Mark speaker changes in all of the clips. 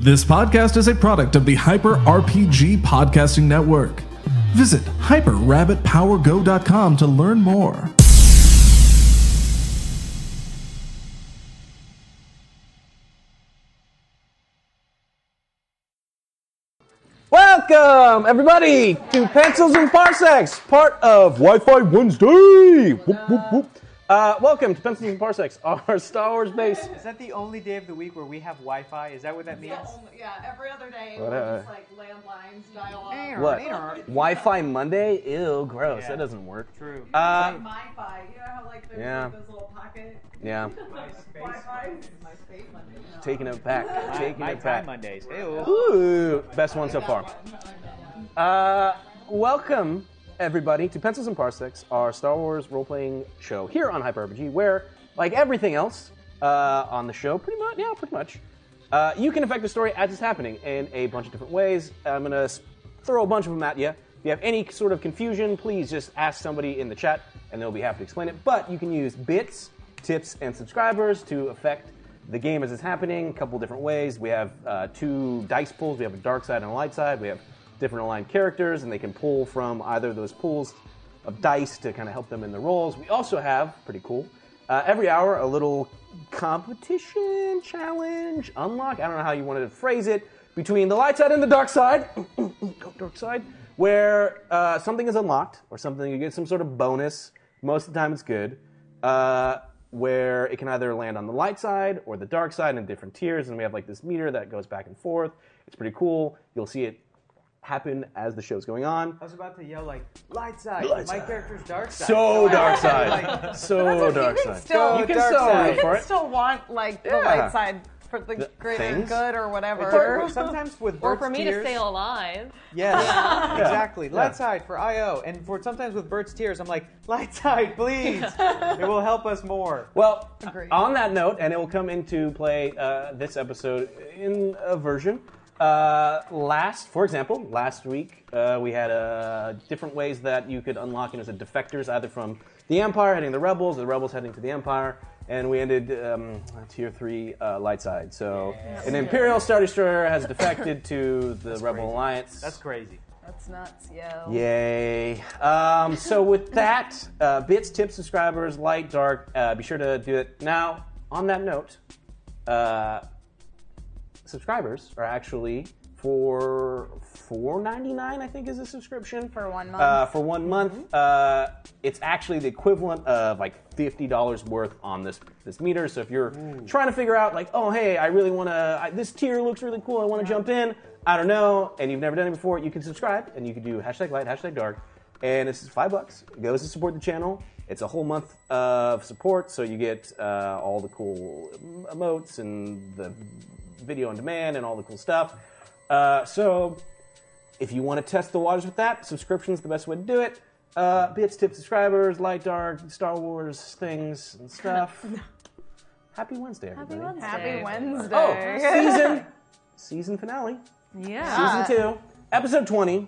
Speaker 1: This podcast is a product of the Hyper RPG Podcasting Network. Visit hyperrabbitpowergo.com to learn more.
Speaker 2: Welcome, everybody, to Pencils and Parsecs, part of Wi Fi Wednesday. Whoop, whoop, whoop. Uh, welcome to Pencils and Parsecs, our Star Wars base.
Speaker 3: Is that the only day of the week where we have Wi-Fi? Is that what that means?
Speaker 4: Yeah, only- yeah, every other day,
Speaker 2: What,
Speaker 4: we're
Speaker 2: uh,
Speaker 4: just like landlines, dialogue.
Speaker 2: What? Wi Fi Monday? Ew, gross. That doesn't work.
Speaker 3: True.
Speaker 2: Uh,
Speaker 4: MiFi, you know how like there's
Speaker 2: Yeah.
Speaker 4: like, those little pocket
Speaker 2: yeah,
Speaker 4: Wi-Fi, MySpace, Monday, you know.
Speaker 2: taking it back. Taking
Speaker 3: My
Speaker 2: it
Speaker 3: time
Speaker 2: back.
Speaker 3: Mondays. Ew.
Speaker 2: Ooh, best one so far.
Speaker 4: That one.
Speaker 2: Uh, welcome, everybody, to Pencils and Parsecs, our Star Wars role playing show here on Hyper RPG, where, like everything else uh, on the show, pretty much, yeah, pretty much, uh, you can affect the story as it's happening in a bunch of different ways. I'm going to throw a bunch of them at you. If you have any sort of confusion, please just ask somebody in the chat, and they'll be happy to explain it. But you can use bits, tips, and subscribers to affect the game as it's happening a couple different ways. We have uh, two dice pools. We have a dark side and a light side. We have different aligned characters, and they can pull from either of those pools of dice to kind of help them in the roles. We also have pretty cool. Uh, every hour, a little competition, challenge, unlock. I don't know how you wanted to phrase it between the light side and the dark side. Go dark side, where uh, something is unlocked or something you get some sort of bonus. Most of the time, it's good uh, where it can either land on the light side or the dark side in different tiers. And we have like this meter that goes back and forth. It's pretty cool. You'll see it happen as the show's going on.
Speaker 3: I was about to yell like light side.
Speaker 2: Light
Speaker 3: My
Speaker 2: side.
Speaker 3: character's dark side.
Speaker 2: So dark
Speaker 3: Like-
Speaker 2: side. So dark
Speaker 5: you can
Speaker 2: side.
Speaker 5: still-
Speaker 2: you can
Speaker 3: Dark
Speaker 2: still
Speaker 3: side.
Speaker 2: root for
Speaker 5: I
Speaker 2: it.
Speaker 5: still want like the
Speaker 2: Yeah.
Speaker 5: light side for the, greater
Speaker 2: things.
Speaker 5: good or whatever.
Speaker 3: Or sometimes with
Speaker 6: Or
Speaker 3: Bert's
Speaker 6: for me
Speaker 3: tears.
Speaker 6: to stay alive.
Speaker 3: Yes, exactly.
Speaker 2: Yeah.
Speaker 3: Light side for IO, and for sometimes with Bert's tears, I'm like light side, please. it will help us more.
Speaker 2: Well, on that note, and it will come into play uh, this episode in a version. Uh, last, for example, last week uh, we had uh, different ways that you could unlock and as a defectors, either from the Empire heading to the Rebels, or the Rebels heading to the Empire, and we ended um, tier three uh, light side. So an Imperial Star Destroyer has defected to the Rebel
Speaker 3: crazy.
Speaker 2: Alliance.
Speaker 3: That's crazy.
Speaker 5: That's nuts, yo.
Speaker 2: Yay. Um, so with that, uh, bits, tips, subscribers, light, dark, uh, be sure to do it. Now, on that note, uh, subscribers are actually for four ninety nine, I think, is a subscription
Speaker 5: For one month.
Speaker 2: Uh, for one month, uh, it's actually the equivalent of like fifty dollars worth on this this meter. So if you're trying to figure out, like, oh hey, I really want to, this tier looks really cool, I want to jump in, I don't know, and you've never done it before, you can subscribe and you can do hashtag light, hashtag dark, and this is five bucks. It goes to support the channel. It's a whole month of support, so you get uh, all the cool emotes and the video on demand and all the cool stuff. Uh, so if you want to test the waters with that, subscription's the best way to do it. Uh, bits, tips, subscribers, light, dark, Star Wars things and stuff. Happy Wednesday, everybody.
Speaker 5: Happy
Speaker 2: Oh,
Speaker 5: Wednesday.
Speaker 2: season, season finale,
Speaker 6: Yeah.
Speaker 2: Oh, season two, episode twenty,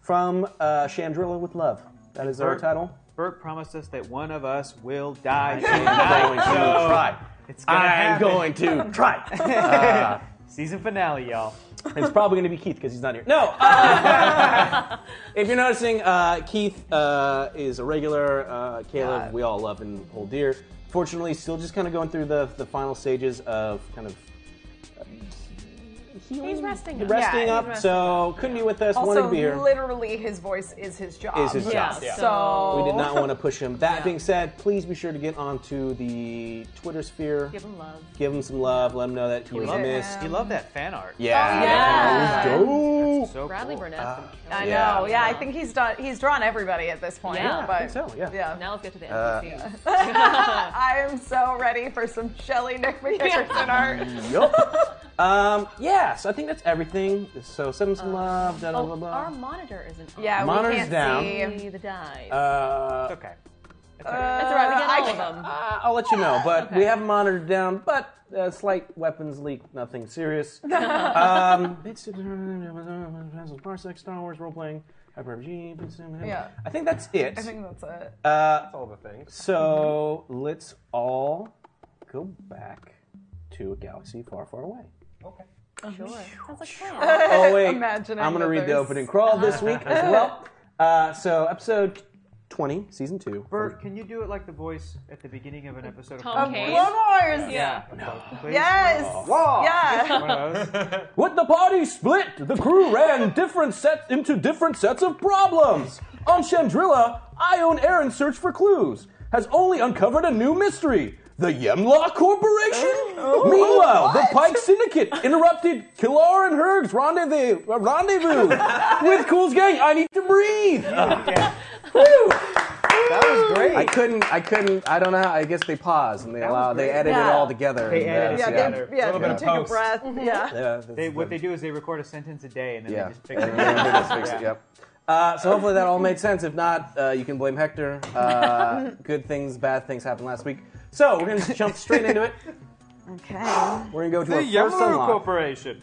Speaker 2: from uh, Chandrilla with Love. That is our
Speaker 3: Bert.
Speaker 2: title.
Speaker 3: Bert promised us that one of us will die.
Speaker 2: I'm going to
Speaker 3: tonight, so
Speaker 2: try.
Speaker 3: It's gonna
Speaker 2: I'm
Speaker 3: happen.
Speaker 2: going to try.
Speaker 3: Season finale, y'all.
Speaker 2: It's probably going to be Keith because he's not here. No. uh, if you're noticing, uh, Keith uh, is a regular. Uh, Caleb,
Speaker 5: Yeah.
Speaker 2: we all love and hold dear. Fortunately, still just kind of going through the, the final stages of kind of. Healing,
Speaker 6: He's resting up.
Speaker 2: Resting
Speaker 5: Yeah, he's
Speaker 2: up,
Speaker 6: resting
Speaker 2: so couldn't be with us. wanted
Speaker 5: Also,
Speaker 2: to be here.
Speaker 5: literally, his voice is his job.
Speaker 2: Is his job,
Speaker 5: Yes,
Speaker 2: yeah.
Speaker 5: So
Speaker 2: We did not want to push him. That being said, please be sure to get onto the Twitter sphere.
Speaker 6: Give him love. Oh,
Speaker 2: Give him some love. Let him know that he was
Speaker 5: at
Speaker 2: missed.
Speaker 3: You love that fan art.
Speaker 2: Yeah.
Speaker 5: yeah.
Speaker 2: That was dope.
Speaker 3: So
Speaker 6: Bradley
Speaker 3: cool.
Speaker 6: Burnett's been killing
Speaker 5: I
Speaker 6: it.
Speaker 2: Yeah.
Speaker 5: know. Yeah, I think he's done. He's drawn everybody at this point.
Speaker 6: Yeah. I
Speaker 5: but
Speaker 2: think so, yeah.
Speaker 6: Now let's get to the
Speaker 2: Uh,
Speaker 6: NPCs.
Speaker 5: I am so ready for some Shelly Nick McPherson art.
Speaker 2: Yup. um, yeah, so I think that's everything. So send them some
Speaker 5: Uh,
Speaker 2: love, da da blah
Speaker 6: oh,
Speaker 2: blah.
Speaker 6: our monitor isn't on.
Speaker 5: Yeah,
Speaker 2: Monitor's
Speaker 5: we can't
Speaker 2: down.
Speaker 5: see.
Speaker 6: See the dice.
Speaker 2: Uh,
Speaker 3: Okay.
Speaker 6: That's all right. We
Speaker 5: Uh,
Speaker 6: get
Speaker 5: I
Speaker 6: all of
Speaker 5: can't-
Speaker 6: them.
Speaker 2: uh, I'll let you know, but we have monitored down, but uh, slight weapons leak, nothing serious. um, it's- Parsec, Star Wars role playing, Hyper RPG, it's-
Speaker 5: Yeah.
Speaker 2: uh, I think that's it.
Speaker 5: I think that's it.
Speaker 2: Uh,
Speaker 3: All the things.
Speaker 2: so let's all go back to a galaxy far, far away.
Speaker 3: Okay.
Speaker 6: Sure. Sounds like a plan.
Speaker 2: Oh wait,
Speaker 5: Imagining
Speaker 2: I'm gonna
Speaker 5: that
Speaker 2: read the
Speaker 5: there's-
Speaker 2: opening crawl this week as well. Uh, so episode 20, season two.
Speaker 3: Bert, can you do it like the voice at the beginning of an episode
Speaker 6: Tom
Speaker 3: of
Speaker 6: Hanks.
Speaker 3: Boys?
Speaker 5: Blowmores!
Speaker 6: Yeah.
Speaker 3: Please?
Speaker 5: Yes!
Speaker 2: Wow.
Speaker 5: Yeah.
Speaker 3: One of those.
Speaker 2: When the party split, the crew ran different sets into different sets of problems. On Chandrilla, Ion Aaron's search for clues has only uncovered a new mystery. The Yemlock Corporation?
Speaker 3: Oh.
Speaker 2: Meanwhile, the Pike Syndicate interrupted Killar and Herg's rendezvous, uh, rendezvous with Cool's gang. I need to breathe.
Speaker 3: That was great.
Speaker 2: I couldn't. I couldn't. I don't know. how- I guess they paused and they allowed. They
Speaker 3: great.
Speaker 2: edited
Speaker 5: Yeah.
Speaker 2: it all together.
Speaker 3: They
Speaker 2: and,
Speaker 3: edited
Speaker 2: uh,
Speaker 3: it
Speaker 5: Yeah,
Speaker 3: together.
Speaker 5: they, yeah,
Speaker 7: A little bit of
Speaker 5: take a
Speaker 7: post.
Speaker 5: breath. Yeah.
Speaker 2: Yeah, this
Speaker 3: They,
Speaker 2: is
Speaker 3: what
Speaker 2: the-
Speaker 3: they do is they record a sentence a day and then
Speaker 2: Yeah.
Speaker 3: they just fix it. Yeah.
Speaker 2: Uh, so hopefully that all made sense. If not, uh, you can blame Hector. Uh, good things, bad things happened last week. So we're gonna jump straight into it.
Speaker 5: Okay.
Speaker 2: We're gonna go to
Speaker 3: The
Speaker 2: our first
Speaker 3: Yamaru
Speaker 2: unlock. Uh,
Speaker 3: Corporation.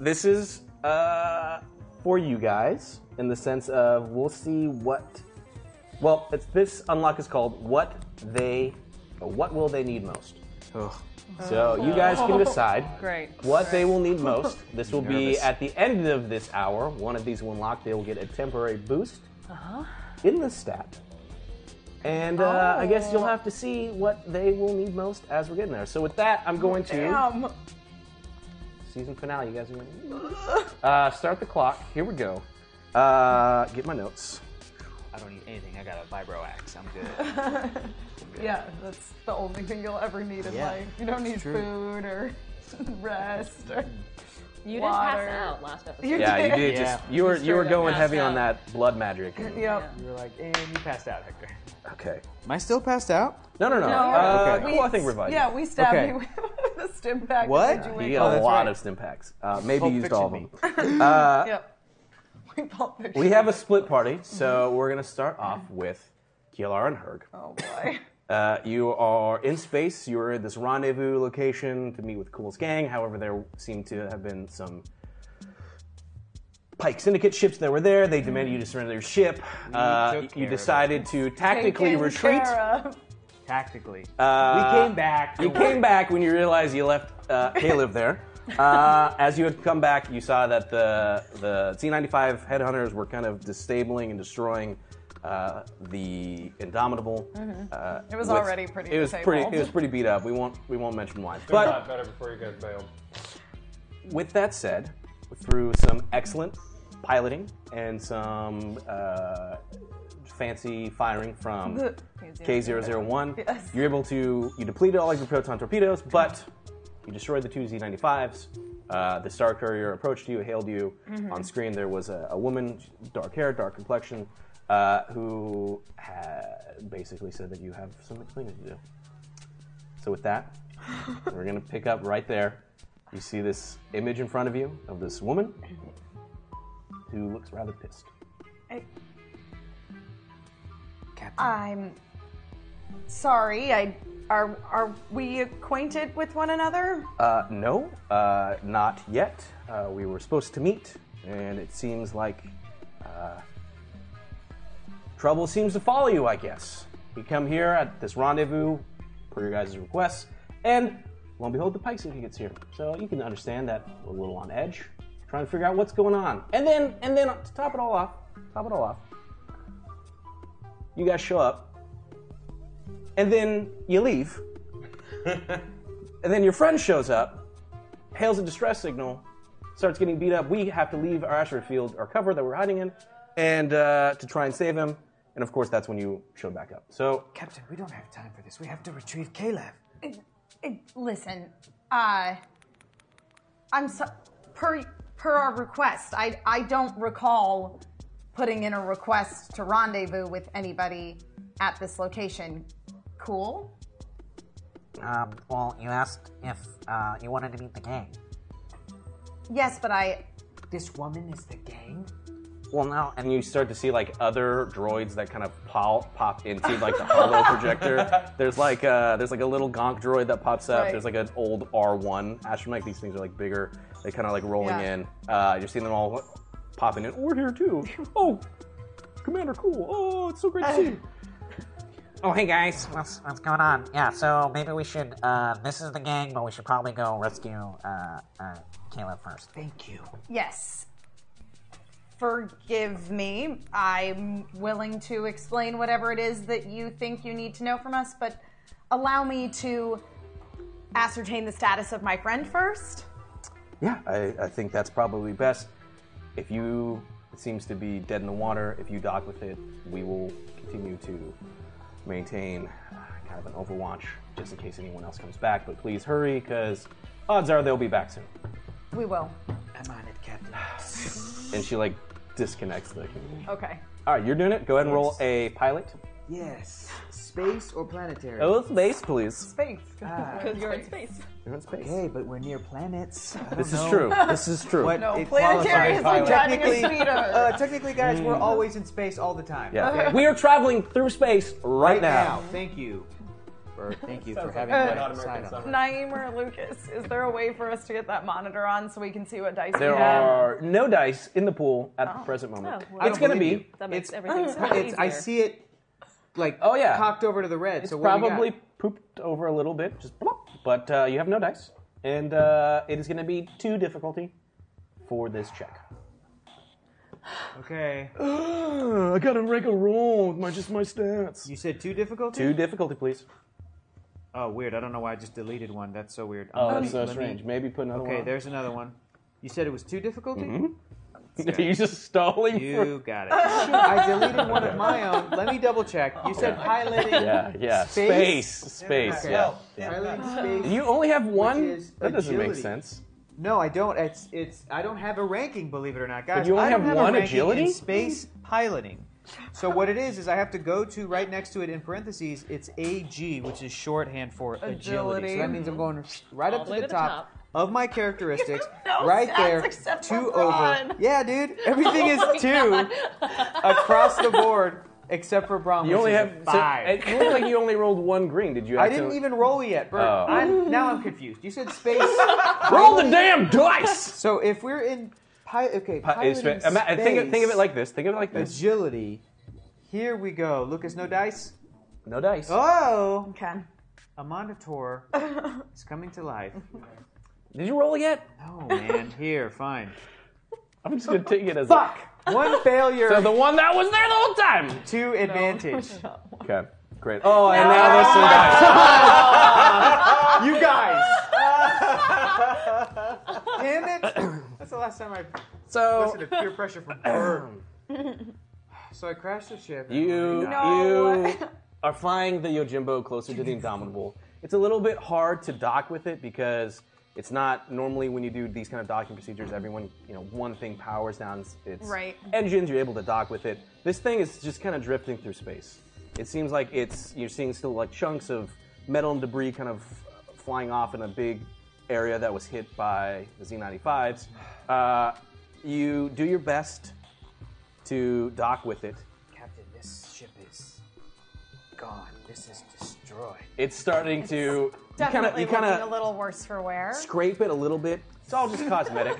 Speaker 2: This is uh, for you guys in the sense of we'll see what. Well, it's, this unlock is called "What They, What Will They Need Most." So you guys can decide
Speaker 6: Great.
Speaker 2: what they will need most. This will be
Speaker 7: Nervous.
Speaker 2: at the end of this hour. One of these will unlock. They will get a temporary boost in the stat. And uh, I guess you'll have to see what they will need most as we're getting there. So with that, I'm going to
Speaker 5: Um,
Speaker 2: season finale. You guys are gonna uh, start the clock. Here we go. Uh, get my notes.
Speaker 7: I don't need anything. I got a vibro axe. I'm good.
Speaker 5: yeah, that's the only thing you'll ever need in
Speaker 7: Yeah,
Speaker 5: life. You don't need
Speaker 7: true.
Speaker 5: food or rest. Or...
Speaker 6: You didn't pass
Speaker 5: Water.
Speaker 6: out last episode.
Speaker 5: You
Speaker 2: Yeah, you did.
Speaker 3: Yeah.
Speaker 2: Just you were you were
Speaker 6: Straight up
Speaker 2: going
Speaker 6: passed
Speaker 2: heavy on
Speaker 6: out.
Speaker 2: that blood magic.
Speaker 5: Yep.
Speaker 3: You were like, and you passed out, Hector.
Speaker 2: Okay.
Speaker 7: Am I still passed out?
Speaker 2: No, no, no.
Speaker 5: No,
Speaker 2: Uh,
Speaker 5: we-
Speaker 2: Cool. I think revive.
Speaker 5: Yeah, we stabbed
Speaker 7: Okay.
Speaker 5: you with the stim pack.
Speaker 7: What? Oh,
Speaker 5: and made you
Speaker 2: You
Speaker 5: wake
Speaker 2: get
Speaker 5: up.
Speaker 2: a
Speaker 7: that's
Speaker 2: lot
Speaker 7: right.
Speaker 2: of stim packs. Uh, maybe
Speaker 7: Pulp
Speaker 2: you used all of them.
Speaker 7: Fiction
Speaker 5: Yep. We Pulp Fiction.
Speaker 2: We have a split party, so we're gonna start off with Kielar and Herg.
Speaker 5: Oh boy.
Speaker 2: Uh, you are in space. You are at this rendezvous location to meet with Cool's gang. However, there seem to have been some Pike Syndicate ships that were there. They demanded you to surrender your ship. Uh,
Speaker 3: took
Speaker 2: you
Speaker 3: care of
Speaker 2: decided to tactically
Speaker 5: Taken
Speaker 2: retreat.
Speaker 5: care of.
Speaker 3: Tactically.
Speaker 2: Uh,
Speaker 3: we came back.
Speaker 2: You came back when you realized you left uh, Caleb there. Uh, as you had come back, you saw that the the C95 headhunters were kind of disabling and destroying uh, the Indomitable. Uh,
Speaker 5: It was
Speaker 2: with-
Speaker 5: already pretty
Speaker 2: It was
Speaker 5: disabled.
Speaker 2: pretty. It was pretty beat up. We won't. We won't mention why.
Speaker 8: But
Speaker 2: But
Speaker 8: better before you guys bailed.
Speaker 2: with that said, through some excellent piloting and some uh, fancy firing from
Speaker 5: The-
Speaker 2: K001,
Speaker 5: Yes.
Speaker 2: you're able to you depleted all of your proton torpedoes, but you destroyed the two Z95s. Uh, the Star Courier approached you, hailed you.
Speaker 5: Mm-hmm.
Speaker 2: On screen, there was a, a woman, dark hair, dark complexion, uh, who had basically said that you have some explaining to do. So with that, we're gonna pick up right there. You see this image in front of you of this woman who looks rather pissed.
Speaker 5: I'm sorry. I are are we acquainted with one another?
Speaker 2: Uh, no, uh, not yet. Uh, we were supposed to meet, and it seems like uh, trouble seems to follow you. I guess we come here at this rendezvous per your guys' requests, and lo and behold, the Pike Syndicate gets here. So you can understand that we're a little on edge, trying to figure out what's going on, and then and then to top it all off, top it all off, you guys show up, and then you leave. And then your friend shows up, hails a distress signal, starts getting beat up. We have to leave our asteroid field, our cover that we're hiding in, and uh, to try and save him. And of course, that's when you showed back up. So,
Speaker 7: Captain, we don't have time for this. We have to retrieve Caleb.
Speaker 5: listen, uh, I'm so, per per our request. I I don't recall putting in a request to rendezvous with anybody at this location. Cool.
Speaker 9: Um, well, you asked if uh, you wanted to meet the gang.
Speaker 5: Yes, but I
Speaker 7: This woman is the gang?
Speaker 2: well, now, and you start to see like other droids that kind of pop, pop into like the hollow projector. There's like uh, there's like a little gonk droid that pops up.
Speaker 5: Right.
Speaker 2: There's like an old R1 astromech. These things are like bigger. They kind of like rolling
Speaker 5: Yeah.
Speaker 2: in. Uh, you're seeing them all popping in. We're here too. Oh, Commander Cool. Oh, it's so great to see you.
Speaker 9: Oh, hey guys, what's what's going on? Yeah, so maybe we should. Uh, this is the gang, but we should probably go rescue uh, uh, Caleb first. Thank you.
Speaker 5: Yes. Forgive me. I'm willing to explain whatever it is that you think you need to know from us, but allow me to ascertain the status of my friend first.
Speaker 2: Yeah, I, I think that's probably best. If you, it seems to be dead in the water, if you dock with it, we will continue to maintain uh, kind of an overwatch just in case anyone else comes back. But please hurry, because odds are they'll be back soon.
Speaker 5: We will.
Speaker 9: I'm on it, Captain.
Speaker 2: And she, like, disconnects the community.
Speaker 5: Okay.
Speaker 2: All right, you're doing it. Go ahead and roll a pilot.
Speaker 10: Yes. Space or planetary?
Speaker 2: Oh, space, please.
Speaker 5: Space. Ah.
Speaker 6: Because you're in space.
Speaker 2: You're in space.
Speaker 10: Okay, but we're near planets. I don't
Speaker 2: This is
Speaker 10: know
Speaker 2: true. This is true.
Speaker 3: What
Speaker 5: No,
Speaker 3: it qualifies
Speaker 5: planetary is like
Speaker 3: for.
Speaker 5: driving a
Speaker 3: technically,
Speaker 5: speeder.
Speaker 3: uh, technically, guys, we're always in space all the time.
Speaker 2: Mm. Yeah. We are traveling through space right,
Speaker 3: Right now. Thank you.
Speaker 10: for- thank you for having me on side on.
Speaker 5: Naeem or Lucas, is there a way for us to get that monitor on so we can see what dice
Speaker 2: There
Speaker 5: we have?
Speaker 2: are no dice in the pool at the present moment.
Speaker 6: Oh, well.
Speaker 2: it's going to be.
Speaker 3: believe
Speaker 6: That makes
Speaker 3: It's-
Speaker 6: everything so much
Speaker 3: It's, I
Speaker 6: easier.
Speaker 3: see it, like
Speaker 2: Oh, yeah.
Speaker 3: cocked over to the red. so
Speaker 2: It's
Speaker 3: what do we got?
Speaker 2: probably pooped over a little bit, just plop. But uh, you have no dice, and uh, it is going to be two difficulty for this check.
Speaker 3: okay.
Speaker 2: I got to make a roll with my just my stats.
Speaker 3: You said two difficulty.
Speaker 2: Two difficulty, please.
Speaker 3: Oh, weird. I don't know why I just deleted one. That's so weird.
Speaker 2: Oh,
Speaker 3: Let
Speaker 2: that's
Speaker 3: me-
Speaker 2: so
Speaker 3: let me-
Speaker 2: strange. Maybe put another
Speaker 3: Okay,
Speaker 2: one. Mm-hmm.
Speaker 3: there's another one. You said it was two difficulty.
Speaker 2: Are you just stalling? for-
Speaker 3: You got it. I deleted one of my own. Let me double check. You said piloting.
Speaker 2: Yeah, yeah. Space,
Speaker 3: Space?
Speaker 2: space.
Speaker 3: Okay.
Speaker 2: Yeah.
Speaker 3: Piloting space.
Speaker 2: You only have one.
Speaker 3: Which is
Speaker 2: that doesn't make
Speaker 3: agility.
Speaker 2: sense.
Speaker 3: No, I don't. It's it's. I don't have a ranking, believe it or not, guys.
Speaker 2: you only
Speaker 3: I don't
Speaker 2: have
Speaker 3: have,
Speaker 2: one
Speaker 3: a ranking
Speaker 2: agility?
Speaker 3: in space piloting. So what it is is I have to go to right next to it in parentheses. It's AG, which is shorthand for agility.
Speaker 5: Agility.
Speaker 3: So that means I'm going right up
Speaker 6: All
Speaker 3: to
Speaker 6: the
Speaker 3: the,
Speaker 6: way to the
Speaker 3: top,
Speaker 6: top.
Speaker 3: of my characteristics,
Speaker 5: No
Speaker 3: right
Speaker 5: stats
Speaker 3: there,
Speaker 5: except
Speaker 3: two
Speaker 5: for Braun.
Speaker 3: over. Yeah, dude, everything is two across the board except for Brahm.
Speaker 2: You
Speaker 3: which
Speaker 2: only
Speaker 3: is a
Speaker 2: have so-
Speaker 3: five.
Speaker 2: it looked like you only rolled one green. Did you?
Speaker 3: I
Speaker 2: have to-
Speaker 3: didn't even roll yet, Bert.
Speaker 2: Oh.
Speaker 3: I'm, now I'm confused. You said space.
Speaker 2: roll the damn dice.
Speaker 3: So if we're in pi- okay,
Speaker 2: Pi- it's-
Speaker 3: piloting
Speaker 2: ima- think, of, think of it
Speaker 3: space,
Speaker 2: like this. Think of it like this.
Speaker 3: agility. Here we go. Lucas, no dice.
Speaker 2: No dice.
Speaker 3: Oh,
Speaker 5: Okay.
Speaker 3: a monitor is coming to life.
Speaker 2: Did you roll yet?
Speaker 3: Oh man, here, fine.
Speaker 2: I'm just gonna take it as
Speaker 3: Fuck. One failure,
Speaker 2: A, so the one that was there the whole time.
Speaker 3: two advantage.
Speaker 2: Okay, great. Oh, and now there's some dice.
Speaker 3: You guys. Damn it! That's the last time I
Speaker 2: So
Speaker 3: listened to peer pressure from Burn. So I crashed the ship.
Speaker 2: you
Speaker 5: No.
Speaker 2: you are flying the Yojimbo closer to the Indomitable. It's a little bit hard to dock with it because it's not normally when you do these kind of docking procedures. Everyone, you know, one thing powers down its- its
Speaker 5: Right.
Speaker 2: engines. You're able to dock with it. This thing is just kind of drifting through space. It seems like it's you're seeing still like chunks of metal and debris kind of flying off in a big area that was hit by the Z95s. Uh, you do your best to dock with it.
Speaker 9: Captain, this ship is gone. This is destroyed.
Speaker 2: It's starting to you kind of
Speaker 5: Definitely
Speaker 2: you kind
Speaker 5: looking a
Speaker 2: of
Speaker 5: little worse for wear.
Speaker 2: scrape it a little bit. It's all just cosmetic,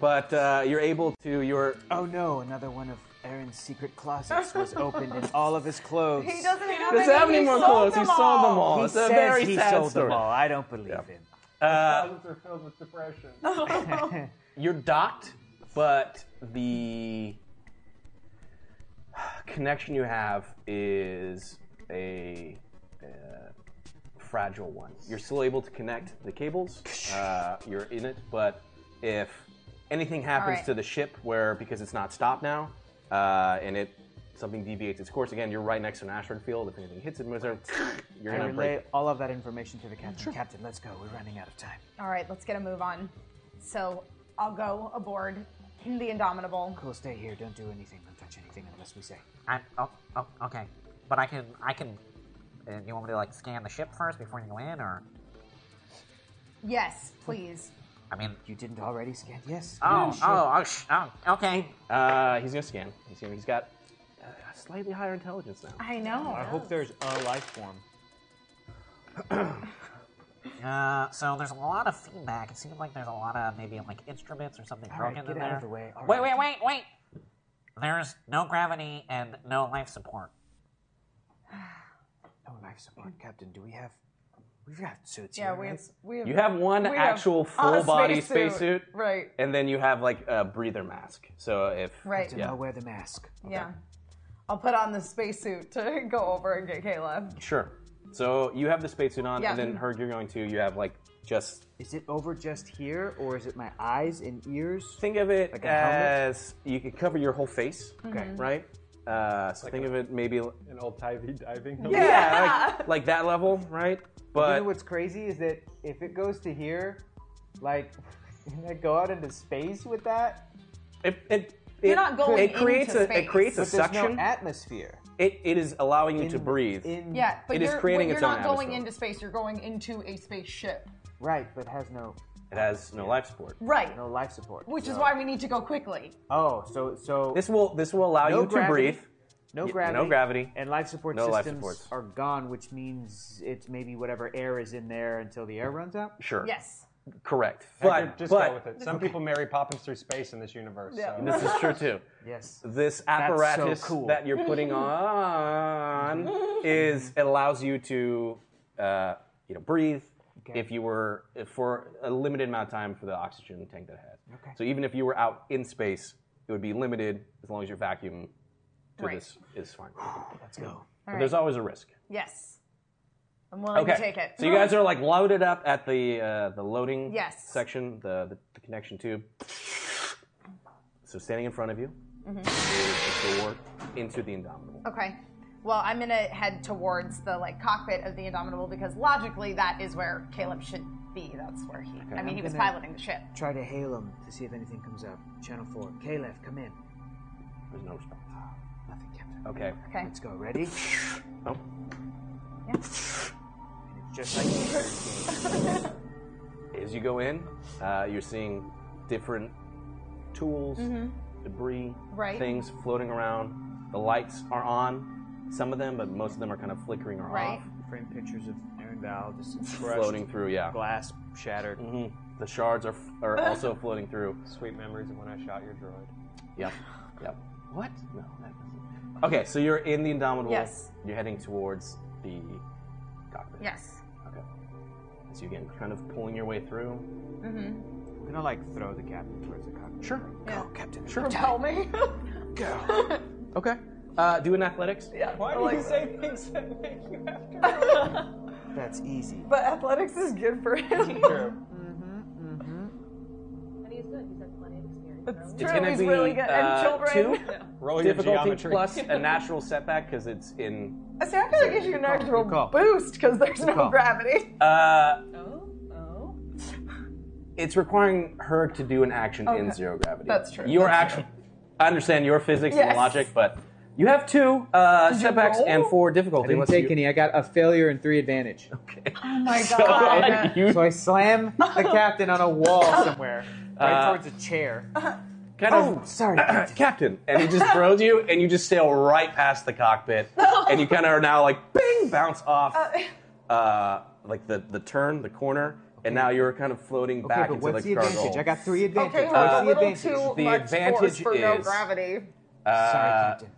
Speaker 2: but uh, you're able to. You're
Speaker 10: Oh no, another one of Aaron's secret closets was opened and all of his clothes.
Speaker 5: He doesn't have
Speaker 2: does have
Speaker 5: any
Speaker 2: any more
Speaker 5: sold
Speaker 2: clothes. He
Speaker 5: them
Speaker 2: sold them all.
Speaker 10: He
Speaker 2: it's
Speaker 10: says
Speaker 2: a very
Speaker 10: he
Speaker 2: sad
Speaker 10: sold
Speaker 2: story.
Speaker 10: them all. I don't believe him.
Speaker 2: are filled with depression. You're docked, but the connection you have is a uh, fragile one. You're still able to connect the cables. Uh, you're in it, but if anything happens
Speaker 5: right.
Speaker 2: to the ship, where because it's not stopped now, uh, and it something deviates its course again, you're right next to an asteroid field. If anything hits it, you're
Speaker 10: I
Speaker 2: gonna break.
Speaker 10: relay all of that information to the captain. Captain, let's go. We're running out of time.
Speaker 5: All right, let's get a move on. So I'll go aboard the Indomitable.
Speaker 10: Cool, stay here. Don't do anything. Don't touch anything unless we say.
Speaker 9: I, oh, oh, okay. But I can, I can. Uh, you want me to like scan the ship first before you go in, or
Speaker 5: Yes, please.
Speaker 9: I mean,
Speaker 10: You didn't already scan? Yes.
Speaker 9: oh, oh, oh, sh- oh, okay.
Speaker 2: Uh, he's gonna scan. He's gonna, he's got uh, slightly higher intelligence now.
Speaker 5: I know.
Speaker 3: I hope there's a life form.
Speaker 9: Uh, so there's a lot of feedback. It seems like there's a lot of maybe like instruments or something
Speaker 10: All right,
Speaker 9: broken
Speaker 10: get
Speaker 9: in
Speaker 10: out
Speaker 9: there.
Speaker 10: of the way. All
Speaker 9: Wait,
Speaker 10: right.
Speaker 9: wait, wait, wait. There's no gravity and no life support.
Speaker 11: Oh, life support, Captain. Do we have? We've got suits
Speaker 5: Yeah,
Speaker 11: here,
Speaker 5: we
Speaker 11: right?
Speaker 5: have, we have.
Speaker 2: You have one
Speaker 5: we have
Speaker 2: actual
Speaker 5: a
Speaker 2: full body
Speaker 5: spacesuit.
Speaker 2: spacesuit,
Speaker 5: Right.
Speaker 2: and then you have like a breather mask. So if
Speaker 5: Right.
Speaker 11: Then I'll wear the mask.
Speaker 5: Yeah. I'll put on the spacesuit to go over and get Caleb.
Speaker 2: sure. So you have the spacesuit on,
Speaker 5: Yeah.
Speaker 2: and then Herg, you're going to. You have like just
Speaker 11: Is it over just here, or is it my eyes and ears?
Speaker 2: think of it
Speaker 11: a helmet?
Speaker 2: as you can cover your whole face. Okay. Right. Uh, so think of it maybe
Speaker 12: An old diving diving. helmet.
Speaker 2: yeah, like, like that level, right?
Speaker 3: You
Speaker 2: But
Speaker 3: know what's crazy is that if it goes to here, like, can I go out into space with that?
Speaker 2: it, it,
Speaker 5: You're
Speaker 2: it-
Speaker 5: not going
Speaker 2: It creates
Speaker 5: into
Speaker 2: a
Speaker 5: space.
Speaker 2: it creates a
Speaker 3: But there's no
Speaker 2: suction.
Speaker 3: atmosphere.
Speaker 2: it, it is allowing you to
Speaker 3: In-
Speaker 2: breathe.
Speaker 3: In,
Speaker 5: Yeah, but
Speaker 2: It is
Speaker 5: you're,
Speaker 2: creating
Speaker 5: you're
Speaker 2: its
Speaker 5: not
Speaker 2: own
Speaker 5: going
Speaker 2: atmosphere.
Speaker 5: into space. You're going into a spaceship.
Speaker 3: Right, but has no
Speaker 2: it has no life support.
Speaker 5: Right.
Speaker 3: no life support.
Speaker 5: Which is
Speaker 3: So-
Speaker 5: why we need to go quickly.
Speaker 3: Oh, so so
Speaker 2: This will this will allow
Speaker 3: No
Speaker 2: you to
Speaker 3: gravity.
Speaker 2: breathe.
Speaker 3: no
Speaker 2: y-
Speaker 3: gravity.
Speaker 2: no gravity.
Speaker 3: And life support
Speaker 2: No life
Speaker 3: systems
Speaker 2: supports.
Speaker 3: are gone, which means it's maybe whatever air is in there until the air runs out.
Speaker 2: Sure.
Speaker 5: Yes.
Speaker 2: Correct.
Speaker 12: Hector,
Speaker 2: But
Speaker 12: just
Speaker 2: but
Speaker 12: go with it. Some people marry Poppins through space in this universe.
Speaker 5: Yeah.
Speaker 12: So.
Speaker 2: this is true too.
Speaker 3: Yes.
Speaker 2: This apparatus
Speaker 3: cool.
Speaker 2: that you're putting on is it allows you to uh, you know breathe. If you were if for a limited amount of time for the oxygen tank that it has. So even if you were out in space, it would be limited as long as your vacuum to
Speaker 5: Right.
Speaker 2: this is fine.
Speaker 11: Let's go.
Speaker 2: But there's always a risk.
Speaker 5: Yes. I'm willing
Speaker 2: Okay.
Speaker 5: to take it.
Speaker 2: So you guys are like loaded up at the uh, the loading
Speaker 5: Yes.
Speaker 2: section, the, the the connection tube. So standing in front of you
Speaker 5: Mm-hmm.
Speaker 2: is the door into the Indomitable.
Speaker 5: Okay. Well, I'm gonna head towards the like cockpit of the Indomitable because logically that is where Caleb should be. That's where he. I mean, he was
Speaker 11: gonna-
Speaker 5: piloting the ship.
Speaker 11: Try to hail him to see if anything comes up. Channel four. Caleb, come in.
Speaker 2: There's no response.
Speaker 11: Nothing, Captain.
Speaker 2: Okay.
Speaker 5: Okay.
Speaker 11: Let's go. Ready?
Speaker 2: Nope.
Speaker 11: Just like you.
Speaker 2: As you go in, uh, you're seeing different tools, debris,
Speaker 5: Mm-hmm. Right.
Speaker 2: things floating around. The lights are on, some of them, but most of them are kind of flickering or
Speaker 5: Right.
Speaker 2: off,
Speaker 11: Frame pictures of Aaron Val just crushed,
Speaker 2: floating through. Yeah.
Speaker 11: glass shattered.
Speaker 2: hmm The shards are are also floating through.
Speaker 12: Sweet memories of when I shot your droid.
Speaker 2: Yep. Yep. What? No, that doesn't. Okay, so you're in the Indomitable.
Speaker 5: Yes.
Speaker 2: You're heading towards the cockpit.
Speaker 5: Yes.
Speaker 2: Okay. So you're getting kind of pulling your way through.
Speaker 11: I'm gonna like throw the captain towards the cockpit.
Speaker 2: Sure.
Speaker 11: Go, Captain.
Speaker 2: Sure.
Speaker 5: Tell me.
Speaker 11: Go.
Speaker 2: Okay. Uh, do an athletics.
Speaker 5: yeah.
Speaker 12: Why do
Speaker 5: like
Speaker 12: you
Speaker 5: that.
Speaker 12: say things that make you have
Speaker 11: That's easy.
Speaker 5: But athletics is good for him.
Speaker 12: to?
Speaker 6: And he's good. He's had plenty of experience.
Speaker 5: It's
Speaker 6: probably.
Speaker 5: true. He's really good.
Speaker 2: uh,
Speaker 5: and children.
Speaker 2: two
Speaker 12: Roll your
Speaker 2: difficulty
Speaker 12: geometry.
Speaker 2: plus a natural setback because it's in.
Speaker 5: I See, I feel like it gives you an actual
Speaker 11: call.
Speaker 5: boost because there's no
Speaker 11: call.
Speaker 5: gravity.
Speaker 2: Uh,
Speaker 6: Oh, oh.
Speaker 2: it's requiring her to do an action in zero gravity.
Speaker 5: That's true.
Speaker 2: Your
Speaker 5: That's
Speaker 2: action. I understand your physics and
Speaker 5: Yes.
Speaker 2: logic, but you have two uh, setbacks
Speaker 5: roll?
Speaker 2: and four difficulty.
Speaker 3: I didn't
Speaker 2: unless
Speaker 3: take
Speaker 2: you-
Speaker 3: any. I got a failure and three advantage.
Speaker 5: Oh my
Speaker 2: So,
Speaker 5: god.
Speaker 2: you
Speaker 3: So I slam the captain on a wall somewhere,
Speaker 2: Uh,
Speaker 3: right towards a chair.
Speaker 2: kind of
Speaker 11: Oh, sorry, Captain.
Speaker 2: captain and he just throws you and you just sail right past the cockpit
Speaker 5: Oh.
Speaker 2: and you kind of are now like bing bounce off uh, like the, the turn the corner and now you're kind of floating
Speaker 3: Okay,
Speaker 2: back
Speaker 3: but
Speaker 2: into
Speaker 3: what's
Speaker 2: like
Speaker 3: the
Speaker 2: cargo
Speaker 3: advantage? I got three advantage.
Speaker 5: Okay, we're
Speaker 3: what's
Speaker 5: a
Speaker 3: the
Speaker 5: little
Speaker 3: advantage?
Speaker 5: too
Speaker 2: The
Speaker 5: much force
Speaker 2: advantage
Speaker 5: for no
Speaker 2: is-
Speaker 5: gravity.
Speaker 11: sorry,
Speaker 2: Uh,
Speaker 11: Captain.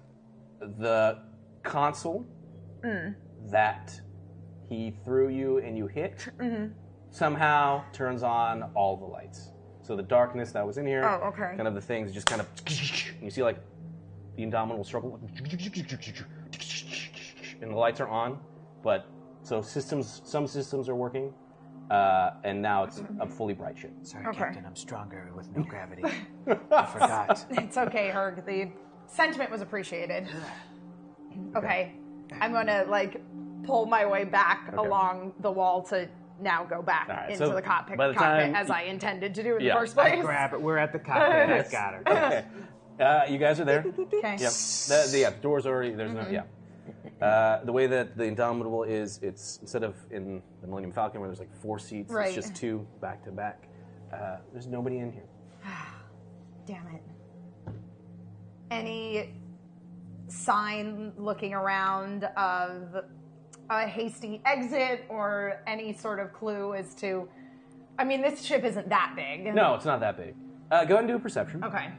Speaker 2: the console that he threw you and you hit somehow turns on all the lights. So the darkness that was in here,
Speaker 5: Oh, okay.
Speaker 2: kind of the things just kind of, you see like the indomitable struggle, and the lights are on, but so systems, some systems are working, uh, and now it's a fully bright ship.
Speaker 11: Sorry, Captain. I'm stronger with no gravity. I forgot.
Speaker 5: It's okay, Herg. The sentiment was appreciated. Okay. I'm gonna like pull my way back along the wall to now go back
Speaker 2: right,
Speaker 5: into
Speaker 2: so
Speaker 5: the cockpit,
Speaker 2: by the
Speaker 5: cockpit
Speaker 2: time-
Speaker 5: as I intended to do in
Speaker 2: Yeah.
Speaker 5: the first place.
Speaker 3: Grab it. We're at the cockpit. I got her.
Speaker 2: Okay. Uh, you guys are there.
Speaker 5: Okay.
Speaker 2: Yep. The, the, yeah, the door's already there's
Speaker 5: Mm-hmm.
Speaker 2: no yeah. Uh, the way that the Indomitable is, it's instead of in the Millennium Falcon where there's like four seats,
Speaker 5: Right.
Speaker 2: it's just two back to back. Uh, There's nobody in here.
Speaker 5: Damn it. Any sign looking around of a hasty exit or any sort of clue as to I mean this ship isn't that big.
Speaker 2: No, it's not that big. Uh, go ahead and do a perception.
Speaker 12: Oh.
Speaker 5: Okay.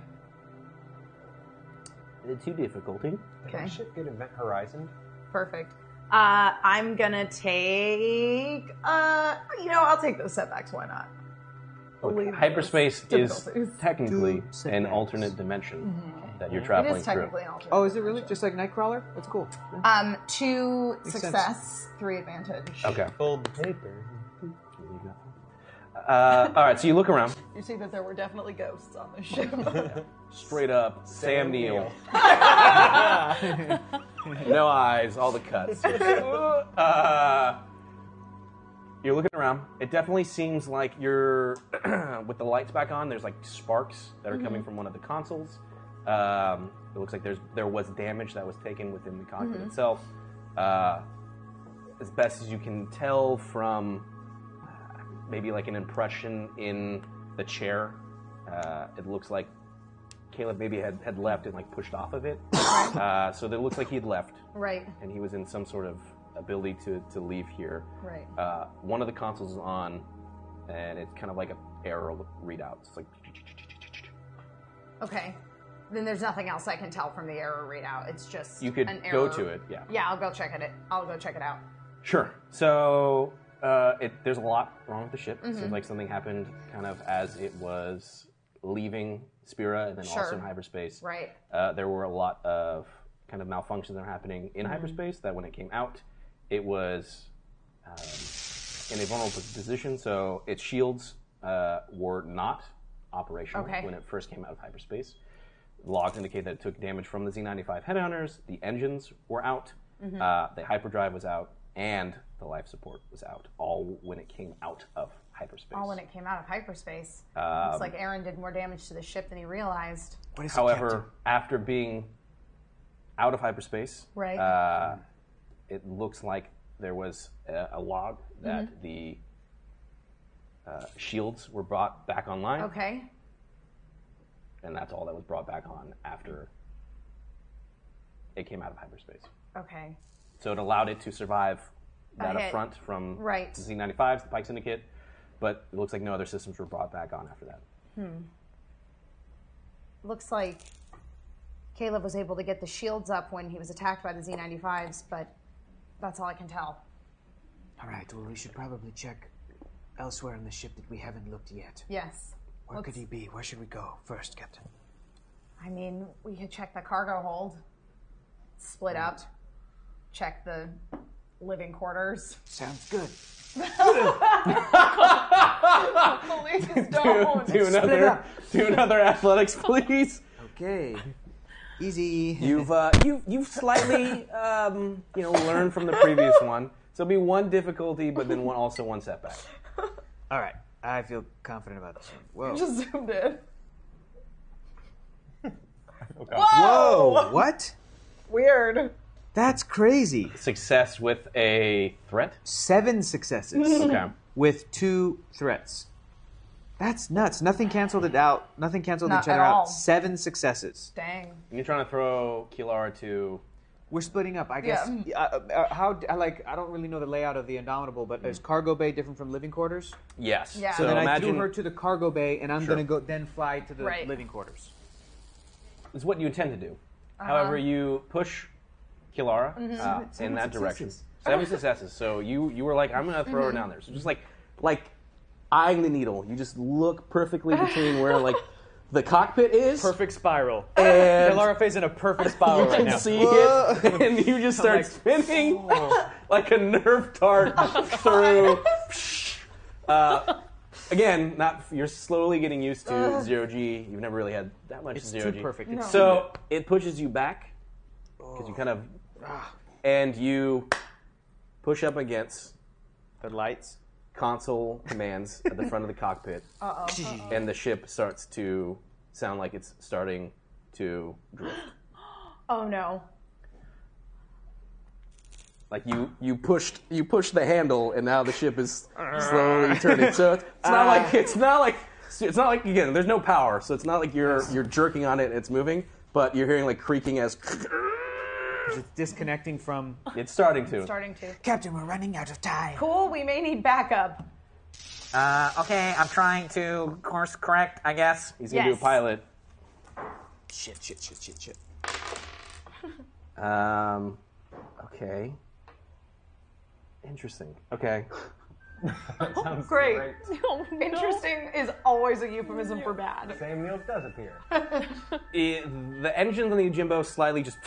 Speaker 2: Uh, Too difficulty.
Speaker 5: Okay.
Speaker 12: Shit, good event horizon.
Speaker 5: Perfect. Uh, I'm gonna take. Uh, you know, I'll take those setbacks. Why not?
Speaker 2: Look, Oh, hyperspace is
Speaker 5: difficulties. Mm-hmm.
Speaker 2: technically
Speaker 13: Two
Speaker 2: an
Speaker 13: setbacks.
Speaker 2: alternate dimension that you're
Speaker 5: It
Speaker 2: traveling
Speaker 5: is
Speaker 2: through.
Speaker 5: technically an alternate.
Speaker 13: Oh, is it really just like Nightcrawler? That's cool.
Speaker 5: Um, two
Speaker 13: Makes sense.
Speaker 5: success, three advantage.
Speaker 2: Okay.
Speaker 14: Fold the paper.
Speaker 2: Uh, all right. So you look around.
Speaker 6: You see that there were definitely ghosts on the ship.
Speaker 2: Straight up, Sam Neill. no eyes, all the cuts. Uh, you're looking around. It definitely seems like you're with the lights back on. There's like sparks that are
Speaker 6: Mm-hmm.
Speaker 2: coming from one of the consoles. Um, it looks like there's there was damage that was taken within the cockpit
Speaker 6: Mm-hmm.
Speaker 2: itself. Uh, as best as you can tell from uh, maybe like an impression in the chair, uh, it looks like Caleb maybe had, had left and like pushed off of it. uh, so it looks like he'd left
Speaker 5: Right.
Speaker 2: and he was in some sort of ability to, to leave here.
Speaker 5: Right.
Speaker 2: Uh, one of the consoles is on, and it's kind of like a arrow readout. It's like,
Speaker 5: Okay. Then there's nothing else I can tell from the error readout. It's just
Speaker 2: You could
Speaker 5: an
Speaker 2: go
Speaker 5: error.
Speaker 2: to it, yeah.
Speaker 5: Yeah, I'll go check it. I'll go check it out.
Speaker 2: sure. So uh, it, there's a lot wrong with the ship. It
Speaker 5: Mm-hmm.
Speaker 2: seems like something happened kind of as it was leaving Spira and then
Speaker 5: Sure.
Speaker 2: also in hyperspace.
Speaker 5: Right.
Speaker 2: Uh, there were a lot of kind of malfunctions that were happening
Speaker 5: Mm-hmm.
Speaker 2: in hyperspace that when it came out, it was um, in a vulnerable position, so its shields uh, were not operational
Speaker 5: Okay.
Speaker 2: when it first came out of hyperspace. Logs indicate that it took damage from the Z95 headhunters, the engines were out,
Speaker 5: Mm-hmm.
Speaker 2: uh, the hyperdrive was out, and the life support was out, all when it came out of hyperspace.
Speaker 5: All when it came out of hyperspace.
Speaker 2: Um,
Speaker 5: Looks like Aaron did more damage to the ship than he realized.
Speaker 2: However, after being out of hyperspace,
Speaker 5: Right.
Speaker 2: uh, it looks like there was a, a log that
Speaker 5: Mm-hmm.
Speaker 2: the uh, shields were brought back online,
Speaker 5: Okay.
Speaker 2: and that's all that was brought back on after it came out of hyperspace.
Speaker 5: Okay.
Speaker 2: So it allowed it to survive that
Speaker 5: Okay.
Speaker 2: affront from
Speaker 5: Right.
Speaker 2: the Z95s, the Pike Syndicate, but it looks like no other systems were brought back on after that.
Speaker 5: Looks like Caleb was able to get the shields up when he was attacked by the Z95s, but that's all I can tell.
Speaker 3: All right. Well, we should probably check elsewhere on the ship that we haven't looked yet.
Speaker 5: Yes.
Speaker 3: Where could he be? Where should we go first, Captain?
Speaker 5: I mean, we could check the cargo hold, split up, check the living quarters.
Speaker 3: Sounds good.
Speaker 6: Please don't.
Speaker 2: do another,
Speaker 3: up.
Speaker 2: do another athletics, please.
Speaker 3: Okay. Easy.
Speaker 2: You've uh, you you've slightly um, you know learned from the previous one, so it'll be one difficulty, but then one also one setback.
Speaker 13: All right.
Speaker 3: I feel confident about this one. Whoa.
Speaker 6: Just zoomed in.
Speaker 3: Whoa. What?
Speaker 6: Weird.
Speaker 3: That's crazy.
Speaker 2: Success with a threat.
Speaker 3: Seven successes
Speaker 2: Okay.
Speaker 3: with two threats. That's nuts. Nothing canceled it out. Nothing canceled
Speaker 5: Not
Speaker 3: each other
Speaker 5: at all.
Speaker 3: out. Seven successes.
Speaker 5: Dang.
Speaker 2: You're trying to throw Kilara to.
Speaker 13: We're splitting up, I guess. Yeah. Uh, uh, how d- I like I don't really know the layout of the Indomitable, but is cargo bay different from living quarters?
Speaker 2: Yes.
Speaker 5: Yeah.
Speaker 2: So,
Speaker 5: So
Speaker 13: then I
Speaker 2: imagine
Speaker 13: threw her to the cargo bay, and I'm gonna go then fly to the
Speaker 5: Right.
Speaker 13: living quarters.
Speaker 2: it's what you intend to do.
Speaker 14: Uh-huh.
Speaker 2: However, you push Kilara
Speaker 14: Mm-hmm.
Speaker 2: uh, in that direction. Seven successes. So you you were like, I'm gonna throw her
Speaker 14: Mm-hmm.
Speaker 2: down there. So just like like eyeing the needle, you just look perfectly between where like the cockpit is.
Speaker 14: Perfect spiral.
Speaker 2: And
Speaker 14: Laura Faye's in a perfect spiral
Speaker 2: you
Speaker 14: right
Speaker 2: can
Speaker 14: now.
Speaker 2: see it, and you just start spinning like a nerve dart
Speaker 14: Oh,
Speaker 2: through. Uh, again, not you're slowly getting used to zero G. You've never really had that much
Speaker 13: It's
Speaker 2: zero
Speaker 13: too
Speaker 2: G.
Speaker 13: perfect.
Speaker 3: Oh.
Speaker 13: It's
Speaker 2: So it pushes you back because you kind of and you push up against
Speaker 13: The lights.
Speaker 2: console commands at the front of the cockpit, and the ship starts to sound like it's starting to drift.
Speaker 5: Oh no.
Speaker 2: Like you, you pushed you pushed the handle, and now the ship is slowly turning. So it's, it's not like it's not like it's not like again. There's no power, so it's not like you're you're jerking on it. and It's moving, but you're hearing like creaking as
Speaker 13: It's disconnecting from.
Speaker 2: it's starting to.
Speaker 5: Starting to.
Speaker 3: Captain, we're running out of time.
Speaker 5: Cool, we may need backup.
Speaker 9: Uh, okay, I'm trying to course correct, I guess.
Speaker 2: He's gonna do
Speaker 5: Yes.
Speaker 2: a pilot.
Speaker 3: Shit, shit, shit, shit, shit.
Speaker 2: Um, okay. Interesting. Okay.
Speaker 6: Great. Interesting is always a euphemism for bad.
Speaker 12: Sam Neil does appear.
Speaker 2: Eh, the engines on the Ujimbo slightly just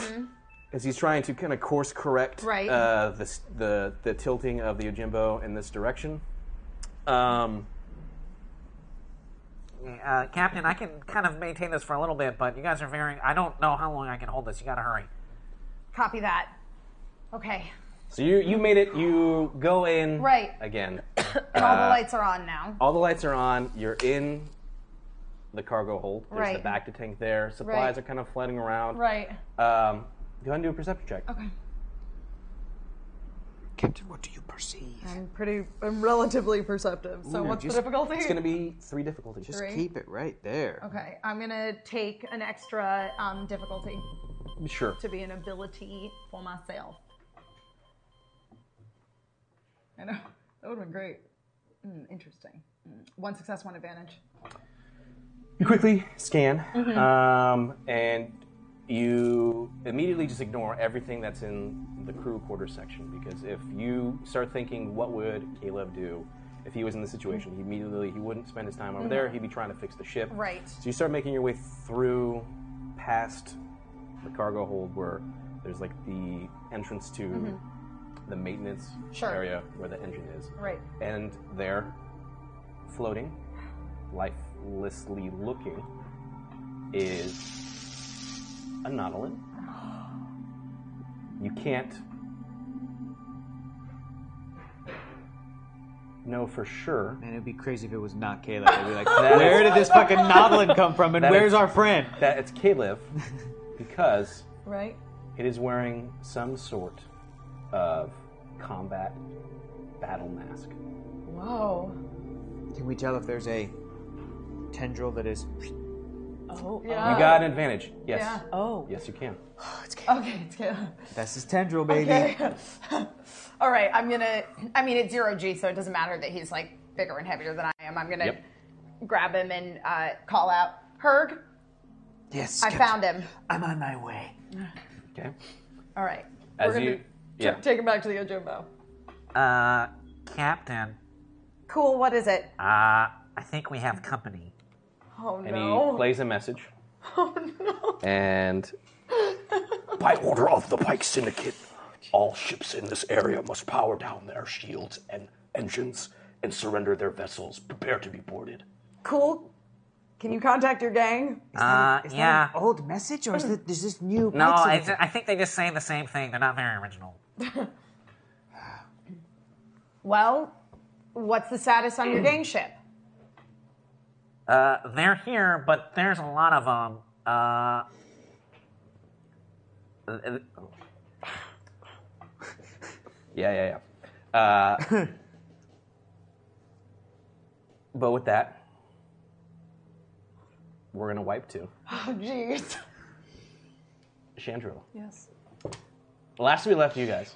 Speaker 2: as he's trying to kind of course correct
Speaker 5: Mm-hmm. Right.
Speaker 2: uh, the, s- the the tilting of the Ojimbo in this direction. Um,
Speaker 9: Uh, Captain, I can kind of maintain this for a little bit, but you guys are very. I don't know how long I can hold this. You gotta hurry.
Speaker 5: Copy that. Okay.
Speaker 2: so you you made it. You go in
Speaker 5: Right.
Speaker 2: again.
Speaker 5: And all the
Speaker 2: Uh,
Speaker 5: lights are on now.
Speaker 2: All the lights are on. You're in the cargo hold. There's the
Speaker 5: Right.
Speaker 2: back to tank there. Supplies
Speaker 5: Right.
Speaker 2: are kind of floating around.
Speaker 5: Right.
Speaker 2: Um, go ahead and do a perception check.
Speaker 5: Okay.
Speaker 2: Captain, what do you perceive?
Speaker 6: I'm pretty. I'm relatively perceptive. So
Speaker 2: Ooh,
Speaker 6: what's
Speaker 2: just-
Speaker 6: the difficulty?
Speaker 2: It's going to be three difficulties.
Speaker 5: Just Three? keep
Speaker 2: it right there.
Speaker 5: Okay. I'm gonna take an extra um, difficulty
Speaker 2: Sure.
Speaker 5: to be an ability for myself. I know that would have been great. Mm, interesting. Mm, One success, one advantage.
Speaker 2: You quickly scan,
Speaker 5: Mhm.
Speaker 2: um, and you immediately just ignore everything that's in the crew quarters section because if you start thinking, what would Caleb do if he was in this situation? He immediately he wouldn't spend his time over
Speaker 5: Mhm.
Speaker 2: there. He'd be trying to fix the ship.
Speaker 5: Right.
Speaker 2: So you start making your way through, past the cargo hold where there's like the entrance to
Speaker 5: Mhm.
Speaker 2: the maintenance
Speaker 5: Sure.
Speaker 2: area where the engine is.
Speaker 5: Right.
Speaker 2: And there, floating, lifelessly looking, is a Nautilin. You can't know for sure.
Speaker 3: Man, it'd be crazy if it was not Caleb. I'd be like,
Speaker 2: That
Speaker 3: where
Speaker 2: is-
Speaker 3: did this fucking novelin come from, and
Speaker 2: That
Speaker 3: where's
Speaker 2: it's-
Speaker 3: our friend?
Speaker 2: That it's Caliph because
Speaker 6: Right.
Speaker 2: it is wearing some sort of combat battle mask.
Speaker 6: Whoa.
Speaker 3: Can we tell if there's a tendril that is?
Speaker 6: Oh.
Speaker 2: You got an advantage. Yes.
Speaker 6: Yeah. Oh.
Speaker 2: Yes, you can.
Speaker 5: Okay. It's good.
Speaker 3: That's his tendril, baby.
Speaker 5: Okay. All right. I'm gonna. I mean, it's zero G, so it doesn't matter that he's like bigger and heavier than I am. I'm gonna
Speaker 3: Yep.
Speaker 5: grab him and uh, call out, Herg.
Speaker 3: Yes.
Speaker 5: I found him.
Speaker 3: I'm on my way.
Speaker 2: Okay.
Speaker 5: All right.
Speaker 6: We're
Speaker 9: As
Speaker 6: gonna
Speaker 9: you-
Speaker 6: t-
Speaker 9: yeah.
Speaker 6: take him back to the Ojimbo.
Speaker 9: Uh, Captain,
Speaker 5: Cool. What is it?
Speaker 9: uh, I think we have company.
Speaker 5: Oh
Speaker 2: And
Speaker 5: no.
Speaker 2: he plays a message. Oh no. And by order of the Pike Syndicate, all ships in this area must power down their shields and engines and surrender their vessels. Prepare to be boarded.
Speaker 6: Cool. Can you contact your gang?
Speaker 9: Uh,
Speaker 3: Is that
Speaker 9: yeah.
Speaker 10: oh,
Speaker 3: an old message, or is, that, is this new?
Speaker 9: No,
Speaker 3: Pike
Speaker 9: I,
Speaker 3: Syndicate?
Speaker 9: I think they just say the same thing. They're not very original.
Speaker 5: Well, what's the status on your gang ship?
Speaker 9: Uh, they're here, but there's a lot of them. Uh, uh,
Speaker 2: Yeah, yeah, yeah. Uh, but with that, we're gonna wipe to
Speaker 6: Oh jeez.
Speaker 2: Chandril.
Speaker 6: Yes.
Speaker 2: Last we left you guys,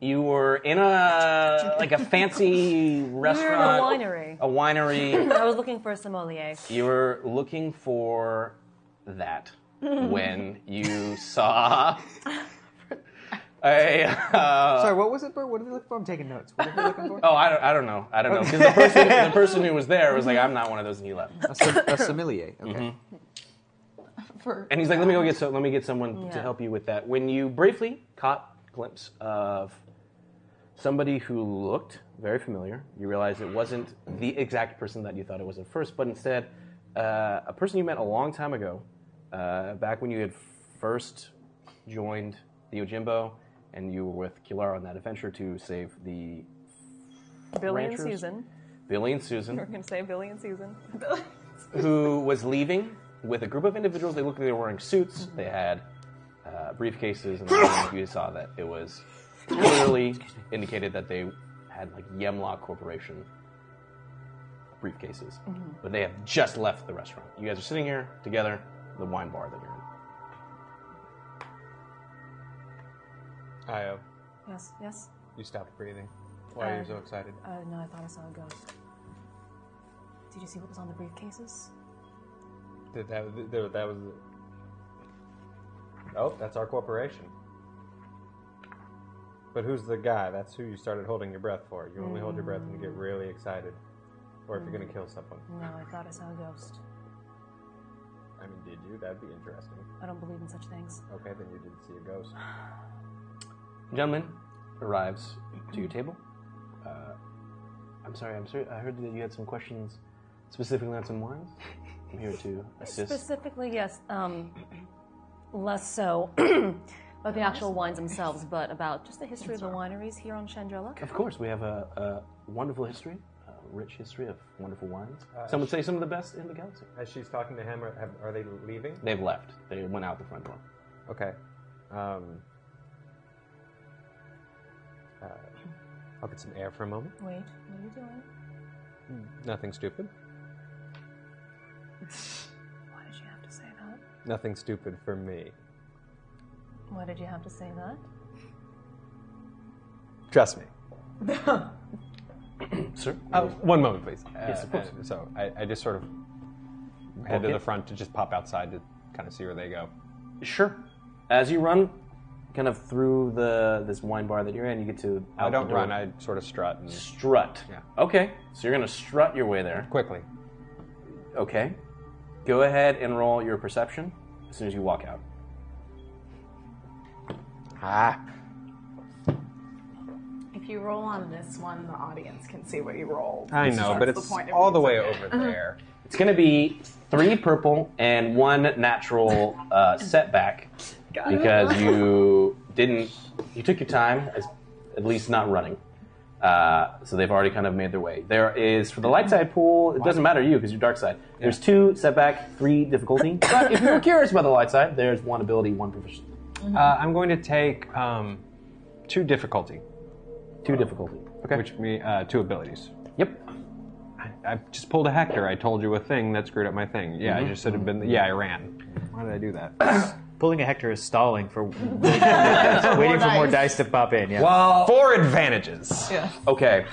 Speaker 2: you were in a like a fancy restaurant,
Speaker 15: We were in a winery.
Speaker 2: a winery.
Speaker 15: I was looking for a sommelier.
Speaker 2: You were looking for that when you saw a. Uh,
Speaker 3: Sorry, what was it, Bert? What did we look for? I'm taking notes. What did we look for?
Speaker 2: Oh, I don't, I don't know. I don't know. Because the person, the person who was there was like, I'm not one of those, and he left.
Speaker 3: A, som- a sommelier. Okay.
Speaker 9: Mm-hmm.
Speaker 6: For
Speaker 2: And he's like, let me go get so, let me get someone to
Speaker 6: Yeah.
Speaker 2: help you with that. When you briefly caught glimpse of somebody who looked very familiar, you realized it wasn't the exact person that you thought it was at first, but instead uh, a person you met a long time ago, uh, back when you had first joined the Ojimbo, and you were with Kilar on that adventure to save the
Speaker 15: Billy and
Speaker 2: ranchers?
Speaker 15: Susan.
Speaker 2: Billy and
Speaker 15: We're
Speaker 2: Susan,
Speaker 15: gonna say Billy and Susan.
Speaker 2: who was leaving with a group of individuals. They looked like they were wearing suits. They had uh, briefcases, and then you saw that it was clearly indicated that they had like Yemlock Corporation briefcases,
Speaker 15: Mhm.
Speaker 2: but they have just left the restaurant. You guys are sitting here together, the wine bar that you're
Speaker 12: Io,
Speaker 15: yes, yes.
Speaker 12: you stopped breathing. Why are you so excited?
Speaker 15: Uh, no, I thought I saw a ghost. Did you see what was on the briefcases?
Speaker 12: That, that, that, that was. Oh, that's our corporation. But who's the guy? That's who you started holding your breath for. You only hold your breath when you get really excited, or if you're gonna kill someone.
Speaker 15: No, I thought I saw a ghost.
Speaker 12: I mean, did you? That'd be interesting.
Speaker 15: I don't believe in such things.
Speaker 12: Okay, then you didn't see a ghost.
Speaker 2: Gentleman arrives to your table. Uh, I'm sorry, I'm sorry. I heard that you had some questions specifically on some wines. I'm here to assist.
Speaker 15: Specifically, yes. Um, less so about the actual wines themselves, but about just the history of the wineries here on Chandrila.
Speaker 2: Of course, we have a, a wonderful history, a rich history of wonderful wines.
Speaker 12: Uh,
Speaker 2: some would say some of the best in the galaxy.
Speaker 12: As she's talking to him, are, have, are they leaving?
Speaker 2: They've left. They went out the front door.
Speaker 12: Okay. Um, uh, I'll get some air for a moment.
Speaker 15: Wait, what are you doing?
Speaker 12: Nothing stupid.
Speaker 15: Why did you have to say that?
Speaker 12: Nothing stupid for me.
Speaker 15: Why did you have to say that?
Speaker 12: Trust me.
Speaker 2: Sir?
Speaker 12: Oh, one moment, please.
Speaker 2: Yes, of course.
Speaker 12: uh, so I, I just sort of head to the front to just pop outside to kind of see where they go.
Speaker 2: Sure. As you run, kind of through the this wine bar that you're in, you get to.
Speaker 12: I
Speaker 2: out
Speaker 12: don't
Speaker 2: the door.
Speaker 12: run. I sort of strut. And,
Speaker 2: strut.
Speaker 12: Yeah.
Speaker 2: Okay, so you're gonna strut your way there
Speaker 12: quickly.
Speaker 2: Okay. Go ahead and roll your perception as soon as you walk out.
Speaker 12: Ah.
Speaker 6: If you roll on this one, the audience can see what you roll.
Speaker 12: I know, but
Speaker 6: That's
Speaker 12: it's
Speaker 6: the point of
Speaker 12: all the way
Speaker 6: using it.
Speaker 12: over there.
Speaker 2: It's gonna be three purple and one natural uh, setback because you didn't. You took your time, as, at least not running. Uh, so they've already kind of made their way. There is for the light side pool. It doesn't matter to you because you're dark side. There's two setback, three difficulty. But if you're curious about the light side, there's one ability, one proficiency.
Speaker 6: Uh-huh.
Speaker 12: Uh, I'm going to take um, two difficulty,
Speaker 2: Two difficulty. Okay.
Speaker 12: which me uh, two abilities.
Speaker 2: Yep.
Speaker 12: I, I just pulled a Hector. I told you a thing that screwed up my thing. Yeah,
Speaker 2: Mm-hmm.
Speaker 12: I just should have been. Yeah, I ran. Why did I do that?
Speaker 3: Pulling a Hector is stalling for waiting for more dice to pop in. Yeah.
Speaker 2: Well,
Speaker 12: Four advantages.
Speaker 2: Okay.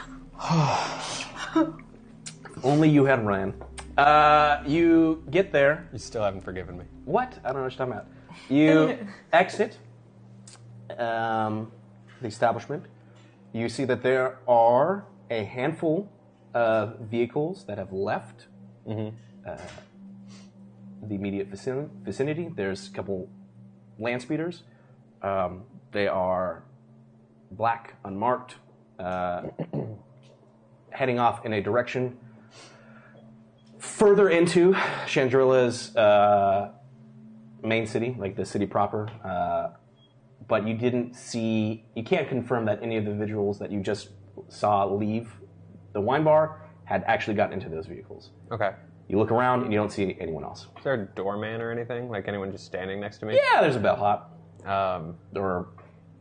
Speaker 2: Only you had ran. Uh, you get there.
Speaker 12: You still haven't forgiven me.
Speaker 2: What? I don't know what you're talking about. You exit um, the establishment. You see that there are a handful of vehicles that have left uh, the immediate vicin- vicinity. There's a couple land speeders. Um, they are black, unmarked, uh, heading off in a direction further into Chandrila's uh, main city, like the city proper. Uh, but you didn't see, you can't confirm that any of the visuals that you just saw leave the wine bar had actually gotten into those vehicles.
Speaker 12: Okay.
Speaker 2: You look around and you don't see anyone else.
Speaker 12: Is there a doorman or anything? Like anyone just standing next to me?
Speaker 2: Yeah, there's a bellhop
Speaker 12: Um,
Speaker 2: or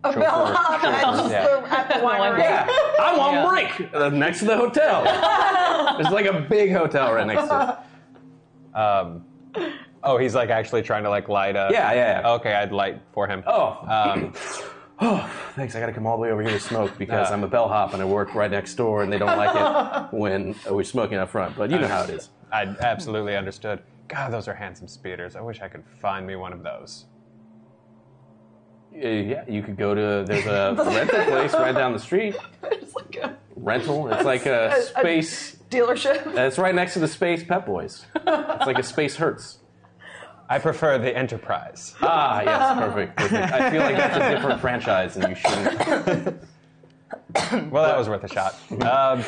Speaker 16: A bellhop at,
Speaker 12: yeah.
Speaker 16: the- at
Speaker 15: Oh,
Speaker 16: the winery.
Speaker 2: Yeah, I'm on break uh, next to the hotel. There's like a big hotel right next to
Speaker 12: um, oh, he's like actually trying to like light up.
Speaker 2: Yeah, yeah, yeah.
Speaker 12: Okay, I'd light for him.
Speaker 2: it. Oh,
Speaker 12: Um,
Speaker 2: oh, thanks. I got to come all the way over here to smoke because
Speaker 12: Uh.
Speaker 2: I'm a bellhop and I work right next door, and they don't like it when we're smoking up front. But you know how it is.
Speaker 12: I absolutely understood. God, those are handsome speeders. I wish I could find me one of those.
Speaker 2: Uh, Yeah, you could go to there's a rental place right down the street.
Speaker 6: It's like a
Speaker 2: Rental. It's like a
Speaker 6: A- a-
Speaker 2: space.
Speaker 6: dealership.
Speaker 2: It's right next to the space Pep Boys. It's like a space Hertz.
Speaker 12: I prefer the Enterprise.
Speaker 2: Ah, yes, perfect, perfect. I feel like that's a different franchise, and you shouldn't.
Speaker 12: Well, that was worth a shot. Um,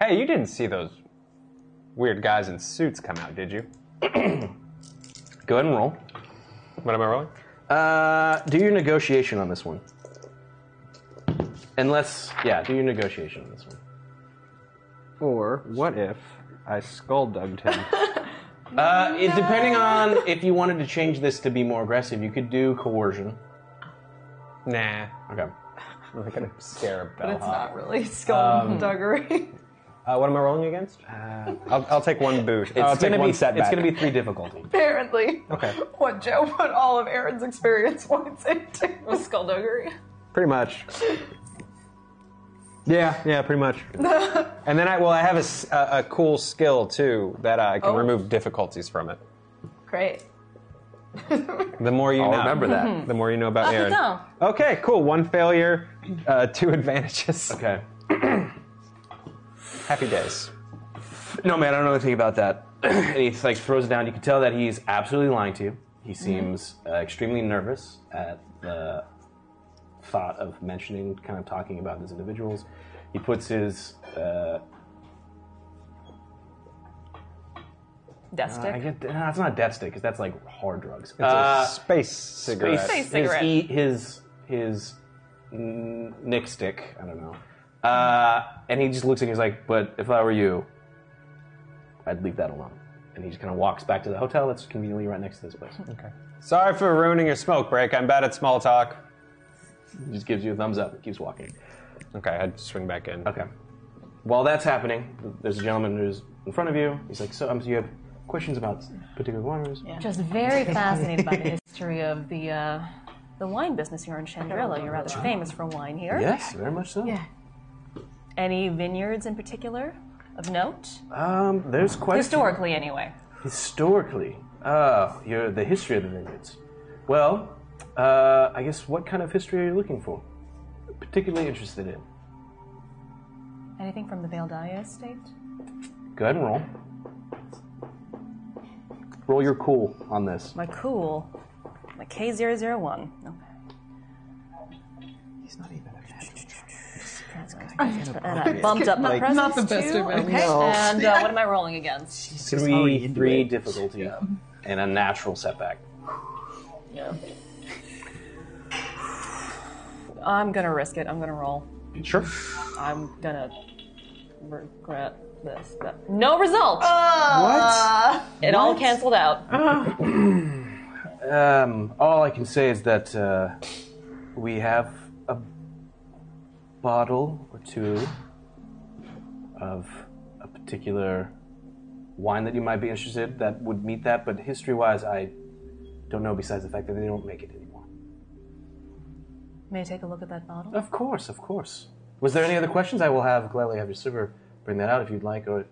Speaker 12: hey, you didn't see those weird guys in suits come out, did you?
Speaker 2: Go ahead and roll.
Speaker 12: What am I rolling?
Speaker 2: Uh, do your negotiation on this one. Unless, yeah, do your negotiation on this one.
Speaker 12: Or what if I skull dugged him?
Speaker 2: Uh, it, depending on if you wanted to change this to be more aggressive, you could do coercion.
Speaker 12: nah,
Speaker 2: Okay.
Speaker 12: I'm not gonna scare a
Speaker 6: But it's
Speaker 12: bellhop.
Speaker 6: not really
Speaker 12: Um,
Speaker 6: skullduggery.
Speaker 12: Uh, what am I rolling against?
Speaker 2: Uh,
Speaker 12: I'll, I'll take one boot. I'll
Speaker 2: it's
Speaker 12: take
Speaker 2: gonna
Speaker 12: one
Speaker 2: be
Speaker 12: setback.
Speaker 2: it's gonna be three difficulty.
Speaker 6: Apparently,
Speaker 12: Okay.
Speaker 6: what Joe put all of Aaron's experience points into was skullduggery.
Speaker 12: pretty much. Yeah, yeah, pretty much. and then I well, I have a s- a, a cool skill too that I can
Speaker 6: Oh.
Speaker 12: remove difficulties from it.
Speaker 6: Great.
Speaker 12: The more you
Speaker 2: I'll
Speaker 12: know.
Speaker 2: remember that.
Speaker 6: Mm-hmm.
Speaker 12: The more you know about
Speaker 15: I
Speaker 12: Aaron.
Speaker 15: know.
Speaker 12: Okay, cool. One failure, uh, two advantages. Okay.
Speaker 2: Happy days. No, man, I don't know anything about that. and he like throws it down. You can tell that he's absolutely lying to you. He seems uh, extremely nervous at the thought of mentioning, kind of talking about these individuals. He puts his. Uh,
Speaker 6: Death
Speaker 2: uh,
Speaker 6: stick.
Speaker 2: I get, no, it's not death stick because that's like hard drugs.
Speaker 12: It's a space Uh, cigarette.
Speaker 2: space-
Speaker 6: Space
Speaker 2: his
Speaker 6: cigarette.
Speaker 2: e- his his n- nick stick. I don't know. Uh, and he just looks at me. He's like, "But if I were you, I'd leave that alone." And he just kind of walks back to the hotel that's conveniently right next to this place. Okay.
Speaker 12: Sorry for ruining your smoke break. I'm bad at small talk.
Speaker 2: Just gives you a thumbs up. Keeps walking.
Speaker 12: Okay, I'd swing back in.
Speaker 2: Okay. While that's happening, there's a gentleman who's in front of you. He's like, "So, um, so you have questions about particular wineries?"
Speaker 15: Just very fascinated by the history of the uh, the wine business here in Chandrila. You're rather famous for wine here.
Speaker 2: Yes, very much so.
Speaker 15: Yeah. Any vineyards in particular of note?
Speaker 2: Um, there's quite a few.
Speaker 15: Historically, anyway.
Speaker 2: Historically, oh, you're the history of the vineyards. Well, uh, I guess what kind of history are you looking for? Particularly interested in.
Speaker 15: Anything from the Valdia estate?
Speaker 2: Go ahead and roll. Roll your cool on this.
Speaker 15: My cool. My K001. Okay.
Speaker 2: He's not even.
Speaker 15: And I bumped up my
Speaker 2: Like-
Speaker 15: presence
Speaker 2: Not the best
Speaker 15: too.
Speaker 2: of it.
Speaker 15: Okay.
Speaker 2: No.
Speaker 15: And uh, what am I rolling against?
Speaker 2: Three, three difficulty and a natural setback.
Speaker 15: Yeah. I'm gonna risk it. I'm gonna roll.
Speaker 2: Sure.
Speaker 15: I'm gonna regret this. But no result. what? It all
Speaker 2: What?
Speaker 15: canceled out.
Speaker 2: Um, all I can say is that uh, we have a bottle or two of a particular wine that you might be interested that would meet that, but history-wise, I don't know. Besides the fact that they don't make it anymore.
Speaker 15: May I take a look at that bottle?
Speaker 2: Of course, of course. Was there any other questions? I will have gladly have your server bring that out if you'd like. Or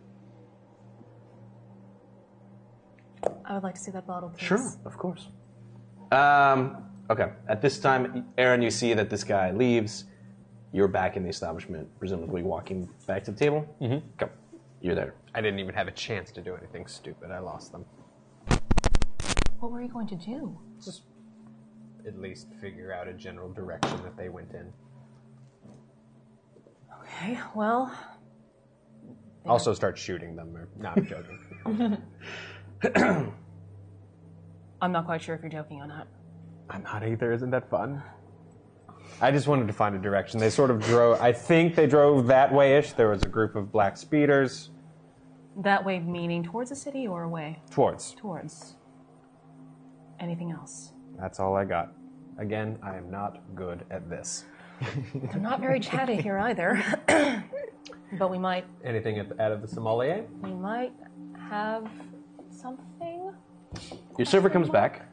Speaker 15: I would like to see that bottle, please.
Speaker 2: Sure, of course. Um, okay. At this time, Aaron, you see that this guy leaves. You're back in the establishment, presumably walking back to the table. Mm-hmm. Go. You're there.
Speaker 12: I didn't even have a chance to do anything stupid. I lost them.
Speaker 15: What were you going to do?
Speaker 12: Just At least figure out a general direction that they went in.
Speaker 15: Okay, well,
Speaker 12: Also, start shooting them. Or, no, I'm joking.
Speaker 15: I'm not quite sure if you're joking or not.
Speaker 12: I'm not either. Isn't that fun? I just wanted to find a direction. They sort of drove. I think they drove that way-ish. There was a group of black speeders
Speaker 15: That way, meaning towards the city or away?
Speaker 12: towards.
Speaker 15: Towards. Anything else?
Speaker 12: That's all I got. Again, I am not good at this.
Speaker 15: They're not very chatty here either. but we might,
Speaker 12: Anything at- out of the sommelier?
Speaker 15: we might have something.
Speaker 2: Your server comes back.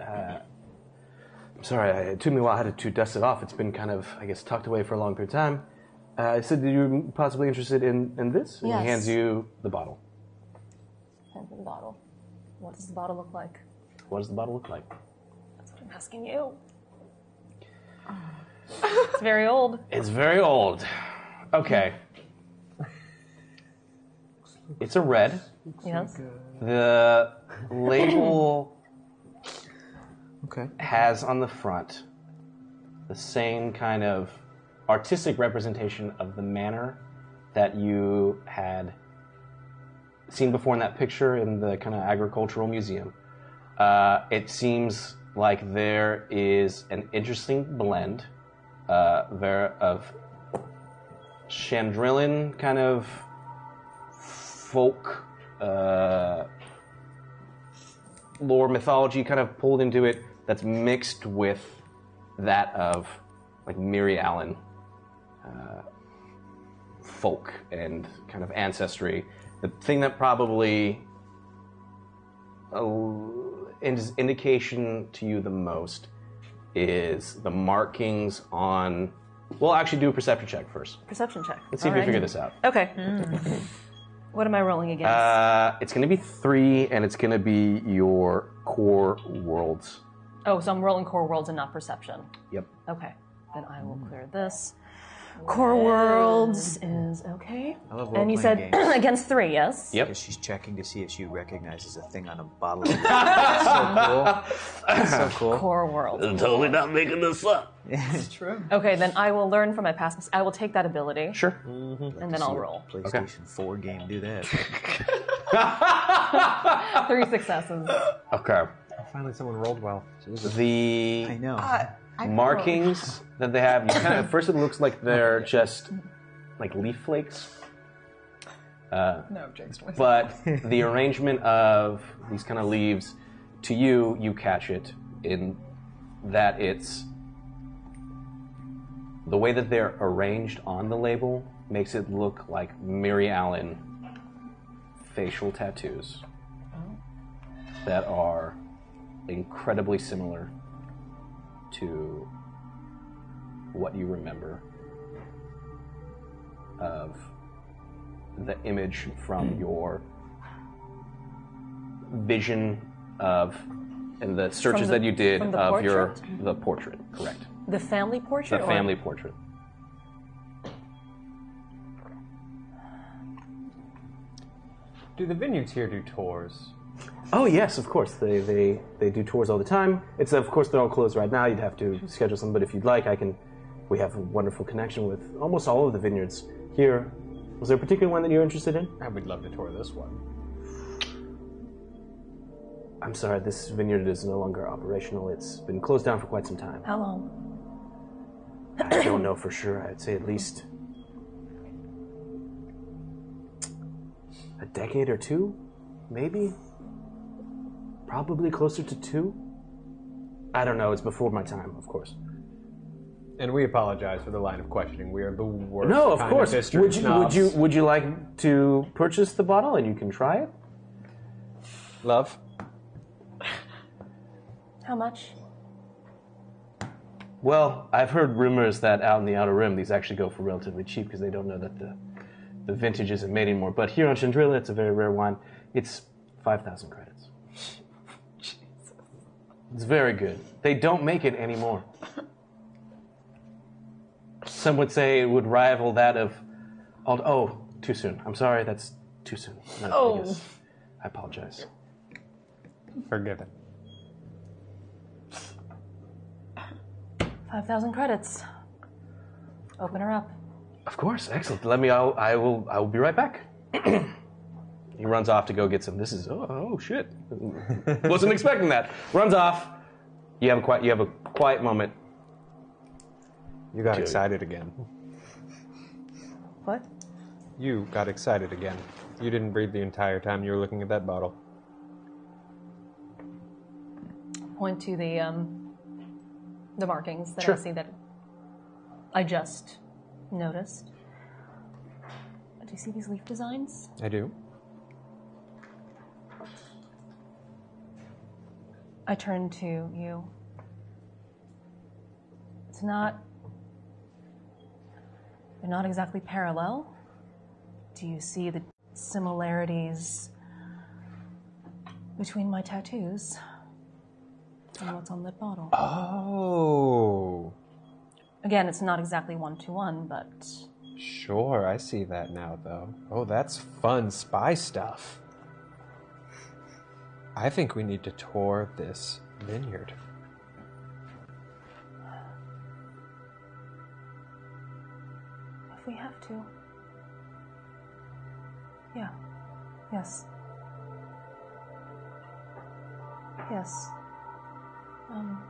Speaker 2: Uh, I'm sorry, I- it took me a while I had to dust it off. It's been kind of, I guess, tucked away for a long period of time. Uh, I said that you were possibly interested in, in this, and
Speaker 15: Yes.
Speaker 2: he hands you the bottle.
Speaker 15: Hands me the bottle. What does the bottle look like?
Speaker 2: What does the bottle look like?
Speaker 15: That's what I'm asking you. it's very old.
Speaker 2: It's very old. Okay. It's a red.
Speaker 15: Yes.
Speaker 2: The label has on the front the same kind of artistic representation of the manor that you had seen before in that picture in the kind of agricultural museum. Uh, it seems like there is an interesting blend uh, there of Chandrillan kind of folk uh, lore mythology kind of pulled into it that's mixed with that of like Mary Allen uh, folk and kind of ancestry. The thing that probably uh, is indication to you the most is the markings on. We'll actually do a perception check first.
Speaker 15: Perception check.
Speaker 2: Let's see if
Speaker 15: All
Speaker 2: you
Speaker 15: right.
Speaker 2: figure this out.
Speaker 15: Okay. What am I rolling against?
Speaker 2: Uh, it's going to be three, and it's going to be your core worlds.
Speaker 15: oh, so I'm rolling core worlds and not perception.
Speaker 2: Yep.
Speaker 15: Okay, then I
Speaker 3: Hmm.
Speaker 15: will clear this. Core worlds is okay.
Speaker 3: I love
Speaker 15: and you
Speaker 3: role-playing
Speaker 15: said
Speaker 3: games.
Speaker 15: against three, yes.
Speaker 3: Yep. Because she's checking to see if she recognizes a thing on a bottle. so cool. So cool.
Speaker 15: Core world.
Speaker 17: totally not making this up.
Speaker 3: It's true.
Speaker 15: Okay, then I will learn from my past. mis- I will take that ability.
Speaker 2: Sure.
Speaker 15: And then I'll roll.
Speaker 3: PlayStation 4 game do that.
Speaker 15: Three successes.
Speaker 2: Okay.
Speaker 12: Finally, someone rolled well.
Speaker 2: The I
Speaker 3: know
Speaker 15: I rolled.
Speaker 2: markings that they have. You kind of, at first, it looks like they're just like leaf flakes. Uh,
Speaker 18: No, Jake's voice.
Speaker 2: but the arrangement of these kind of leaves, to you, you catch it in that it's the way that they're arranged on the label makes it look like Mary Allen facial tattoos that are incredibly similar to what you remember of the image from
Speaker 15: Hmm.
Speaker 2: your vision of and the searches
Speaker 15: the-
Speaker 2: that you did
Speaker 15: from
Speaker 2: of
Speaker 15: the
Speaker 2: your
Speaker 15: portrait? Hmm.
Speaker 2: the portrait correct
Speaker 15: The family portrait.
Speaker 2: the
Speaker 15: or-
Speaker 2: family portrait
Speaker 12: Do the vineyards here do tours?
Speaker 2: oh yes of course they they they do tours all the time it's of course they're all closed right now you'd have to schedule some but if you'd like i can we have a wonderful connection with almost all of the vineyards here was there a particular one that you're interested in
Speaker 12: I would love to tour this one.
Speaker 2: i'm sorry this vineyard is no longer operational it's been closed down for quite some time
Speaker 15: How long?
Speaker 2: I don't know for sure. I'd say at least a decade or two, maybe. Probably closer to two. I don't know. It's before my time, of course.
Speaker 12: And we apologize for the line of questioning. We are the worst.
Speaker 2: no, of
Speaker 12: kind
Speaker 2: course.
Speaker 12: history
Speaker 2: would you would
Speaker 12: snobs.
Speaker 2: you would you like to purchase the bottle and you can try it?
Speaker 12: Love.
Speaker 15: How much?
Speaker 2: Well, I've heard rumors that out in the Outer Rim, these actually go for relatively cheap because they don't know that the the vintage isn't made anymore. But here on Chandrila, it's a very rare wine. It's five thousand credits. It's very good. They don't make it anymore. Some would say it would rival that of. Ald- oh, too soon. I'm sorry. That's too soon. I- I
Speaker 17: Oh.
Speaker 2: guess. I apologize.
Speaker 12: Forgiven.
Speaker 15: Five thousand credits. Open her up.
Speaker 2: Of course, excellent. Let me. I'll, I will. I will be right back. he runs off to go get some. This is. Oh, oh shit! Wasn't expecting that. Runs off. You have a quiet. You have a quiet moment.
Speaker 12: You got excited again.
Speaker 15: What?
Speaker 12: You got excited again. You didn't breathe the entire time you were looking at that bottle.
Speaker 15: Point to the um, the markings that
Speaker 12: Sure.
Speaker 15: I see that I just noticed. Do you see these leaf designs?
Speaker 12: I do.
Speaker 15: I turn to you. It's not. They're not exactly parallel. Do you see the similarities between my tattoos and what's on the bottle?
Speaker 12: Oh,
Speaker 15: Again, it's not exactly one to one, but
Speaker 12: sure. I see that now, though. Oh, that's fun spy stuff. I think we need to tour this vineyard.
Speaker 15: if we have to. Yeah. Yes. Yes. Um.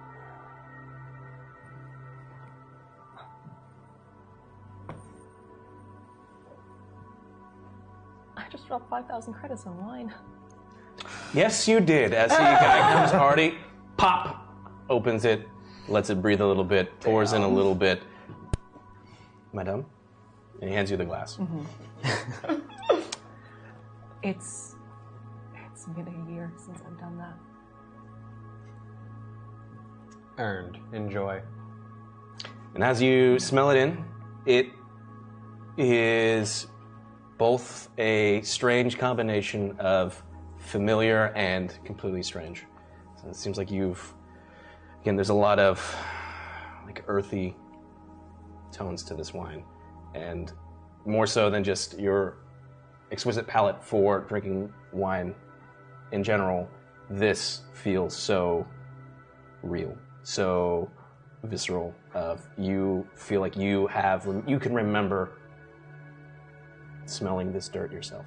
Speaker 15: I just dropped 5,000 credits on wine.
Speaker 2: Yes, you did. As he kind of comes already, pop, opens it, lets it breathe a little bit, pours in a little bit. Madame, and he hands you the glass.
Speaker 15: It's it's been a year since I've done that.
Speaker 12: Earned. Enjoy.
Speaker 2: And as you smell it in, it is both a strange combination of familiar and completely strange. So it seems like you've again. There's a lot of like earthy tones to this wine, and more so than just your exquisite palate for drinking wine in general. This feels so real, so visceral. Of you feel like you have you can remember smelling this dirt yourself.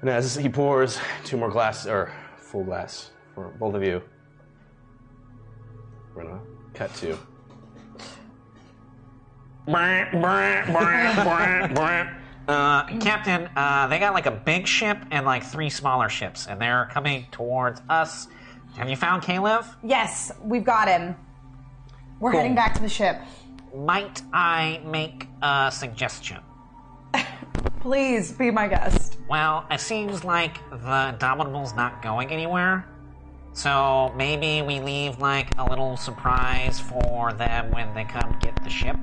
Speaker 2: And as he pours two more glasses, or full glass for both of you, we're gonna cut to.
Speaker 9: Uh, Captain, uh, they got like a big ship and like three smaller ships, and they're coming towards us. Have you found Caleb?
Speaker 5: Yes, we've got him. We're
Speaker 9: Cool.
Speaker 5: heading back to the ship.
Speaker 9: Might I make a suggestion?
Speaker 5: Please be my guest.
Speaker 9: Well, it seems like the Indomitable's not going anywhere. So maybe we leave like a little surprise for them when they come get the ship.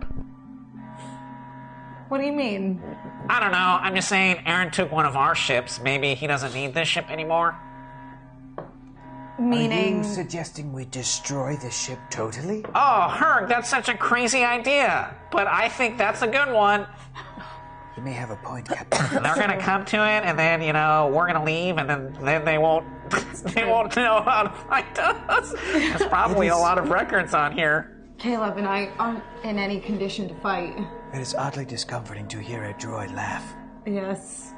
Speaker 5: What do you mean?
Speaker 9: I don't know. I'm just saying Aaron took one of our ships. Maybe he doesn't need this ship anymore.
Speaker 5: Meaning.
Speaker 3: Are you suggesting we destroy the ship totally?
Speaker 9: Oh, Herc, that's such a crazy idea. But I think that's a good one.
Speaker 3: You may have a point,
Speaker 9: And
Speaker 3: Captain.
Speaker 9: They're gonna come to it, and then you know we're gonna leave, and then then they won't they won't know how to find us. There's probably a lot of records on here.
Speaker 5: Caleb and I aren't in any condition to fight.
Speaker 3: It is oddly discomforting to hear a droid laugh.
Speaker 5: Yes.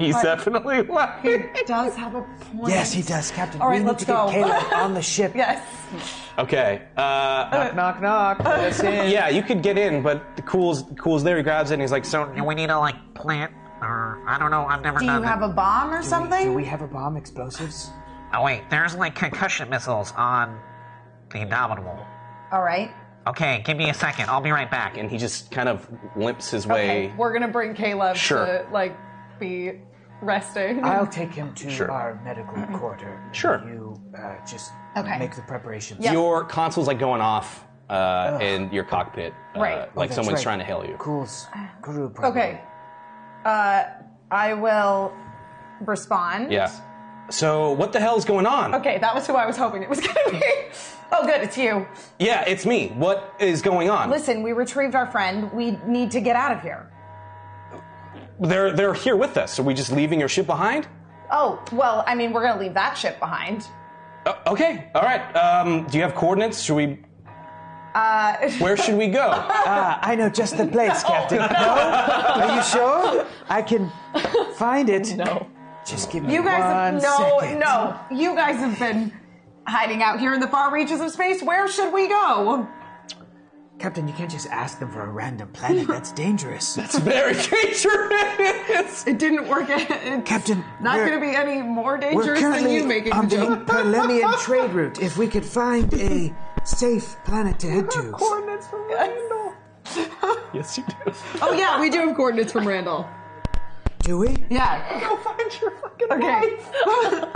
Speaker 2: He's
Speaker 5: But-
Speaker 2: definitely
Speaker 5: He does have a point.
Speaker 3: Yes, he does, Captain.
Speaker 5: All right,
Speaker 3: we
Speaker 5: let's
Speaker 3: need to
Speaker 5: go.
Speaker 3: get Caleb on the ship.
Speaker 5: Yes.
Speaker 2: Okay. Uh,
Speaker 19: knock, knock, knock. Let us in.
Speaker 2: Yeah, you could get in, but the cool's cool's there. He grabs it and he's like, "So
Speaker 9: And we need to like plant, or I don't know. I've never
Speaker 5: Do you
Speaker 9: done.
Speaker 5: have a bomb or something?
Speaker 3: Do we have a bomb explosives?
Speaker 9: oh wait, there's like concussion missiles on the Indomitable.
Speaker 5: All right.
Speaker 9: Okay, give me a second. I'll be right back.
Speaker 2: And he just kind of limps his
Speaker 6: Okay,
Speaker 2: way.
Speaker 6: we're gonna bring Caleb
Speaker 2: Sure.
Speaker 6: to like be resting.
Speaker 3: I'll take him to
Speaker 2: Sure.
Speaker 3: our medical
Speaker 5: Mm-hmm.
Speaker 3: quarter.
Speaker 2: Sure.
Speaker 3: You uh, just
Speaker 6: Okay.
Speaker 3: make the preparations.
Speaker 2: Your console's like going off uh, in your cockpit, uh,
Speaker 5: Right.
Speaker 3: Oh,
Speaker 2: like
Speaker 3: that's
Speaker 2: someone's
Speaker 3: right.
Speaker 2: trying to hail you.
Speaker 3: Cool's
Speaker 5: Uh,
Speaker 3: guru.
Speaker 5: Okay. Uh, I will respond.
Speaker 2: Yeah. So what the hell's going on?
Speaker 6: Okay, that was who I was hoping it was gonna be.
Speaker 5: Oh, good. It's you.
Speaker 2: Yeah, it's me. What is going on?
Speaker 5: Listen, we retrieved our friend. We need to get out of here.
Speaker 2: They're they're here with us. Are we just leaving your ship behind?
Speaker 5: Oh, well, I mean, we're going to leave that ship behind.
Speaker 2: Uh, okay. All right. Um, do you have coordinates? Should we?
Speaker 5: Uh,
Speaker 2: Where should we go?
Speaker 3: Ah, I know just the place, Captain. No? Are you sure? I can find it. No. Just give me
Speaker 5: You guys
Speaker 3: one
Speaker 5: have, no,
Speaker 3: second.
Speaker 5: no. You guys have been hiding out here in the far reaches of space. Where should we go?
Speaker 3: Captain, you can't just ask them for a random planet. That's dangerous. That's
Speaker 2: very dangerous.
Speaker 6: It didn't work. out. It's
Speaker 3: Captain,
Speaker 6: not
Speaker 3: we're-
Speaker 6: gonna be any more
Speaker 3: We're
Speaker 6: dangerous than
Speaker 3: currently
Speaker 6: you making
Speaker 3: on
Speaker 6: the
Speaker 3: the
Speaker 6: joke.
Speaker 3: Perlemian trade route. If we could find a safe planet to head to.
Speaker 6: coordinates from Randall.
Speaker 2: yes, you do.
Speaker 6: Oh yeah, we do have coordinates from Randall.
Speaker 3: Do we?
Speaker 6: Yeah. Go find your fucking okay.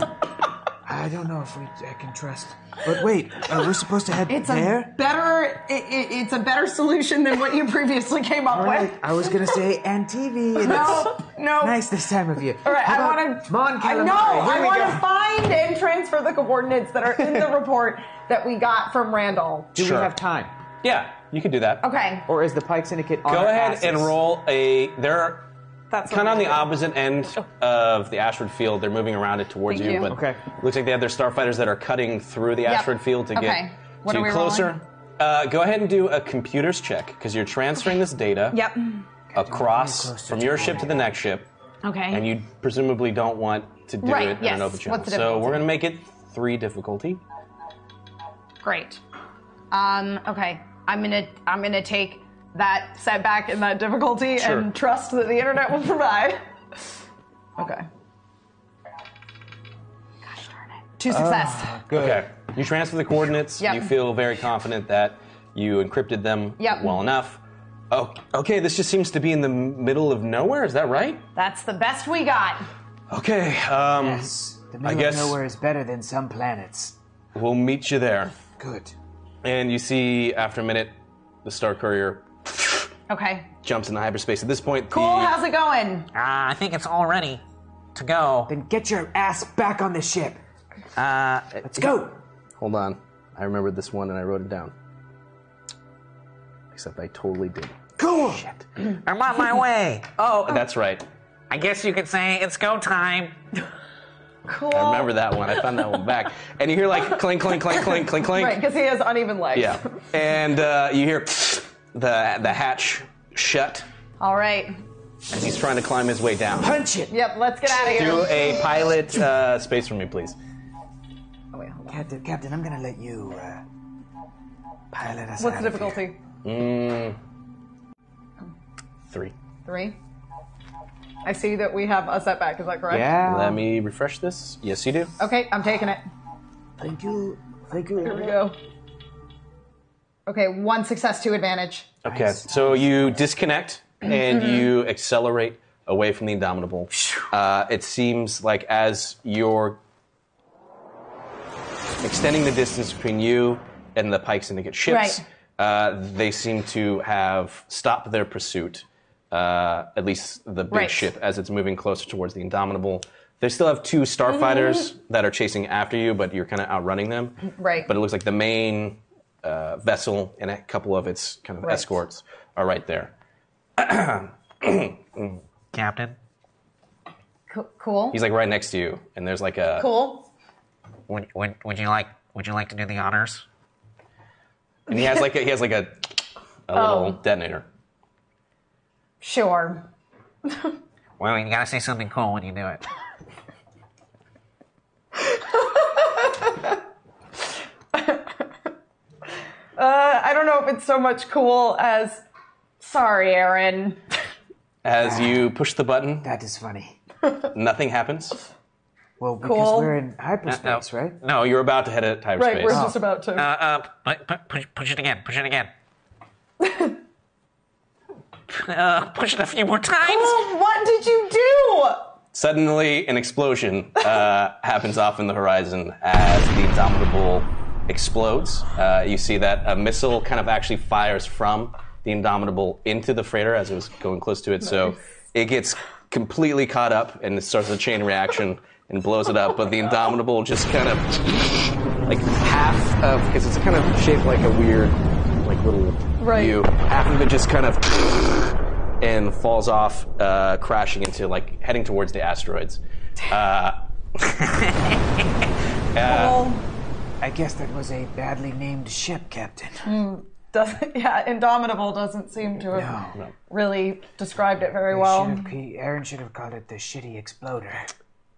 Speaker 3: I don't know if we I can trust. But wait, uh, we're supposed to head
Speaker 6: It's a
Speaker 3: there?
Speaker 5: Better, it, it, it's a better solution than what you previously came up
Speaker 3: All right.
Speaker 5: with.
Speaker 3: I was gonna say Antivi. And
Speaker 5: No,
Speaker 3: it's
Speaker 5: no.
Speaker 3: Nice this time of year.
Speaker 5: All right,
Speaker 3: How
Speaker 5: I
Speaker 3: about
Speaker 5: want to.
Speaker 3: Mon
Speaker 5: I
Speaker 3: Calamari?
Speaker 5: know.
Speaker 3: Here
Speaker 5: I
Speaker 3: we
Speaker 5: want
Speaker 3: go.
Speaker 5: to find and transfer the coordinates that are in the report that we got from Randall.
Speaker 19: Do
Speaker 2: Sure.
Speaker 19: we have time?
Speaker 2: Yeah, you could do that.
Speaker 5: Okay.
Speaker 19: Or is the Pike Syndicate on
Speaker 2: Go
Speaker 19: our
Speaker 2: ahead
Speaker 19: asses?
Speaker 2: and roll a. They're
Speaker 5: That's
Speaker 2: kind of on the
Speaker 5: what
Speaker 2: opposite end of the Ashford Field. They're moving around it towards
Speaker 5: Thank
Speaker 2: you,
Speaker 5: you.
Speaker 2: but
Speaker 5: Okay.
Speaker 2: looks like they have their starfighters that are cutting through the
Speaker 5: Yep.
Speaker 2: Ashford Field to
Speaker 5: Okay.
Speaker 2: get
Speaker 5: What
Speaker 2: to
Speaker 5: are
Speaker 2: you
Speaker 5: we rolling?
Speaker 2: closer. Uh, go ahead and do a computers check because you're transferring this data
Speaker 5: Yep.
Speaker 2: across from your ship to the next ship,
Speaker 5: Okay.
Speaker 2: and you presumably don't want to do
Speaker 5: Um, Right,
Speaker 2: it in
Speaker 5: yes.
Speaker 2: an open channel.
Speaker 5: What's the
Speaker 2: so
Speaker 5: difficulty?
Speaker 2: we're going to make it three difficulty.
Speaker 5: Great. Um, okay. I'm gonna I'm gonna take that setback and that difficulty
Speaker 6: Sure.
Speaker 5: and trust that the internet will provide. Okay.
Speaker 2: Uh.
Speaker 5: To success.
Speaker 2: Good. Okay. You transfer the coordinates.
Speaker 5: Yep.
Speaker 2: You feel very confident that you encrypted them
Speaker 5: Yep.
Speaker 2: well enough. Oh, okay. This just seems to be in the middle of nowhere. Is that right?
Speaker 5: That's the best we got.
Speaker 2: Okay. Um, I
Speaker 3: The middle
Speaker 2: guess
Speaker 3: of nowhere is better than some planets.
Speaker 2: we'll meet you there.
Speaker 3: Good.
Speaker 2: And you see, after a minute, the Star Courier
Speaker 5: Okay.
Speaker 2: Jumps into hyperspace. At this point, the-
Speaker 5: Cool. How's it going?
Speaker 9: Ah, I think it's all ready to go. Then
Speaker 3: get your ass back on the ship.
Speaker 2: Uh, Let's
Speaker 3: go.
Speaker 2: Hold on. I remembered this one and I wrote it down. Except I totally did.
Speaker 3: Go on.
Speaker 9: I'm on my way.
Speaker 2: Oh, that's right.
Speaker 9: I guess you could say it's go time.
Speaker 5: Cool.
Speaker 2: I remember that one. I found that one back. And you hear like clink, clink, clink, clink, clink, clink.
Speaker 6: Right, because he has uneven legs.
Speaker 2: Yeah. And uh, you hear the the hatch shut
Speaker 5: All right.
Speaker 2: as he's trying to climb his way down.
Speaker 3: Punch it.
Speaker 5: Yep. Let's get out of here.
Speaker 2: Do a pilot uh, space for me, please.
Speaker 5: Oh,
Speaker 3: Captain, Captain, I'm gonna let you uh, pilot us.
Speaker 6: What's
Speaker 3: out
Speaker 6: the
Speaker 3: of here.
Speaker 6: difficulty?
Speaker 2: Mm. Three.
Speaker 6: Three. I see that we have a setback. Is that correct?
Speaker 2: Let me refresh this. Yes, you do.
Speaker 5: Okay. I'm taking it.
Speaker 3: Thank you. Thank you.
Speaker 5: Here we go. Okay. One success, two advantage.
Speaker 2: Okay. So you disconnect and
Speaker 5: Mm-hmm.
Speaker 2: you accelerate away from the Indomitable. Uh, it seems like as you're extending the distance between you and the Pike Syndicate ships,
Speaker 5: Right.
Speaker 2: uh, they seem to have stopped their pursuit, uh, at least the big
Speaker 5: Right.
Speaker 2: ship, as it's moving closer towards the Indomitable. They still have two starfighters that are chasing after you, but you're kind of outrunning them.
Speaker 5: Mm-hmm. Right.
Speaker 2: But it looks like the main uh, vessel and a couple of its kind of
Speaker 5: Right.
Speaker 2: escorts are right there.
Speaker 9: Captain.
Speaker 5: Co- cool.
Speaker 2: He's like right next to you, and there's like a.
Speaker 5: cool.
Speaker 9: Would, would, would you like would you like to do the honors?
Speaker 2: And he has like a, he has like a, a
Speaker 5: Oh.
Speaker 2: little detonator.
Speaker 5: Sure.
Speaker 9: Well, you gotta say something cool when you do it.
Speaker 6: Uh, I don't know if it's so much cool as. Sorry, Aaron.
Speaker 2: As you push the button,
Speaker 3: that is funny.
Speaker 2: Nothing happens.
Speaker 3: Well, because
Speaker 6: Cool.
Speaker 3: we're in hyperspace, right?
Speaker 2: No, you're about to head at hyperspace.
Speaker 6: Right, we're just about to.
Speaker 9: Uh, uh, pu- pu- push, push it again. Push it again. uh, push it a few more times.
Speaker 6: Cool, what did you do?
Speaker 2: Suddenly, an explosion uh, happens off in the horizon as the Indomitable explodes. Uh, you see that a missile kind of actually fires from the Indomitable into the freighter as it was going close to it. So it gets completely caught up and it starts a chain reaction and blows it up. But the Indomitable just kind of like half of because it's kind of shaped like a weird like little
Speaker 6: Right.
Speaker 2: view. Half of it just kind of and falls off, uh, crashing into like heading towards the asteroids. Uh, uh,
Speaker 3: I guess that was a badly named ship, Captain.
Speaker 6: Hmm, doesn't, yeah, Indomitable doesn't seem to have
Speaker 3: No.
Speaker 6: really described it very
Speaker 3: They
Speaker 6: well.
Speaker 3: should have- Oh. he- Aaron should have called it the shitty exploder.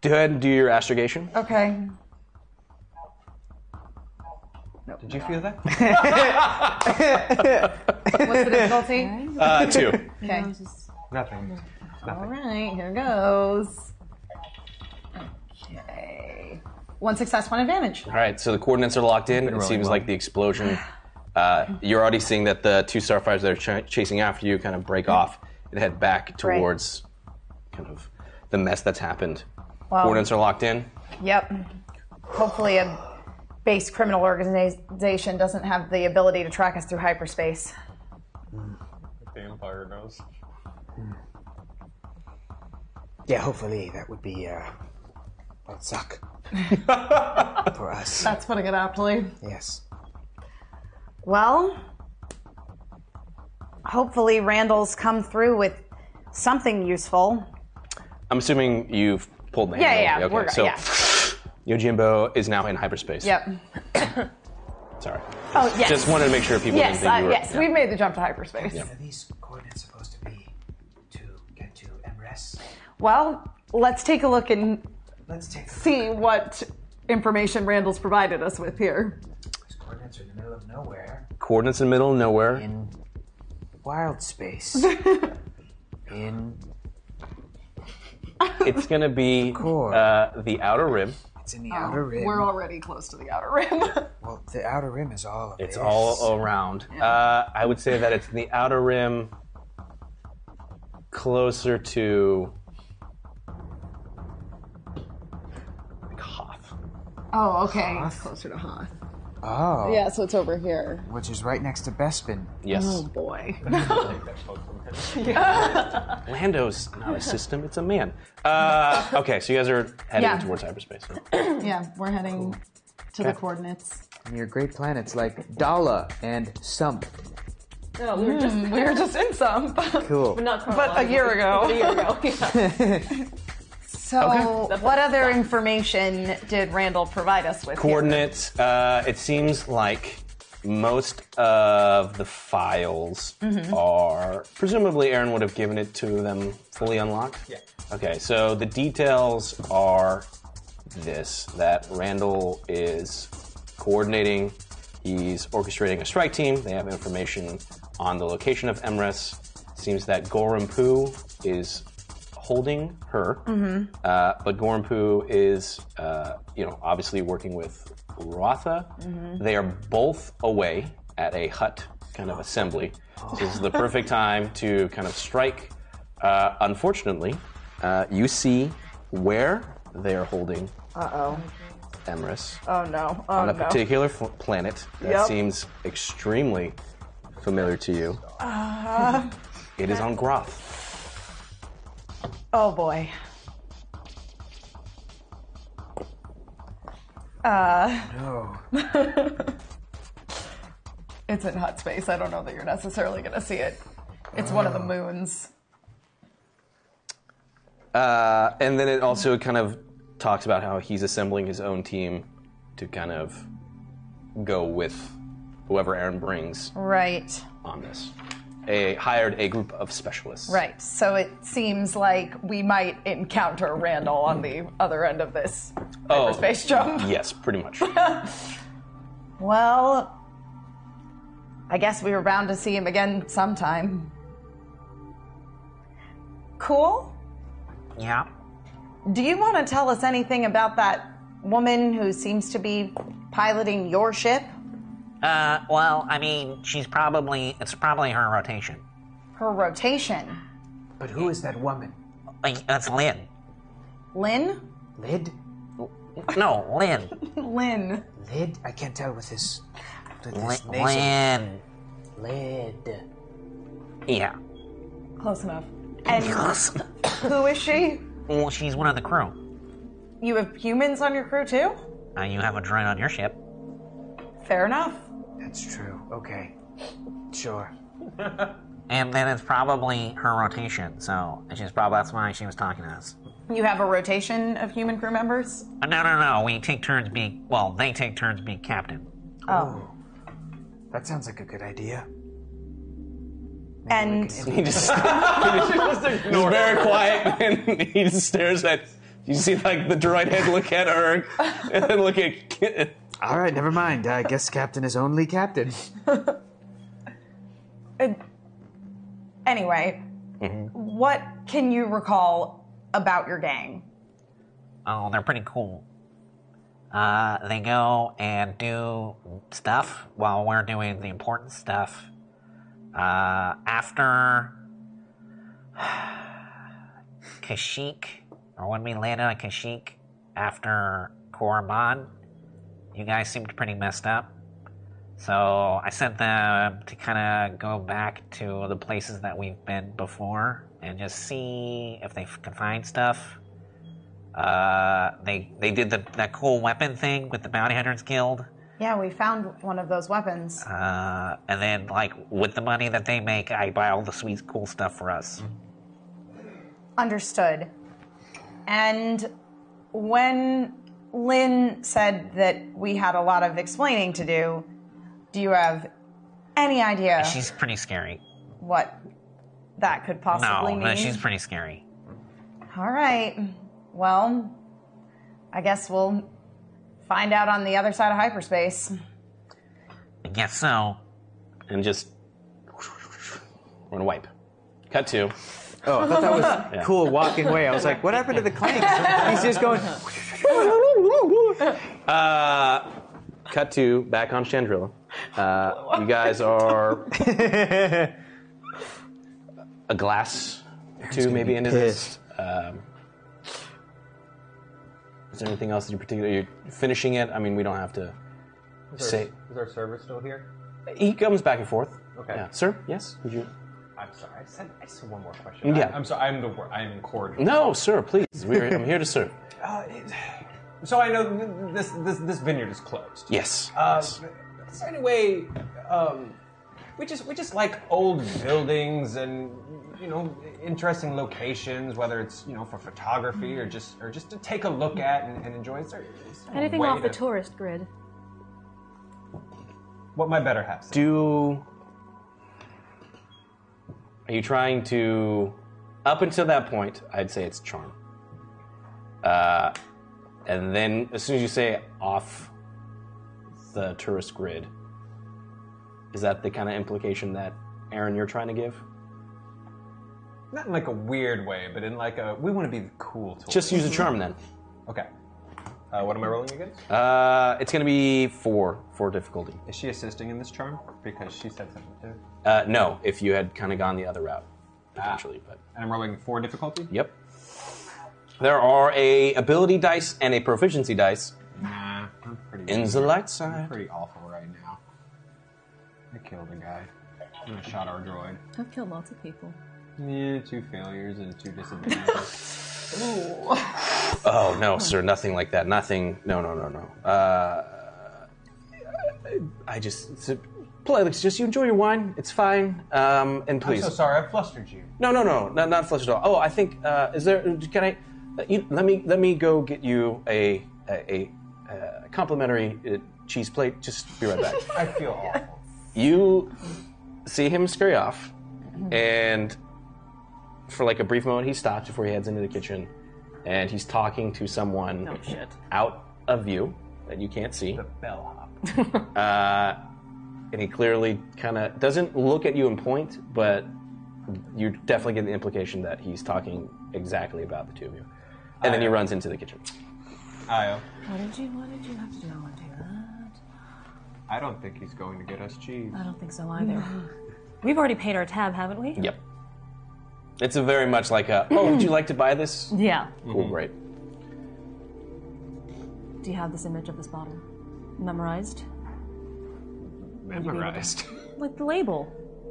Speaker 2: do ahead and do your astrogation.
Speaker 6: Okay.
Speaker 2: Did you feel that?
Speaker 5: What's the difficulty?
Speaker 2: Uh, two.
Speaker 5: Okay.
Speaker 2: Nothing.
Speaker 5: All right. Here goes. Okay. One success, one advantage.
Speaker 2: All right, so the coordinates are locked in. It seems like the explosion. Uh, you're already seeing that the two starfighters that are ch- chasing after you kind of break off and head back
Speaker 5: Mm-hmm. Right.
Speaker 2: towards kind of the mess that's happened.
Speaker 5: Wow.
Speaker 2: Coordinates are locked in.
Speaker 5: Yep. Hopefully, a base criminal organization doesn't have the ability to track us through hyperspace.
Speaker 12: The Empire knows.
Speaker 3: Yeah, hopefully that would be. Uh, that'd suck for us.
Speaker 6: That's putting it aptly.
Speaker 3: Yes.
Speaker 5: Well, hopefully, Randall's come through with something useful.
Speaker 2: I'm assuming you've pulled the
Speaker 5: Yeah,
Speaker 2: handle.
Speaker 5: yeah,
Speaker 2: Okay,
Speaker 5: we're-
Speaker 2: so
Speaker 5: yeah.
Speaker 2: Yojimbo is now in hyperspace.
Speaker 6: Yep.
Speaker 2: Sorry.
Speaker 6: Oh, yes.
Speaker 2: Just wanted to make sure people didn't
Speaker 6: yes,
Speaker 2: think
Speaker 6: uh,
Speaker 2: you were.
Speaker 6: yes, we've made the jump to hyperspace.
Speaker 3: Are these coordinates supposed to be to get to MRES?
Speaker 6: Well, let's take a look and
Speaker 3: Let's take the
Speaker 6: see what information Randall's provided us with here.
Speaker 3: coordinates are in the middle of nowhere.
Speaker 2: Coordinates in the middle of nowhere.
Speaker 3: Wild space. in
Speaker 2: It's going to be uh, the outer rim.
Speaker 3: It's in the outer rim.
Speaker 6: We're already close to the outer rim.
Speaker 3: Well, the outer rim is all of
Speaker 2: It's all around. Uh, I would say that it's in the outer rim closer to.
Speaker 6: Oh, okay. Closer to Hoth.
Speaker 3: Oh.
Speaker 20: Yeah, so it's over here.
Speaker 3: Which is right next to Bespin.
Speaker 2: Yes.
Speaker 20: Oh boy.
Speaker 2: Lando's not a system; it's a man. Uh, okay, so you guys are heading
Speaker 6: Yeah.
Speaker 2: towards hyperspace.
Speaker 6: yeah, we're heading to the
Speaker 3: Okay.
Speaker 6: coordinates.
Speaker 3: Near great planets like Dala and Sump.
Speaker 15: No, we were just
Speaker 6: Mm.
Speaker 15: we were just in some,
Speaker 3: Cool.
Speaker 15: but Hmm. not
Speaker 6: But a year ago.
Speaker 15: A year ago. yeah.
Speaker 6: So, what other information did Randall provide us with? here?
Speaker 2: Coordinates. Uh, it seems like most of the files
Speaker 6: Mhm.
Speaker 2: are presumably Aaron would have given it to them fully unlocked. Yeah. Okay, so the details are this: that Randall is coordinating. He's orchestrating a strike team. They have information on the location of Emrys. Seems that Gorimpu is holding her.
Speaker 21: Mm-hmm.
Speaker 2: Uh, but Gormpu is, uh, you know, obviously working with Rotha.
Speaker 21: Mm-hmm.
Speaker 2: They are both away at a hut kind of assembly. So this is the perfect time to kind of strike. Uh, unfortunately, uh, you see where they are holding
Speaker 15: Uh oh.
Speaker 2: Emrys
Speaker 15: Oh no. Oh
Speaker 2: on a
Speaker 15: no.
Speaker 2: particular f- planet that
Speaker 15: Yep.
Speaker 2: seems extremely familiar to you.
Speaker 15: Uh,
Speaker 2: It is on Groth.
Speaker 6: Oh boy. Uh,
Speaker 3: No.
Speaker 15: it's in hot space. I don't know that you're necessarily gonna see it. It's one of the moons.
Speaker 2: Uh, and then it also kind of talks about how he's assembling his own team to kind of go with whoever Aaron brings
Speaker 6: right.
Speaker 2: on this. A hired a group of specialists.
Speaker 15: Right.
Speaker 6: So it seems like we might
Speaker 15: encounter Randall on the other end of this
Speaker 2: Oh,
Speaker 15: hyperspace jump.
Speaker 2: Yes, pretty much.
Speaker 6: Well, I guess we were bound to see him again sometime. Cool.
Speaker 9: Yeah.
Speaker 6: Do you want to tell us anything about that woman who seems to be piloting your ship?
Speaker 9: Uh, well, I mean, she's probably it's probably her rotation.
Speaker 6: Her rotation.
Speaker 3: But who is that woman?
Speaker 9: Like that's Lynn.
Speaker 6: Lynn?
Speaker 3: Lid?
Speaker 9: No, Lynn.
Speaker 6: Lynn.
Speaker 3: Lid? I can't tell with this. With this
Speaker 9: Lin-
Speaker 3: nasal.
Speaker 9: Lin.
Speaker 3: Lid.
Speaker 9: Yeah.
Speaker 6: Close enough. And who is she?
Speaker 9: Well, she's one of the crew.
Speaker 6: You have humans on your crew too?
Speaker 9: Uh, you have a drone on your ship.
Speaker 6: Fair enough.
Speaker 3: That's true. Okay. Sure.
Speaker 9: And then it's probably her rotation, so she's probably that's why she was talking to us.
Speaker 6: You have a rotation of human crew members?
Speaker 9: Uh, no, no, no. We take turns being well. They take turns being captain.
Speaker 6: Oh.
Speaker 3: That sounds like a good idea.
Speaker 6: And
Speaker 2: He just, he just he's very quiet and he just stares at. You see, like the droid head look at Erg and then look at. Kit.
Speaker 3: All right, never mind. I guess captain is only captain.
Speaker 6: uh, anyway,
Speaker 9: Mm-hmm.
Speaker 6: what can you recall about your gang?
Speaker 9: Oh, they're pretty cool. Uh, they go and do stuff while we're doing the important stuff. Uh, after Kashyyyk, or when we landed on Kashyyyk after Korriban, you guys seemed pretty messed up. So I sent them to kind of go back to the places that we've been before and just see if they can find stuff. Uh, they they did the, that cool weapon thing with the bounty hunters guild,
Speaker 6: Yeah, we found one of those weapons.
Speaker 9: uh, and then like with the money that they make, I buy all the sweet cool stuff for us.
Speaker 6: Understood. And when Lynn said that we had a lot of explaining to do, do you have any idea
Speaker 9: She's pretty scary.
Speaker 6: what that could possibly
Speaker 9: no,
Speaker 6: mean?
Speaker 9: no, she's pretty scary.
Speaker 6: All right. Well, I guess we'll find out on the other side of hyperspace.
Speaker 9: I guess so.
Speaker 2: And just. We're gonna wipe. Cut to.
Speaker 12: Oh, I thought that was
Speaker 2: cool walking away.
Speaker 12: I was like, what happened to the clank? He's just going.
Speaker 2: Uh, cut to back on Chandrilla. Uh, you guys are a glass, two
Speaker 22: gonna
Speaker 2: maybe
Speaker 22: be
Speaker 2: into this. Um, is there anything else in particular? You're finishing it. I mean, we don't have to
Speaker 12: Is our,
Speaker 2: Say,
Speaker 12: is our server still here?
Speaker 2: he comes back and forth.
Speaker 12: Okay.
Speaker 2: Yeah. Sir, yes? Would you?
Speaker 12: I'm sorry. I just had, I just had one more question.
Speaker 2: Yeah.
Speaker 12: I, am sorry. I'm the wor- I'm cordial.
Speaker 2: No, sir, please. We're, I'm here to serve.
Speaker 12: Uh, it- so I know th- this this this vineyard is closed.
Speaker 2: Yes.
Speaker 12: Uh, Is there any way? Um, we just we just like old buildings and you know interesting locations, whether it's you know for photography
Speaker 2: Mm-hmm.
Speaker 12: or just or just to take a look at and, and enjoy. Is there, is there a
Speaker 15: Anything
Speaker 12: way
Speaker 15: off the
Speaker 12: to-
Speaker 15: tourist grid?
Speaker 12: What my better half?
Speaker 2: Do. Are you trying to. Up until that point, I'd say it's charm. Uh, and then as soon as you say off the tourist grid, is that the kind of implication that, Aaron, you're trying to give?
Speaker 12: Not in like a weird way, but in like a we want to be the cool. Tool.
Speaker 2: Just use a charm then.
Speaker 12: Okay. Uh, what am I rolling against?
Speaker 2: Uh, it's going to be four, four difficulty.
Speaker 12: Is she assisting in this charm? Because she said something too.
Speaker 2: Uh, no, if you had kind of gone the other route, potentially. But
Speaker 12: And I'm rolling four difficulty.
Speaker 2: yep, there are a ability dice and a proficiency dice.
Speaker 12: Nah, I'm pretty.
Speaker 2: In the light side.
Speaker 12: I'm pretty awful right now. I killed a guy. And I shot our droid.
Speaker 15: I've killed lots of people.
Speaker 12: Yeah, two failures and two disadvantages.
Speaker 15: Ooh.
Speaker 2: Oh no, sir, nothing like that. Nothing. No, no, no, no. Uh, I just it's a- politely just you enjoy your wine. It's fine. Um, and please,
Speaker 12: I'm so sorry. I flustered you.
Speaker 2: No, no, no, not not flush at all. Oh, I think uh, is there? Can I? uh, You, let me let me go get you a a, a, uh complimentary uh, cheese plate. Just be right back.
Speaker 12: I feel awful.
Speaker 2: you see him scurry off, and for like a brief moment, he stops before he heads into the kitchen, and he's talking to someone
Speaker 15: Oh, shit.
Speaker 2: out of view that you can't see. The
Speaker 12: bellhop.
Speaker 2: uh, and he clearly kind of doesn't look at you and point, but you definitely get the implication that he's talking exactly about the two of you. And then he runs into the kitchen.
Speaker 12: Io.
Speaker 15: What did you? What did you have to do? I want to do that.
Speaker 12: I don't think he's going to get us cheese.
Speaker 15: I don't think so either. We've already paid our tab, haven't we?
Speaker 2: Yep. It's a very much like a, oh, would you like to buy this?
Speaker 15: Yeah.
Speaker 2: Cool, great.
Speaker 15: Do you have this image of this bottle memorized?
Speaker 12: Memorized.
Speaker 15: Like the label,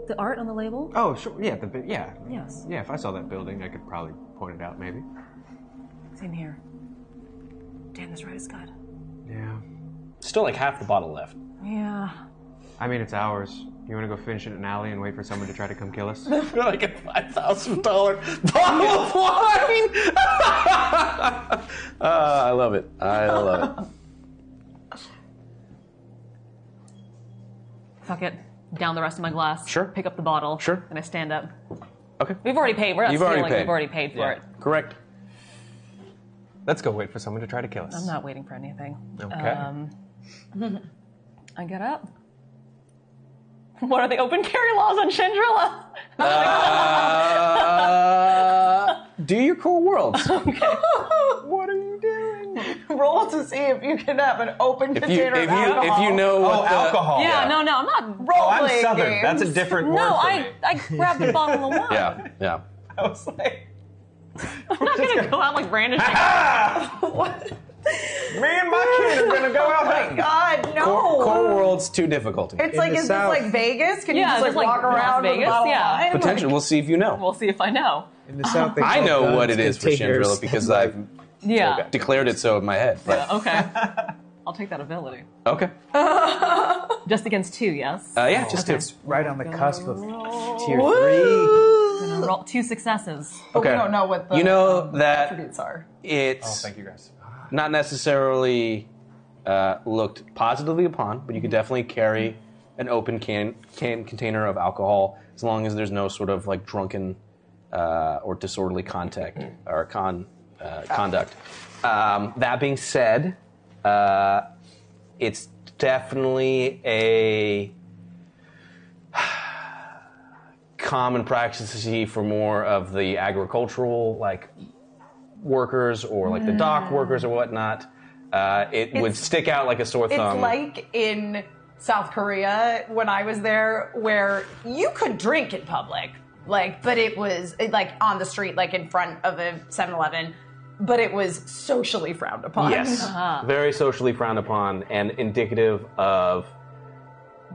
Speaker 15: the art on the label.
Speaker 12: Oh, sure. Yeah, the bi- yeah.
Speaker 15: Yes.
Speaker 12: Yeah, if I saw that building, I could probably point it out, maybe.
Speaker 15: Same here. Damn, that's right. It's good.
Speaker 12: Yeah.
Speaker 2: Still like half the bottle left.
Speaker 15: Yeah.
Speaker 12: I mean, it's ours. You want to go finish it in an alley and wait for someone to try to come kill us?
Speaker 2: like a five thousand dollar bottle of wine. Uh, I love it. I love it.
Speaker 15: Fuck it. Down the rest of my glass. Sure. Pick up the bottle. Sure. And I stand up.
Speaker 2: Okay.
Speaker 15: We've already paid. We're not
Speaker 12: You've already
Speaker 15: stealing.
Speaker 12: paid.
Speaker 15: We've already paid for
Speaker 12: Yeah.
Speaker 15: it.
Speaker 2: Correct.
Speaker 12: Let's go wait for someone to try to kill us.
Speaker 15: I'm not waiting for anything.
Speaker 12: Okay.
Speaker 15: Um, I get up. What are the open carry laws on Shindrilla?
Speaker 12: Uh.
Speaker 2: Uh, do your core worlds.
Speaker 6: what are you doing? Roll to see if you can have an open
Speaker 2: If you-
Speaker 6: container
Speaker 2: if
Speaker 6: of
Speaker 2: you- if
Speaker 6: alcohol.
Speaker 2: you know what Oh, the- alcohol.
Speaker 15: Yeah,
Speaker 2: Yeah.
Speaker 15: no, no, I'm not.
Speaker 6: Role
Speaker 15: Role
Speaker 6: Oh, I'm
Speaker 15: playing
Speaker 6: Southern.
Speaker 15: games.
Speaker 6: That's a different
Speaker 15: no,
Speaker 6: word for
Speaker 15: I,
Speaker 6: me.
Speaker 15: I grabbed a bottle of wine.
Speaker 2: Yeah, yeah.
Speaker 15: I was like, I'm not gonna go out like brandishing.
Speaker 12: Me and my kid are gonna go out.
Speaker 6: Oh my God, no!
Speaker 2: Core, core worlds too difficult.
Speaker 6: It's like, is this like Vegas? Can
Speaker 15: Yeah,
Speaker 6: you just
Speaker 15: it's
Speaker 6: like,
Speaker 15: like
Speaker 6: walk
Speaker 15: Las
Speaker 6: around with a
Speaker 15: Vegas,
Speaker 6: bottle
Speaker 15: yeah.
Speaker 6: of wine? Like,
Speaker 2: Potentially, we'll see if you know.
Speaker 15: We'll see if I know. In the
Speaker 2: south, I know what it is for Chandrilla because I've
Speaker 15: Yeah.
Speaker 2: declared it so in my head. But
Speaker 15: Yeah, okay. I'll take that ability.
Speaker 2: okay,
Speaker 15: Just against two, yes?
Speaker 2: uh, yeah, just
Speaker 15: Okay.
Speaker 2: tips.
Speaker 3: Right on the cusp of
Speaker 15: tier
Speaker 3: three.
Speaker 15: Gonna roll two successes.
Speaker 2: Okay. you know that
Speaker 6: are.
Speaker 2: it's
Speaker 12: Oh, thank you guys.
Speaker 2: not necessarily uh, looked positively upon, but you could definitely carry an open can can container of alcohol as long as there's no sort of like drunken uh, or disorderly contact
Speaker 6: Mm-hmm.
Speaker 2: or con uh, conduct. Um, that being said, uh, it's definitely a common practice to see for more of the agricultural like workers or like the dock workers or whatnot. Uh, it would
Speaker 6: Mm. It's-
Speaker 2: stick out like a sore
Speaker 6: It's
Speaker 2: thumb.
Speaker 6: like in South Korea when I was there, where you could drink in public, like, but it was it, like on the street, like in front of a 7 Eleven. but it was socially frowned upon. Uh-huh.
Speaker 2: Yes. Very socially frowned upon and indicative of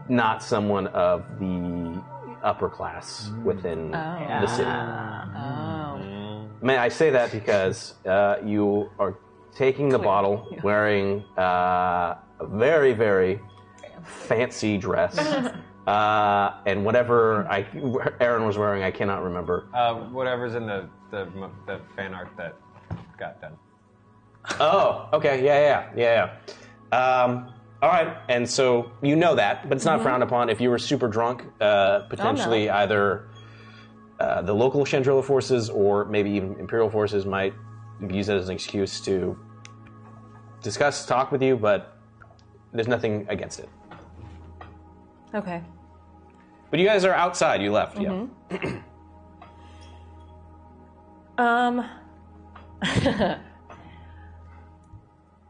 Speaker 2: not someone of the upper class within
Speaker 6: Oh.
Speaker 2: the city. May I say that because uh, you are taking the bottle, wearing uh, a very, very fancy dress. Uh, and whatever I, Aaron was wearing, I cannot remember.
Speaker 12: Uh, whatever's in the, the mo- the fan art that got done.
Speaker 2: Oh, okay, yeah, yeah, yeah, yeah. Um, all right, and so you know that, but it's not
Speaker 15: Mm-hmm.
Speaker 12: Mhm.
Speaker 2: frowned upon. If you were super drunk,
Speaker 15: Oh,
Speaker 2: uh, potentially either uh, the local Chandrila forces or maybe even Imperial forces might use that as an excuse to discuss, talk with you, but there's nothing against it.
Speaker 15: Okay.
Speaker 2: But you guys are outside. You left, yeah.
Speaker 15: Mm-hmm. Um.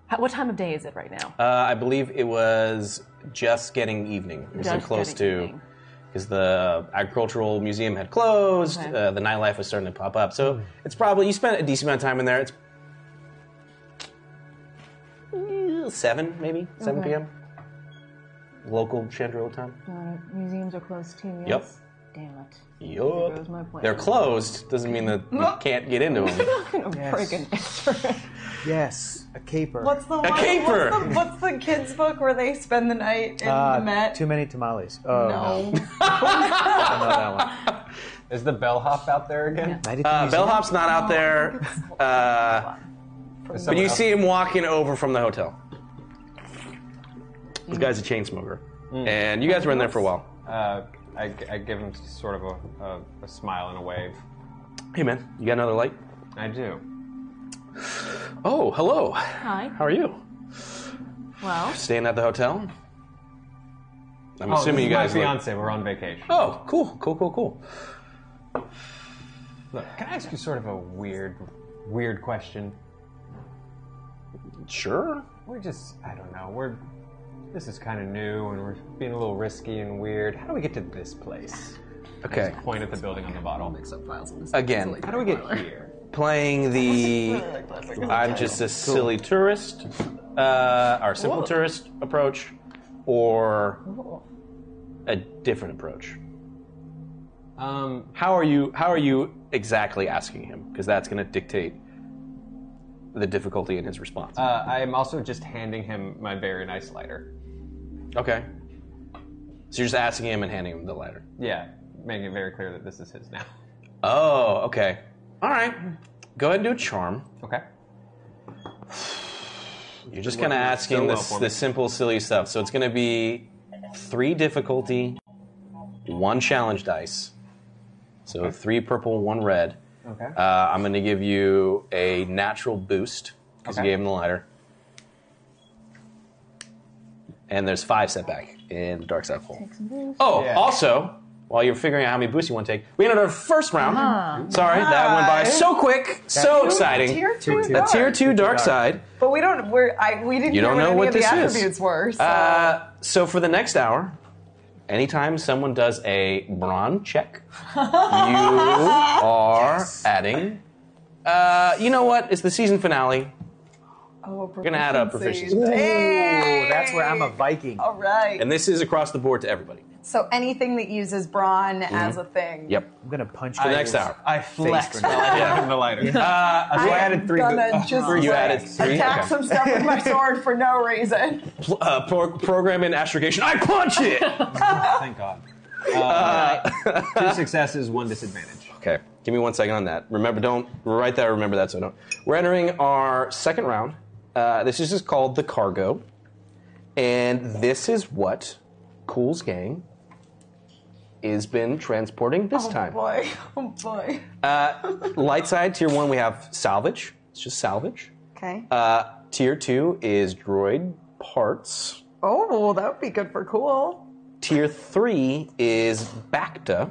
Speaker 15: How- what time of day is it right now?
Speaker 2: Uh, I believe it was just getting evening. It was
Speaker 15: Just
Speaker 2: close
Speaker 15: getting
Speaker 2: to because the agricultural museum had closed.
Speaker 15: Okay.
Speaker 2: Uh, the nightlife was starting to pop up, so it's probably you spent a decent amount of time in there. It's mm, seven, maybe seven
Speaker 15: Okay.
Speaker 2: p.m. local Chandrila time.
Speaker 6: Uh,
Speaker 15: museums are closed too.
Speaker 2: Yep.
Speaker 15: Damn it.
Speaker 2: Yup.
Speaker 15: There goes my plan.
Speaker 2: They're closed. Doesn't mean that you can't get into them.
Speaker 3: Yes, a caper.
Speaker 6: What's the
Speaker 2: A
Speaker 6: one,
Speaker 2: caper. Uh,
Speaker 6: What's the, what's the kids book where they spend the night in
Speaker 3: Ah,
Speaker 6: the Met?
Speaker 3: Too many tamales. Oh,
Speaker 6: No.
Speaker 2: I know that one.
Speaker 12: Is the bellhop out there again?
Speaker 2: Uh, Bellhop's not out there,
Speaker 15: Oh,
Speaker 2: uh, but you
Speaker 12: else.
Speaker 2: see him walking over from the hotel.
Speaker 15: Hmm.
Speaker 2: This guy's a chain smoker, and you guys were in there for a while.
Speaker 12: Uh, I, I give him sort of a, a, a smile and a wave.
Speaker 2: Hey, man, you got another light?
Speaker 12: I do.
Speaker 2: Oh, hello.
Speaker 15: Hi.
Speaker 2: How are you?
Speaker 15: Well,
Speaker 2: Staying at the hotel? I'm
Speaker 12: Oh, this
Speaker 2: assuming
Speaker 12: is
Speaker 2: you guys.
Speaker 12: My
Speaker 2: look-
Speaker 12: fiance, we're on vacation.
Speaker 2: Oh, cool, cool, cool, cool.
Speaker 12: Look, can I ask you sort of a weird, weird question?
Speaker 2: Sure.
Speaker 12: We're just, I don't know, we're. This is kind of new and we're being a little risky and weird. How do we get to this place?
Speaker 2: Okay.
Speaker 12: Just point at the building on the bottom. Mix up files
Speaker 2: Again.
Speaker 12: How do we get here?
Speaker 2: Playing the I'm just a silly tourist, uh, our simple
Speaker 12: Whoa.
Speaker 2: tourist approach, or a different approach.
Speaker 12: Um,
Speaker 2: how are you? How are you exactly asking him? Because that's going to dictate the difficulty in his response.
Speaker 12: Uh, I am also just handing him my very nice lighter.
Speaker 2: Okay. So you're just asking him and handing him the letter.
Speaker 12: Yeah, making it very clear that this is his now.
Speaker 2: Oh, okay. All right. Go ahead and do a charm.
Speaker 12: Okay.
Speaker 2: You're just
Speaker 12: You're
Speaker 2: kind of
Speaker 12: working so
Speaker 2: asking
Speaker 12: well
Speaker 2: this
Speaker 12: for me.
Speaker 2: this simple, silly stuff. So it's going to be three difficulty, one challenge dice. So three purple, one red.
Speaker 12: Okay.
Speaker 2: Uh, I'm going to give you a natural boost because
Speaker 12: Okay.
Speaker 2: you gave him the lighter. And there's five setback in the dark side hole. Oh, also, while you're figuring out how many boosts you want to take, we ended our first round.
Speaker 6: Uh-huh.
Speaker 2: Sorry, that went by so quick, so
Speaker 6: That's-
Speaker 2: exciting.
Speaker 6: Tier two
Speaker 2: a tier
Speaker 6: dark.
Speaker 2: two dark side.
Speaker 6: But we don't. We're, I, we didn't
Speaker 2: You
Speaker 6: hear
Speaker 2: don't
Speaker 6: what
Speaker 2: know
Speaker 6: any
Speaker 2: what
Speaker 6: of the
Speaker 2: this is.
Speaker 6: attributes were. So.
Speaker 2: Uh, so for the next hour, anytime someone does a brawn check, you are adding. Uh, you know what? It's the season finale.
Speaker 6: oh,
Speaker 2: We're gonna add up proficiency.
Speaker 3: that's where I'm a Viking.
Speaker 6: All right.
Speaker 2: And this is across the board to everybody.
Speaker 6: So anything that uses brawn as a thing.
Speaker 2: Mm-hmm. Yep.
Speaker 3: I'm gonna punch
Speaker 2: for the
Speaker 3: I
Speaker 2: next
Speaker 3: was-
Speaker 2: hour.
Speaker 3: I flexed
Speaker 2: Face
Speaker 3: while I
Speaker 2: grenade.
Speaker 3: had the lighter.
Speaker 2: Yeah. Uh,
Speaker 6: I am gonna just,
Speaker 2: you
Speaker 6: like,
Speaker 2: added three.
Speaker 6: Attack
Speaker 2: okay.
Speaker 6: some stuff with my sword for no reason.
Speaker 2: Pl- uh, pro- program in astrogation. I punch it.
Speaker 12: Thank God. Uh, two successes, one disadvantage.
Speaker 2: Okay, give me one second on that. Remember, don't right there. Remember that, so don't. We're entering our second round. Uh, this is just called the cargo, and this is what Cool's gang is been transporting this time.
Speaker 6: Boy, oh boy.
Speaker 2: Uh, light side tier one, we have salvage. It's just salvage.
Speaker 6: Okay.
Speaker 2: Uh, tier two is droid parts.
Speaker 6: Oh, well, that would be good for cool.
Speaker 2: Tier three is Bacta.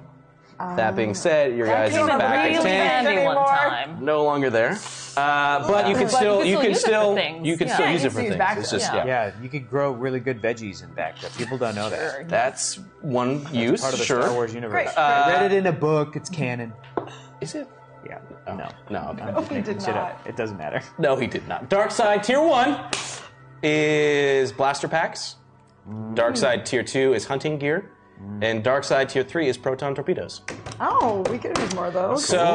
Speaker 2: That being said, your
Speaker 6: Ah. That
Speaker 2: guys'
Speaker 6: came in
Speaker 2: Bacta
Speaker 6: really
Speaker 2: tank
Speaker 6: handy one
Speaker 15: time.
Speaker 2: no longer there. Uh, but you can
Speaker 15: But
Speaker 2: still you can
Speaker 15: use it for
Speaker 2: still
Speaker 15: things.
Speaker 2: you can
Speaker 15: Yeah.
Speaker 2: still
Speaker 15: Yeah,
Speaker 2: use
Speaker 15: you
Speaker 2: it for
Speaker 15: can use
Speaker 2: things.
Speaker 15: back-
Speaker 2: It's just
Speaker 15: yeah.
Speaker 2: yeah.
Speaker 3: you could grow really good veggies in Bacta. People don't know that.
Speaker 2: That's one use.
Speaker 3: part of the
Speaker 2: sure.
Speaker 3: Star Wars universe.
Speaker 2: Uh,
Speaker 3: I read it in a book. It's canon.
Speaker 2: Is it?
Speaker 3: Yeah.
Speaker 6: Oh.
Speaker 3: No.
Speaker 2: No, okay.
Speaker 3: I'm just making shit up. It doesn't matter.
Speaker 2: No, he did not. Dark Side Tier 1 is blaster packs. Dark
Speaker 3: Hmm.
Speaker 2: Side Tier 2 is hunting gear. And Dark Side Tier 3 is proton torpedoes.
Speaker 6: Oh, we could use more of those.
Speaker 2: So. I'm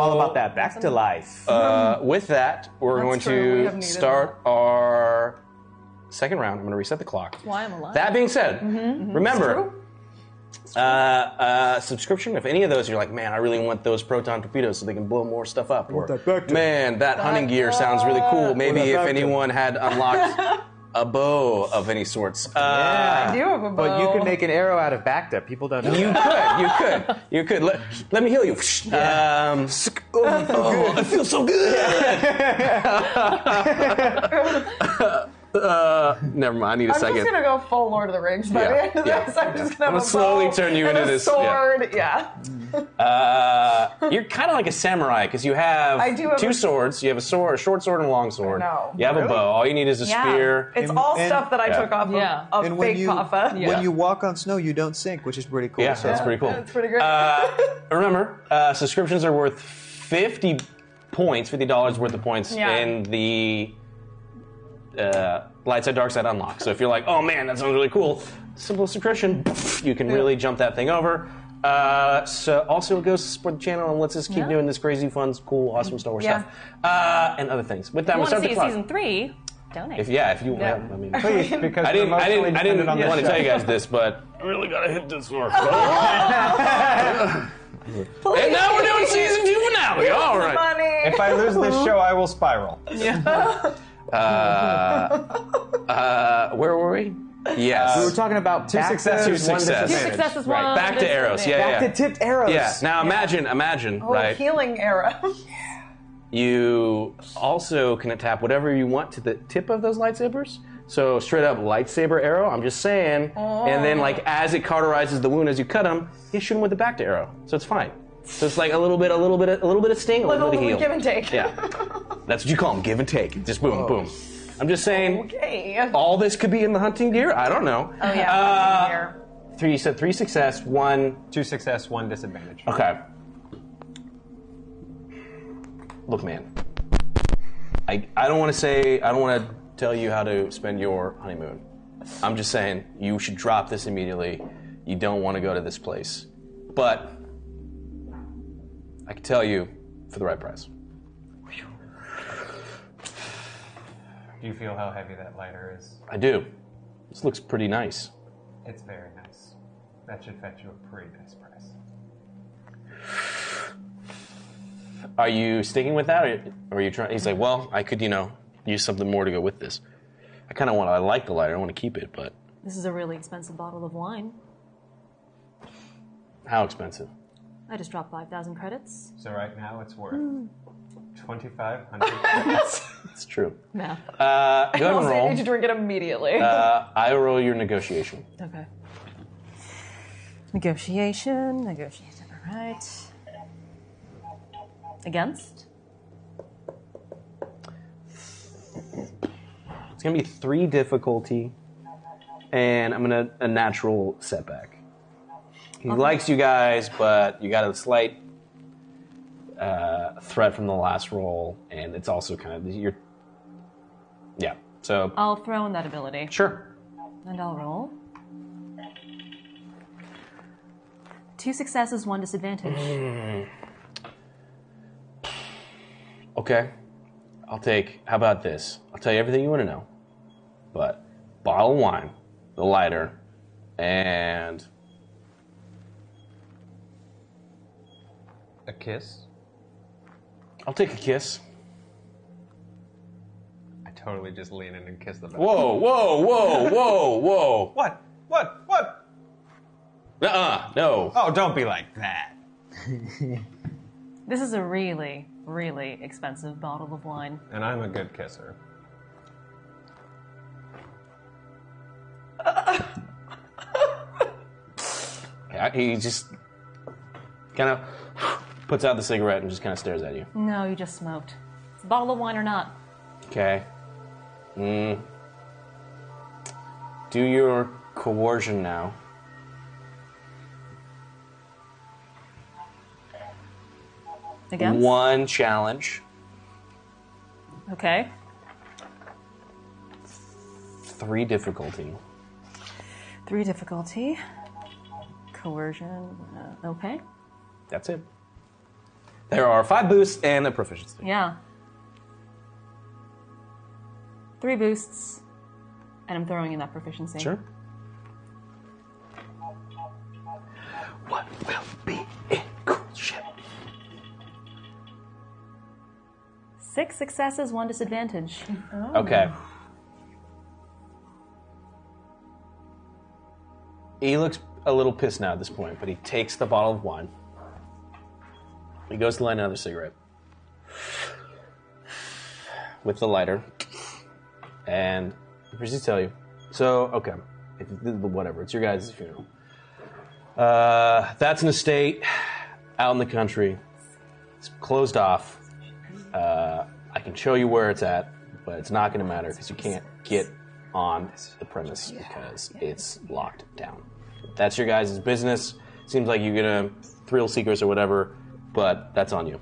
Speaker 2: all
Speaker 3: about that. Back to life.
Speaker 2: Uh, with that, we're going
Speaker 6: true. We have
Speaker 2: to
Speaker 6: needed
Speaker 2: start our second round. I'm going to reset the clock.
Speaker 15: Why I'm alive.
Speaker 2: That being said,
Speaker 6: Mm-hmm.
Speaker 15: Mhm.
Speaker 2: remember, uh, uh, subscription. If any of those, you're like, man, I really want those proton torpedoes so they can blow more stuff up. Or, man, that hunting gear sounds really cool. Maybe
Speaker 3: What
Speaker 2: if
Speaker 3: about that?
Speaker 2: anyone had unlocked a bow of any sorts. Uh,
Speaker 3: Yeah.
Speaker 6: I do have a
Speaker 3: But you
Speaker 6: bow.
Speaker 3: can make an arrow out of Bacta. People don't know.
Speaker 2: You could, you could, you could. Let, let me heal you. Um, oh, oh, I feel so good. uh, never mind. I need a
Speaker 6: I'm
Speaker 2: second.
Speaker 6: just gonna go full Lord of the Rings by
Speaker 2: Yeah,
Speaker 6: the end of
Speaker 2: yeah.
Speaker 6: this. I'm just gonna.
Speaker 2: I'm
Speaker 6: have
Speaker 2: gonna
Speaker 6: a
Speaker 2: slowly
Speaker 6: bow
Speaker 2: turn you
Speaker 6: and
Speaker 2: into
Speaker 6: a
Speaker 2: this- yeah.
Speaker 6: sword. Yeah.
Speaker 2: Uh, you're kind of like a samurai because you have,
Speaker 6: I do have
Speaker 2: two
Speaker 6: a-
Speaker 2: swords. You have a sword, a short sword, and a long sword.
Speaker 6: know.
Speaker 2: You have a
Speaker 6: Really?
Speaker 2: bow. All you need is a spear.
Speaker 6: It's all stuff that I took off
Speaker 23: Yeah.
Speaker 6: of,
Speaker 24: And
Speaker 6: of
Speaker 24: when
Speaker 6: fake
Speaker 24: you-
Speaker 6: Papa.
Speaker 24: When you walk on snow, you don't sink, which is pretty cool.
Speaker 2: Yeah, that's pretty cool.
Speaker 6: It's pretty great.
Speaker 2: Uh, remember, uh, subscriptions are worth fifty points, fifty dollars worth of points
Speaker 6: Yeah.
Speaker 2: in the uh, light side, dark side unlock. So if you're like, oh man, that sounds really cool, simple subscription, you can really jump that thing over. Uh, so also go support the channel and let's just keep
Speaker 15: Yeah.
Speaker 2: doing this crazy, fun, cool, awesome Star Wars
Speaker 15: Yeah.
Speaker 2: stuff uh, and other things. With that,
Speaker 15: If you
Speaker 2: we'll
Speaker 15: want
Speaker 2: start the
Speaker 15: to see
Speaker 2: clock.
Speaker 15: season three, donate.
Speaker 2: If yeah, if you
Speaker 15: Yeah.
Speaker 2: want, I mean,
Speaker 15: Please, because
Speaker 2: I
Speaker 15: we're
Speaker 2: didn't, I didn't, I
Speaker 15: emotionally
Speaker 2: didn't
Speaker 15: dependent on
Speaker 2: want to
Speaker 15: this
Speaker 2: tell you
Speaker 15: show.
Speaker 2: guys this, but
Speaker 25: I really gotta hit this one.
Speaker 2: and now we're doing season two finale. All right.
Speaker 12: If I lose
Speaker 6: Uh-huh.
Speaker 12: this show, I will spiral.
Speaker 2: Uh, uh, where were we? Yes.
Speaker 12: Uh,
Speaker 24: we were talking about
Speaker 2: Two
Speaker 24: back to-
Speaker 2: successes, Two one successes. disadvantage. Two successes, Right. one Back to arrows, yeah,
Speaker 24: Back
Speaker 2: yeah, yeah.
Speaker 24: to tipped arrows.
Speaker 2: Yeah. Now imagine, imagine,
Speaker 6: Oh,
Speaker 2: right?
Speaker 6: healing arrow.
Speaker 2: You also can tap whatever you want to the tip of those lightsabers. So straight up lightsaber arrow. I'm just saying. And then like as it cauterizes the wound as you cut them, you shoot him with the back to arrow. So it's fine. So it's like a little bit, a little bit, a little bit of sting, a little,
Speaker 6: Little
Speaker 2: bit of heal.
Speaker 6: give and take.
Speaker 2: Yeah. That's what you call them, give and take. Just boom, boom. I'm just saying.
Speaker 6: Okay.
Speaker 2: All this could be in the hunting gear. I don't know.
Speaker 6: Oh yeah.
Speaker 2: Uh,
Speaker 6: here.
Speaker 2: Three, you said three success, one.
Speaker 12: Two success, one disadvantage.
Speaker 2: Okay. Look, man. I, I don't want to say, I don't want to tell you how to spend your honeymoon. I'm just saying, you should drop this immediately. You don't want to go to this place. But I can tell you for the right price.
Speaker 12: Do you feel how heavy that lighter is?
Speaker 2: I do. This looks pretty nice.
Speaker 12: It's very nice. That should fetch you a pretty nice price.
Speaker 2: Are you sticking with that, or or are you trying? He's like, well, I could, you know, use something more to go with this. I kind of want. to I like the lighter. I want to keep it, but
Speaker 15: This is a really expensive bottle of wine.
Speaker 2: how expensive?
Speaker 15: I just dropped 5,000 credits.
Speaker 12: So right now it's worth
Speaker 15: Mm.
Speaker 12: 2,500 credits.
Speaker 2: It's true.
Speaker 15: Math.
Speaker 2: Uh, go ahead and
Speaker 6: Also, you need to
Speaker 2: roll.
Speaker 6: drink it immediately.
Speaker 2: Uh, I roll your negotiation.
Speaker 15: Okay. Negotiation, negotiation. All right. Against?
Speaker 2: It's gonna be three difficulty, and I'm gonna a natural setback. He likes you guys, but you got a slight uh, threat from the last roll, and it's also kind of you're, yeah. So
Speaker 15: I'll throw in that ability.
Speaker 2: Sure.
Speaker 15: And I'll roll. Two successes, one disadvantage.
Speaker 2: Okay. I'll take, how about this? I'll tell you everything you want to know. But bottle of wine, the lighter, and
Speaker 12: a kiss?
Speaker 2: I'll take a kiss.
Speaker 12: I totally just lean in and kiss the back.
Speaker 2: Whoa, whoa, whoa, whoa, whoa.
Speaker 12: What? What? What?
Speaker 2: Uh uh, no.
Speaker 12: Oh, don't be like that.
Speaker 15: This is a really, really expensive bottle of wine.
Speaker 12: And I'm a good kisser.
Speaker 2: I- He just kind of puts out the cigarette and just kind of stares at you.
Speaker 15: No, you just smoked. It's a bottle of wine or not.
Speaker 2: Okay. Mm. Do your coercion now.
Speaker 15: Against?
Speaker 2: one challenge,
Speaker 15: Okay.
Speaker 2: three difficulty.
Speaker 15: Three difficulty. Coercion. Uh, okay.
Speaker 2: That's it. There are five boosts and a proficiency.
Speaker 15: Yeah. Three boosts, and I'm throwing in that proficiency.
Speaker 2: Sure.
Speaker 15: What will be in cool shit? Six successes, one disadvantage.
Speaker 2: Okay. He looks a little pissed now at this point, but he takes the bottle of wine. He goes to light another cigarette with the lighter, and he proceeds to tell you. So, okay, if, whatever. It's your guys' funeral. Uh, that's an estate out in the country. It's closed off. Uh, I can show you where it's at, but it's not going to matter because you can't get on the premise because it's locked down. That's your guys' business. Seems like you're going to thrill seekers or whatever, but that's on you.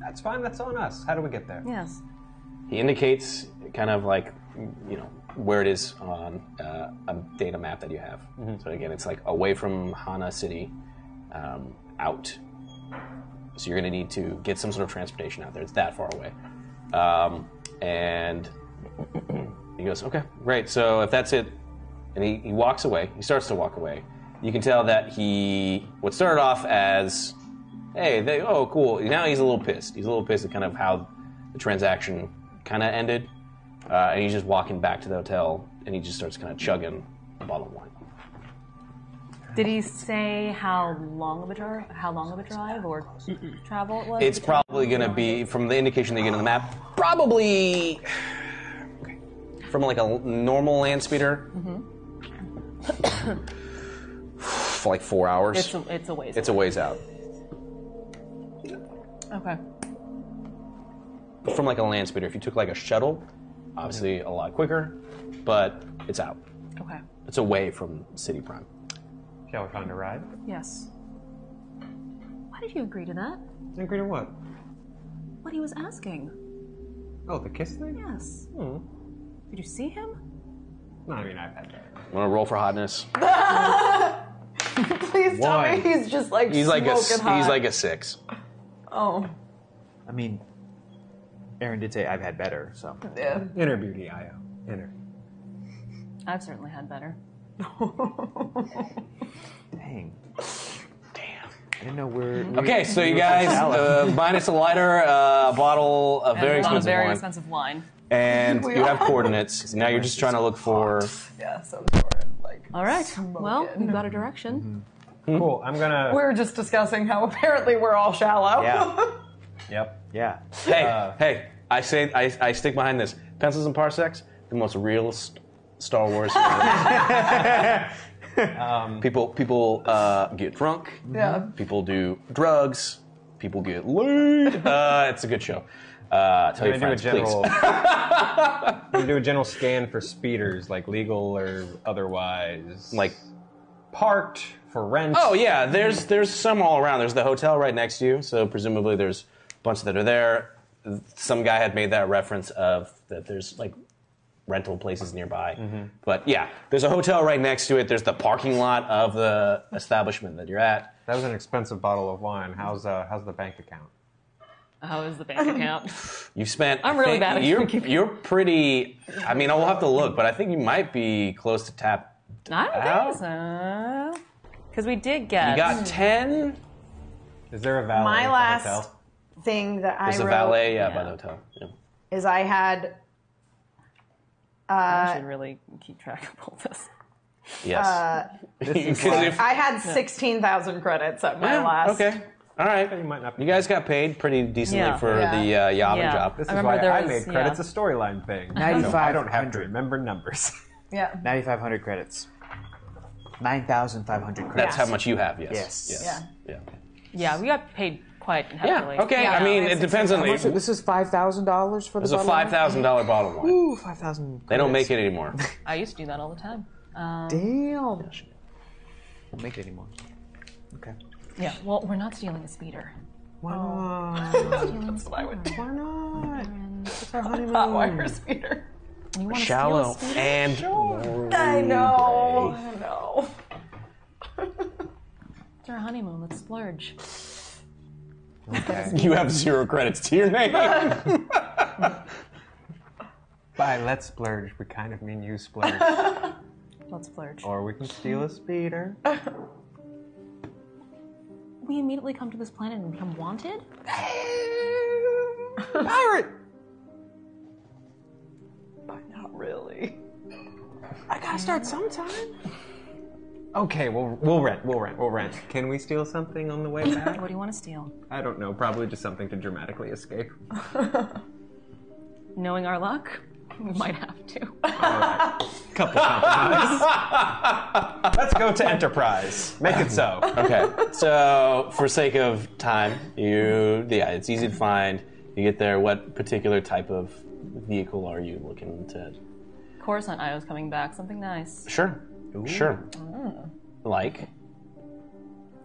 Speaker 12: That's fine. That's on us. How do we get there?
Speaker 15: Yes.
Speaker 2: He indicates kind of like, you know, where it is on uh, a data map that you have. So again, it's like away from Hana City, um, out. So you're going to need to get some sort of transportation out there. It's that far away. Um, and he goes, okay, great. So if that's it, and he, he walks away. He starts to walk away. You can tell that he, what started off as, hey, they, oh, cool. Now he's a little pissed. He's a little pissed at kind of how the transaction kind of ended. Uh, and he's just walking back to the hotel, and he just starts kind of chugging a bottle of wine.
Speaker 15: Did he say how long of a drive, how long of a drive or travel it was?
Speaker 2: It's probably going to be, from the indication they get on the map, probably from like a l- normal land speeder,
Speaker 15: Mm-hmm.
Speaker 2: for like four hours.
Speaker 15: It's a- it's a ways
Speaker 2: It's a ways out.
Speaker 15: Okay.
Speaker 2: But from like a land speeder, if you took like a shuttle, obviously a lot quicker, but it's out.
Speaker 15: Okay.
Speaker 2: It's away from City Prime.
Speaker 12: Shall we find a ride?
Speaker 15: Yes. Why did you agree to that?
Speaker 12: Agree to what?
Speaker 15: What he was asking.
Speaker 12: Oh, the kiss thing?
Speaker 15: Yes.
Speaker 2: Hmm.
Speaker 15: Did you see him?
Speaker 12: No, I mean, I've had that.
Speaker 2: Want to roll for hotness?
Speaker 6: Please tell me he's just like
Speaker 2: he's like a s-
Speaker 6: smoking hot.
Speaker 2: he's like a six.
Speaker 6: oh
Speaker 3: I mean, Aaron did say I've had better, so.
Speaker 6: Yeah.
Speaker 12: Inner beauty, Io. Inner.
Speaker 15: I've certainly had better.
Speaker 3: Dang. Damn. I didn't know where.
Speaker 2: Okay, so you guys uh, minus a lighter, uh, a bottle, a very
Speaker 15: and a lot of
Speaker 2: expensive
Speaker 15: very
Speaker 2: one,
Speaker 15: expensive wine.
Speaker 2: and
Speaker 15: We
Speaker 2: you have
Speaker 15: are.
Speaker 2: coordinates. Now you're just trying to look for.
Speaker 6: yeah, so
Speaker 15: All right. Well, we got a direction.
Speaker 12: Cool. I'm gonna.
Speaker 6: we were just discussing how apparently we're all shallow.
Speaker 2: Yeah.
Speaker 12: Yep.
Speaker 2: Yeah. Hey,
Speaker 12: Uh.
Speaker 2: hey! I say I, I stick behind this. Pencils and parsecs, the most real st- Star Wars. um, people people uh, get drunk.
Speaker 6: Yeah.
Speaker 2: People do drugs. People get laid. Uh, it's a good show. Uh, tell your
Speaker 12: I'm gonna
Speaker 2: friends,
Speaker 12: do a general.
Speaker 2: please.
Speaker 12: I'm gonna do a general scan for speeders, like legal or otherwise. Like parked for rent.
Speaker 2: Oh yeah, there's there's some all around. There's the hotel right next to you, so presumably there's a bunch that are there. Some guy had made that reference of that there's like rental places nearby.
Speaker 15: Mm-hmm.
Speaker 2: But yeah, there's a hotel right next to it. There's the parking lot of the establishment that you're at.
Speaker 12: That was an expensive bottle of wine. How's uh, how's the bank account?
Speaker 15: How is the bank account?
Speaker 2: You've spent.
Speaker 15: I'm
Speaker 2: I
Speaker 15: really
Speaker 2: think
Speaker 15: bad at
Speaker 2: You're you're pretty. I mean, I will have to look, but I think you might be close to tap.
Speaker 15: I don't think so. Because we did get.
Speaker 2: You got ten.
Speaker 12: Is there a valet?
Speaker 6: My last thing that I
Speaker 2: There's a
Speaker 6: wrote
Speaker 2: valet, yeah, by the hotel. Yeah.
Speaker 6: is I had.
Speaker 15: I
Speaker 6: Uh,
Speaker 15: should really keep track of all this.
Speaker 2: Yes.
Speaker 6: uh, I had sixteen thousand credits at my
Speaker 2: Yeah,
Speaker 6: last.
Speaker 2: Okay. All right. You, guys got paid pretty decently
Speaker 6: Yeah.
Speaker 2: for
Speaker 6: Yeah.
Speaker 2: the uh, Yavin
Speaker 6: Yeah.
Speaker 2: job.
Speaker 12: This
Speaker 6: I
Speaker 12: is
Speaker 6: remember
Speaker 12: why
Speaker 6: there
Speaker 12: I
Speaker 6: was-
Speaker 12: made
Speaker 6: yeah.
Speaker 12: credits a storyline thing. so I
Speaker 3: 95.
Speaker 12: don't have to remember numbers.
Speaker 6: Yeah.
Speaker 3: 9,500 credits. 9,500 credits.
Speaker 2: That's how much you have, yes.
Speaker 3: Yes.
Speaker 2: Yes. Yeah.
Speaker 15: Yeah, we got paid quite heavily.
Speaker 2: Yeah. Okay. I mean, it depends on
Speaker 3: How
Speaker 2: the.
Speaker 3: much-
Speaker 2: It
Speaker 3: This is $5,000 for the
Speaker 2: was a five thousand dollar bottle of wine.
Speaker 3: Ooh, 5,000.
Speaker 2: They don't make it anymore.
Speaker 15: I used to do that all the time. Um,
Speaker 3: Damn. Don't make it anymore. Okay.
Speaker 15: Yeah. Well, we're not stealing a speeder.
Speaker 12: Why
Speaker 3: Oh.
Speaker 6: That's what I would do. Why not? It's our honeymoon. Hot wire speeder. You wanna
Speaker 26: Shallow
Speaker 6: steal a speeder?
Speaker 26: and
Speaker 6: I know. I know.
Speaker 15: It's our honeymoon. Let's splurge.
Speaker 26: You have zero credits to your name.
Speaker 12: By let's splurge, we kind of mean you splurge.
Speaker 15: Let's splurge.
Speaker 12: or we can steal a speeder.
Speaker 15: We immediately come to this planet and become wanted?
Speaker 6: Pirate! But not really. I gotta start sometime.
Speaker 12: Okay, we'll we'll rent, we'll rent, we'll rent. Can we steal something on the way back?
Speaker 15: what do you want to steal?
Speaker 12: I don't know. Probably just something to dramatically escape.
Speaker 15: Knowing our luck, we might have to.
Speaker 12: Couple compromise. Let's go to Enterprise. Make it so.
Speaker 2: okay. So, for sake of time, you yeah, it's easy to find. You get there. What particular type of vehicle are you looking to?
Speaker 15: Coruscant IO's coming back. Something nice.
Speaker 2: Sure. Sure.
Speaker 15: Mm.
Speaker 2: Like.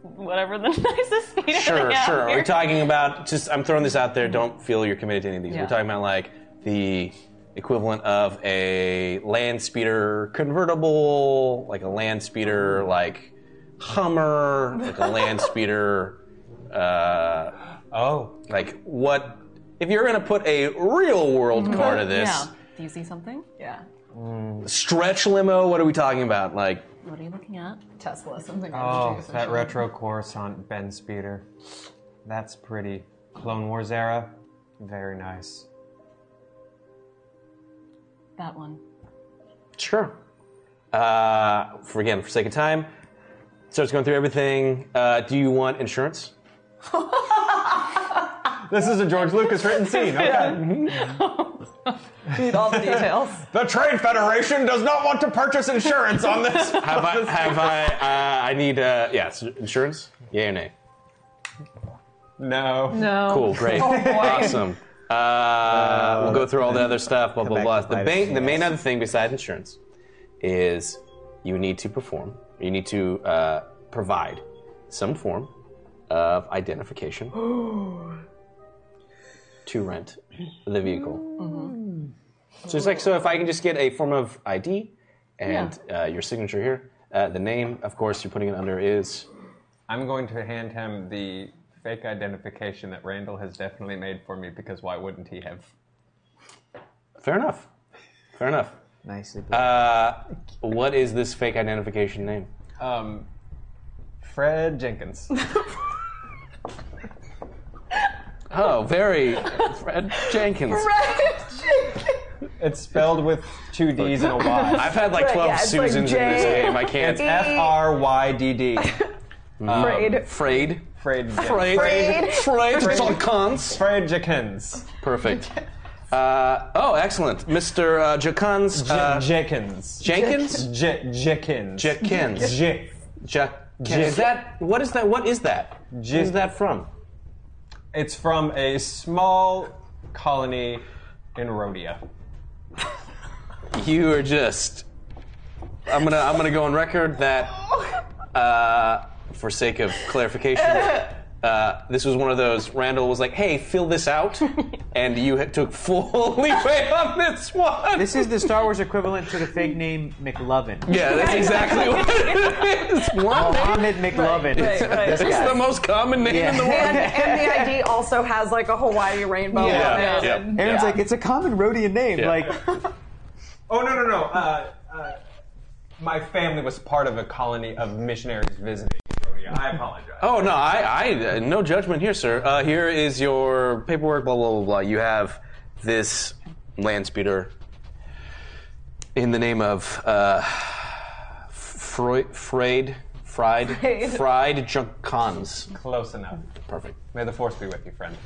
Speaker 15: Whatever the nicest speeder
Speaker 2: Sure.
Speaker 15: they have
Speaker 2: Sure. Are we
Speaker 15: here.
Speaker 2: talking about just? I'm throwing this out there. Don't feel you're committed to any of these.
Speaker 15: Yeah.
Speaker 2: We're talking about like the equivalent of a land speeder convertible, like a land speeder,
Speaker 15: Mm.
Speaker 2: like Hummer, like a land speeder. Uh,
Speaker 12: oh.
Speaker 2: Like what? If you're gonna put a real world car to this,
Speaker 15: Mm-hmm. Yeah. Do you see something? Yeah.
Speaker 2: stretch limo. What are we talking about? Like
Speaker 15: What are you looking at?
Speaker 27: Tesla, something.
Speaker 12: Oh, that retro Coruscant Ben Speeder. That's pretty. Clone Wars era. Very nice.
Speaker 15: That one.
Speaker 2: Sure. Uh, for again, for sake of time, starts going through everything. Uh, do you want insurance?
Speaker 12: this is a George Lucas written scene. Okay.
Speaker 6: Need all the details.
Speaker 12: The Trade Federation does not want to purchase insurance on this.
Speaker 2: have I? Have I? Uh, I need. Uh, yes, insurance. Yay or nay?
Speaker 12: No.
Speaker 6: No.
Speaker 2: Cool. Great.
Speaker 6: Oh, boy.
Speaker 2: awesome. Uh,
Speaker 28: Uh,
Speaker 2: we'll go through all the other stuff. Blah blah blah.
Speaker 28: back to
Speaker 2: The
Speaker 28: bite us
Speaker 2: main,
Speaker 28: in
Speaker 2: the
Speaker 28: the
Speaker 2: main
Speaker 28: ass.
Speaker 2: other thing besides insurance is you need to perform. You need to uh, provide some form of identification
Speaker 28: Oh.
Speaker 2: to rent the vehicle.
Speaker 28: Mm-hmm.
Speaker 2: So it's like, so if I can just get a form of ID and uh, your signature here, uh, the name, of course, you're putting it under is.
Speaker 12: I'm going to hand him the fake identification that Randall has definitely made for me because why wouldn't he have?
Speaker 2: Fair enough. Fair enough.
Speaker 3: Nicely.
Speaker 2: Uh, what is this fake identification name?
Speaker 12: Um, Fred Jenkins.
Speaker 2: Oh, very Fred Jenkins.
Speaker 12: It's spelled with two D's and a Y.
Speaker 2: I've had like 12 Susans in this game. I can't. Um,
Speaker 12: It's F R Y D D.
Speaker 2: Fraid. Fraid.
Speaker 12: Fraid.
Speaker 2: Fraid. Fraid. Fraid. Jenkins.
Speaker 12: Fraid Jenkins.
Speaker 2: Perfect. Uh, oh, excellent. Mr. Uh, Jenkins. Uh,
Speaker 12: Jenkins.
Speaker 2: Jenkins?
Speaker 12: Je- Jenkins.
Speaker 2: Jenkins.
Speaker 12: Je-
Speaker 2: Jenkins. Is that, what is that? What is that? Where's that from?
Speaker 12: It's from a small colony in Rhodia.
Speaker 2: You are just. I'm gonna. I'm gonna go on record that, uh, for sake of clarification, uh, this was one of those. Randall was like, "Hey, fill this out," and you had- took full leeway on this one.
Speaker 3: This is the Star Wars equivalent to the fake name McLovin.
Speaker 2: Yeah, that's exactly what it is. What?
Speaker 3: Mohammed McLovin.
Speaker 2: Right, right, right. This is the most common name in the world.
Speaker 27: And, and the ID also has like a Hawaii rainbow
Speaker 12: Yeah.
Speaker 27: on it.
Speaker 12: Yeah.
Speaker 27: and-
Speaker 3: Aaron's like, it's a common Rhodian name. Like,
Speaker 12: Oh no no no! Uh, uh, my family was part of a colony of missionaries visiting Rhodia. I apologize.
Speaker 2: Oh no, I, I uh, no judgment here, sir. Uh, here is your paperwork. Blah blah blah blah. You have this land speeder in the name of uh, Freud, Freud, Fried,
Speaker 12: Freud.
Speaker 2: Fried Junk Cons.
Speaker 12: Close enough.
Speaker 2: Perfect.
Speaker 12: May the force be with you, friend.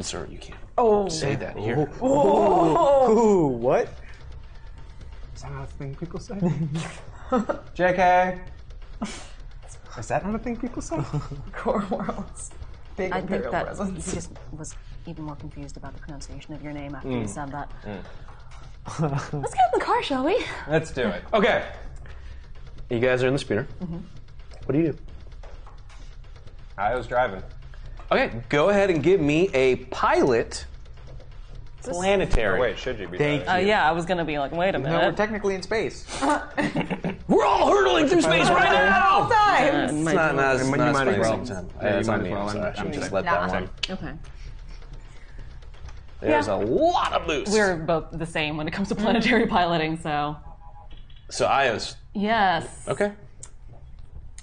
Speaker 2: Sir, you can't
Speaker 12: Oh.
Speaker 2: say that here.
Speaker 3: Ooh, what?
Speaker 12: Is that not a thing people say? JK. Is that not a thing people say?
Speaker 27: Core worlds. Big
Speaker 15: I think
Speaker 27: imperial
Speaker 15: that
Speaker 27: presence.
Speaker 15: he just was even more confused about the pronunciation of your name after you
Speaker 12: Mm.
Speaker 15: said that.
Speaker 12: Mm.
Speaker 15: Let's get in the car, shall we?
Speaker 12: Let's do it. Okay. Mm-hmm.
Speaker 2: You guys are in the speeder. What do you do?
Speaker 12: I was driving.
Speaker 2: Okay, go ahead and give me a pilot
Speaker 15: This-
Speaker 2: planetary.
Speaker 12: Oh, wait, should you be
Speaker 2: Thank
Speaker 15: Uh, yeah, I was gonna be like, wait a minute.
Speaker 3: we're technically in space.
Speaker 2: We're all hurtling through space right now.
Speaker 15: All times.
Speaker 2: It's not, not,
Speaker 12: You
Speaker 2: it's
Speaker 12: might-
Speaker 2: not
Speaker 12: you might as
Speaker 2: space
Speaker 12: well.
Speaker 2: next time.
Speaker 12: Yeah, you
Speaker 2: it's
Speaker 12: might
Speaker 2: on
Speaker 12: as
Speaker 2: me,
Speaker 12: well.
Speaker 2: I'm sorry. I should
Speaker 12: I'm
Speaker 2: just
Speaker 12: just-
Speaker 2: let that
Speaker 15: Nah.
Speaker 2: one.
Speaker 15: Okay.
Speaker 2: There's
Speaker 15: Yeah.
Speaker 2: a lot of loose.
Speaker 15: We're both the same when it comes to planetary piloting, so
Speaker 2: So Io's
Speaker 15: yes.
Speaker 2: okay.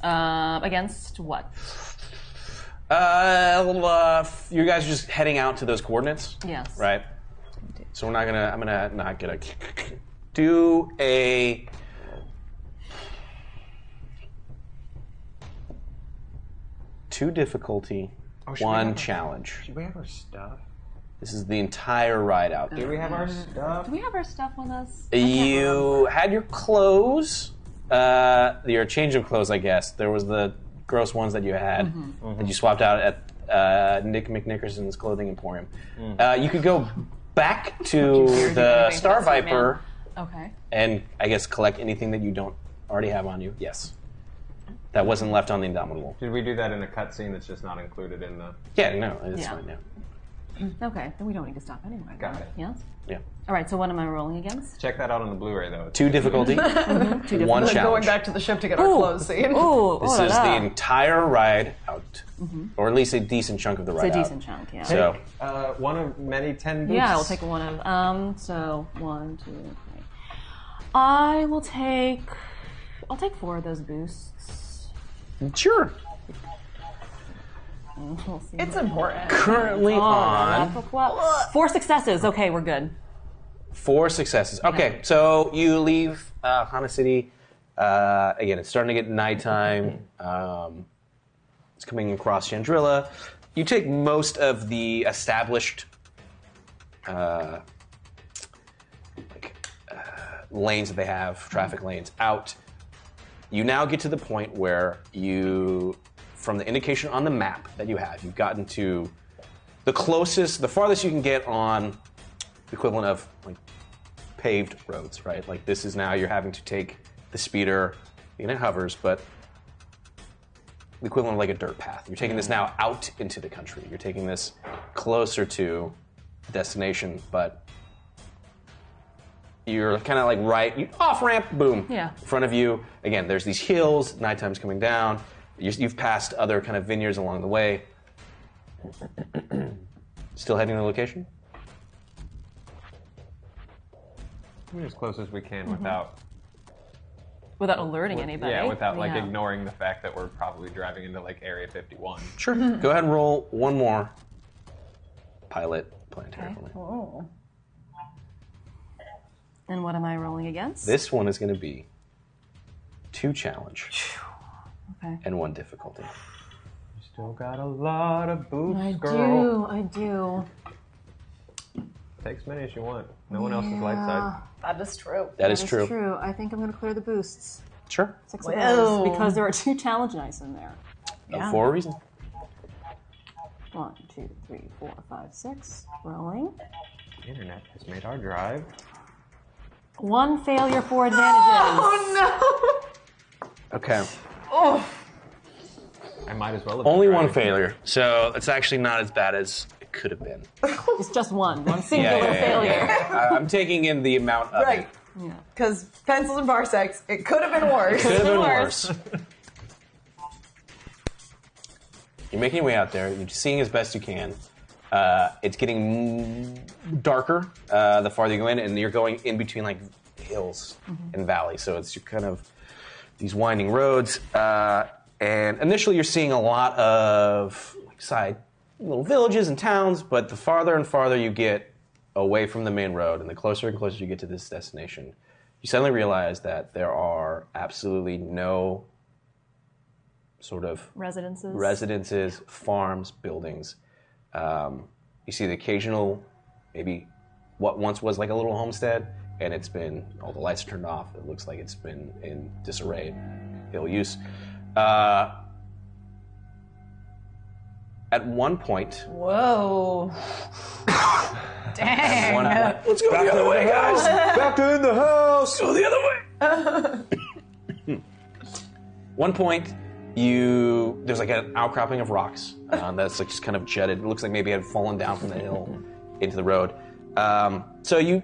Speaker 15: Um, against what?
Speaker 2: Uh, well, uh, f- you guys are just heading out to those coordinates,
Speaker 15: Yes.
Speaker 2: right? So we're not gonna. I'm gonna not get a. Do a. Two difficulty,
Speaker 3: Oh,
Speaker 2: one
Speaker 3: should we have a-
Speaker 2: challenge.
Speaker 3: Do we have our stuff?
Speaker 2: This is the entire ride out.
Speaker 15: Oh.
Speaker 3: Do we have our stuff?
Speaker 15: Do we have our stuff with us?
Speaker 2: You had your clothes, uh, your change of clothes, I guess. There was the gross ones that you had
Speaker 15: Mhm.
Speaker 2: that you swapped out at uh, Nick McNickerson's clothing emporium. Uh, you could go back to the Star Viper
Speaker 15: Okay.
Speaker 2: and I guess collect anything that you don't already have on you. Yes, that wasn't left on the Indomitable.
Speaker 12: Did we do that in a cutscene that's just not included in the?
Speaker 2: Yeah, no, it's fine. Yeah,
Speaker 15: Okay, then we don't need to stop anyway.
Speaker 12: Got
Speaker 15: right?
Speaker 12: it.
Speaker 15: Yes.
Speaker 2: yeah.
Speaker 15: All right. So what am I rolling against?
Speaker 12: Check that out on the Blu-ray though.
Speaker 2: Two difficulty,
Speaker 15: Mhm, two
Speaker 2: one
Speaker 6: Like going
Speaker 2: challenge.
Speaker 6: back to the ship to get our
Speaker 15: Ooh.
Speaker 6: clothes seen.
Speaker 15: Ooh, oh,
Speaker 2: This is the entire ride out, or at least a decent chunk of the
Speaker 15: It's
Speaker 2: ride
Speaker 15: a
Speaker 2: out.
Speaker 15: decent chunk, yeah.
Speaker 2: So.
Speaker 12: Uh, one of many ten. Boots.
Speaker 15: Yeah, we'll take one of. Um, so one, two, three. I will take. I'll take four of those boosts.
Speaker 2: Sure.
Speaker 15: We'll see
Speaker 6: It's
Speaker 15: what-
Speaker 6: important.
Speaker 2: Currently
Speaker 15: Oh,
Speaker 2: on-
Speaker 15: that's what- Four successes. Okay, we're good.
Speaker 2: Four successes. Okay, so you leave uh, Hana City. Uh, again, it's starting to get nighttime. Um, it's coming across Chandrilla. You take most of the established uh, like, uh, lanes that they have, traffic lanes, out. You now get to the point where you, from the indication on the map that you have, you've gotten to the closest, the farthest you can get on the equivalent of like paved roads, right? Like this is now you're having to take the speeder, and it hovers, but the equivalent of like a dirt path. You're taking this now out into the country. You're taking this closer to destination, but you're kind of like right you, off ramp, boom,
Speaker 15: Yeah.
Speaker 2: in front of you. Again, there's these hills. Nighttime's coming down. you you've passed other kind of vineyards along the way. Still heading to the location?
Speaker 12: We're as close as we can
Speaker 15: Mm-hmm.
Speaker 12: without.
Speaker 15: Without alerting anybody.
Speaker 12: Yeah, without like
Speaker 15: Yeah.
Speaker 12: ignoring the fact that we're probably driving into like Area 51.
Speaker 2: Sure. Go ahead and roll one more pilot planetary.
Speaker 15: Okay.
Speaker 2: for me.
Speaker 15: Whoa. And what am I rolling against?
Speaker 2: This one is going to be two challenge
Speaker 15: Okay.
Speaker 2: and one difficulty.
Speaker 12: Still got a lot of boobs,
Speaker 15: I
Speaker 12: girl.
Speaker 15: do. I do.
Speaker 12: Take as many as you want. No one else is light
Speaker 15: Yeah.
Speaker 12: side.
Speaker 6: That is true.
Speaker 2: That is true.
Speaker 15: I think I'm going to clear the boosts.
Speaker 2: Sure.
Speaker 15: Six
Speaker 6: Whoa.
Speaker 15: of those because there are two challenge nights in there.
Speaker 2: Uh, For a reason.
Speaker 15: One, two, three, four, five, six. Rolling.
Speaker 12: The internet has made our drive.
Speaker 15: One failure, four advantages.
Speaker 6: Oh
Speaker 2: Okay.
Speaker 6: no! Oh,
Speaker 12: I might as well have
Speaker 2: Only
Speaker 12: been
Speaker 2: one
Speaker 12: driving.
Speaker 2: failure, so it's actually not as bad as it could have been.
Speaker 15: It's just one. One singular failure.
Speaker 2: I- I'm taking in the amount of
Speaker 6: right. Because pencils and parsecs, it could have been
Speaker 2: it.
Speaker 6: worse.
Speaker 2: Could have been worse. You're making your way out there. You're seeing as best you can. Uh, it's getting mm, darker uh, the farther you go in, and you're going in between like hills
Speaker 12: Mhm.
Speaker 2: and valleys. So it's kind of these winding roads. Uh, and initially, you're seeing a lot of like, side little villages and towns. But the farther and farther you get away from the main road, and the closer and closer you get to this destination, you suddenly realize that there are absolutely no sort of
Speaker 15: Residences.
Speaker 2: residences, farms, buildings. Um, you see the occasional, maybe what once was like a little homestead, and it's been all the lights are turned off. It looks like it's been in disarray, ill use. Uh, at one point,
Speaker 6: Whoa. Dang.
Speaker 2: one point- let's go the other way, guys. Back to in the house. Go the other way. one point, you there's like an outcropping of rocks uh, that's like just kind of jutted. It looks like maybe it had fallen down from the hill into the road. Um, so you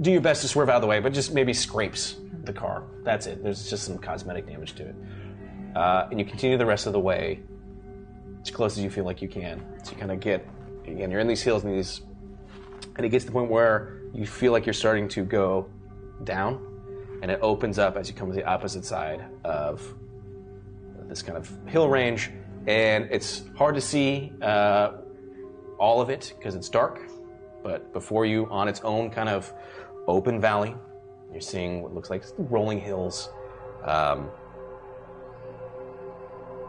Speaker 2: do your best to swerve out of the way, but just maybe scrapes the car. That's it. There's just some cosmetic damage to it. Uh, and you continue the rest of the way as close as you feel like you can. So you kind of get again. You're in these hills and these, and it gets to the point where you feel like you're starting to go down, and it opens up as you come to the opposite side of this kind of hill range, and it's hard to see uh, all of it because it's dark. But before you, on its own kind of open valley, you're seeing what looks like rolling hills um,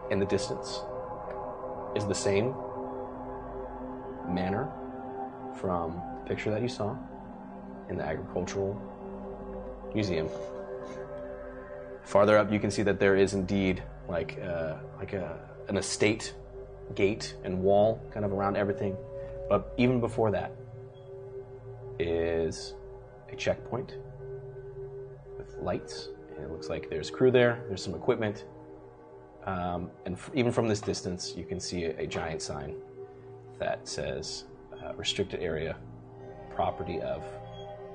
Speaker 2: in the distance. Is the same manor from the picture that you saw in the agricultural museum. Farther up, you can see that there is indeed like uh, like a, an estate gate and wall kind of around everything. But even before that is a checkpoint with lights, and it looks like there's crew there. There's some equipment, um, and f- even from this distance, you can see a, a giant sign that says uh, "Restricted Area, Property of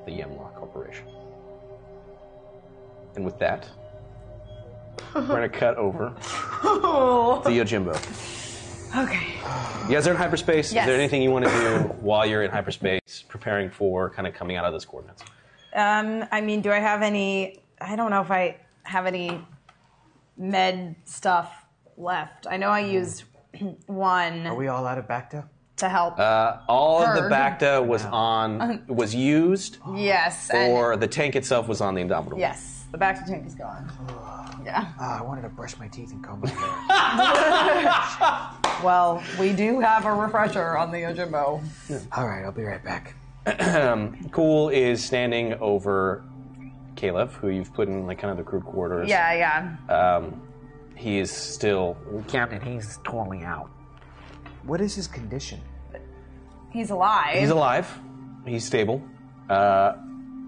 Speaker 2: the Yemlock Corporation." And with that, we're gonna cut over to Yojimbo.
Speaker 5: Okay.
Speaker 2: You guys are in hyperspace.
Speaker 5: Yes.
Speaker 2: Is there anything you want to do while you're in hyperspace, preparing for kind of coming out of those coordinates?
Speaker 5: Um, I mean, do I have any? I don't know if I have any med stuff left. I know I used one.
Speaker 29: Are we all out of Bacta?
Speaker 5: to help?
Speaker 2: Uh, all of
Speaker 5: Her. Um,
Speaker 2: the Bacta was on was used,
Speaker 5: yes. and-
Speaker 2: or the tank itself was on the Indomitable.
Speaker 5: yes. The back to tank is gone. Yeah.
Speaker 29: Ah, I wanted to brush my teeth and comb my hair.
Speaker 5: well, we do have a refresher on the Yojimbo.
Speaker 29: All right, I'll be right back.
Speaker 2: Um, Cool is standing over Caleb, who you've put in like kind of the crew quarters.
Speaker 5: Yeah, yeah.
Speaker 2: Um, he is still
Speaker 9: Captain. He's totally out.
Speaker 29: What is his condition?
Speaker 5: He's alive.
Speaker 2: He's alive. He's stable. Uh,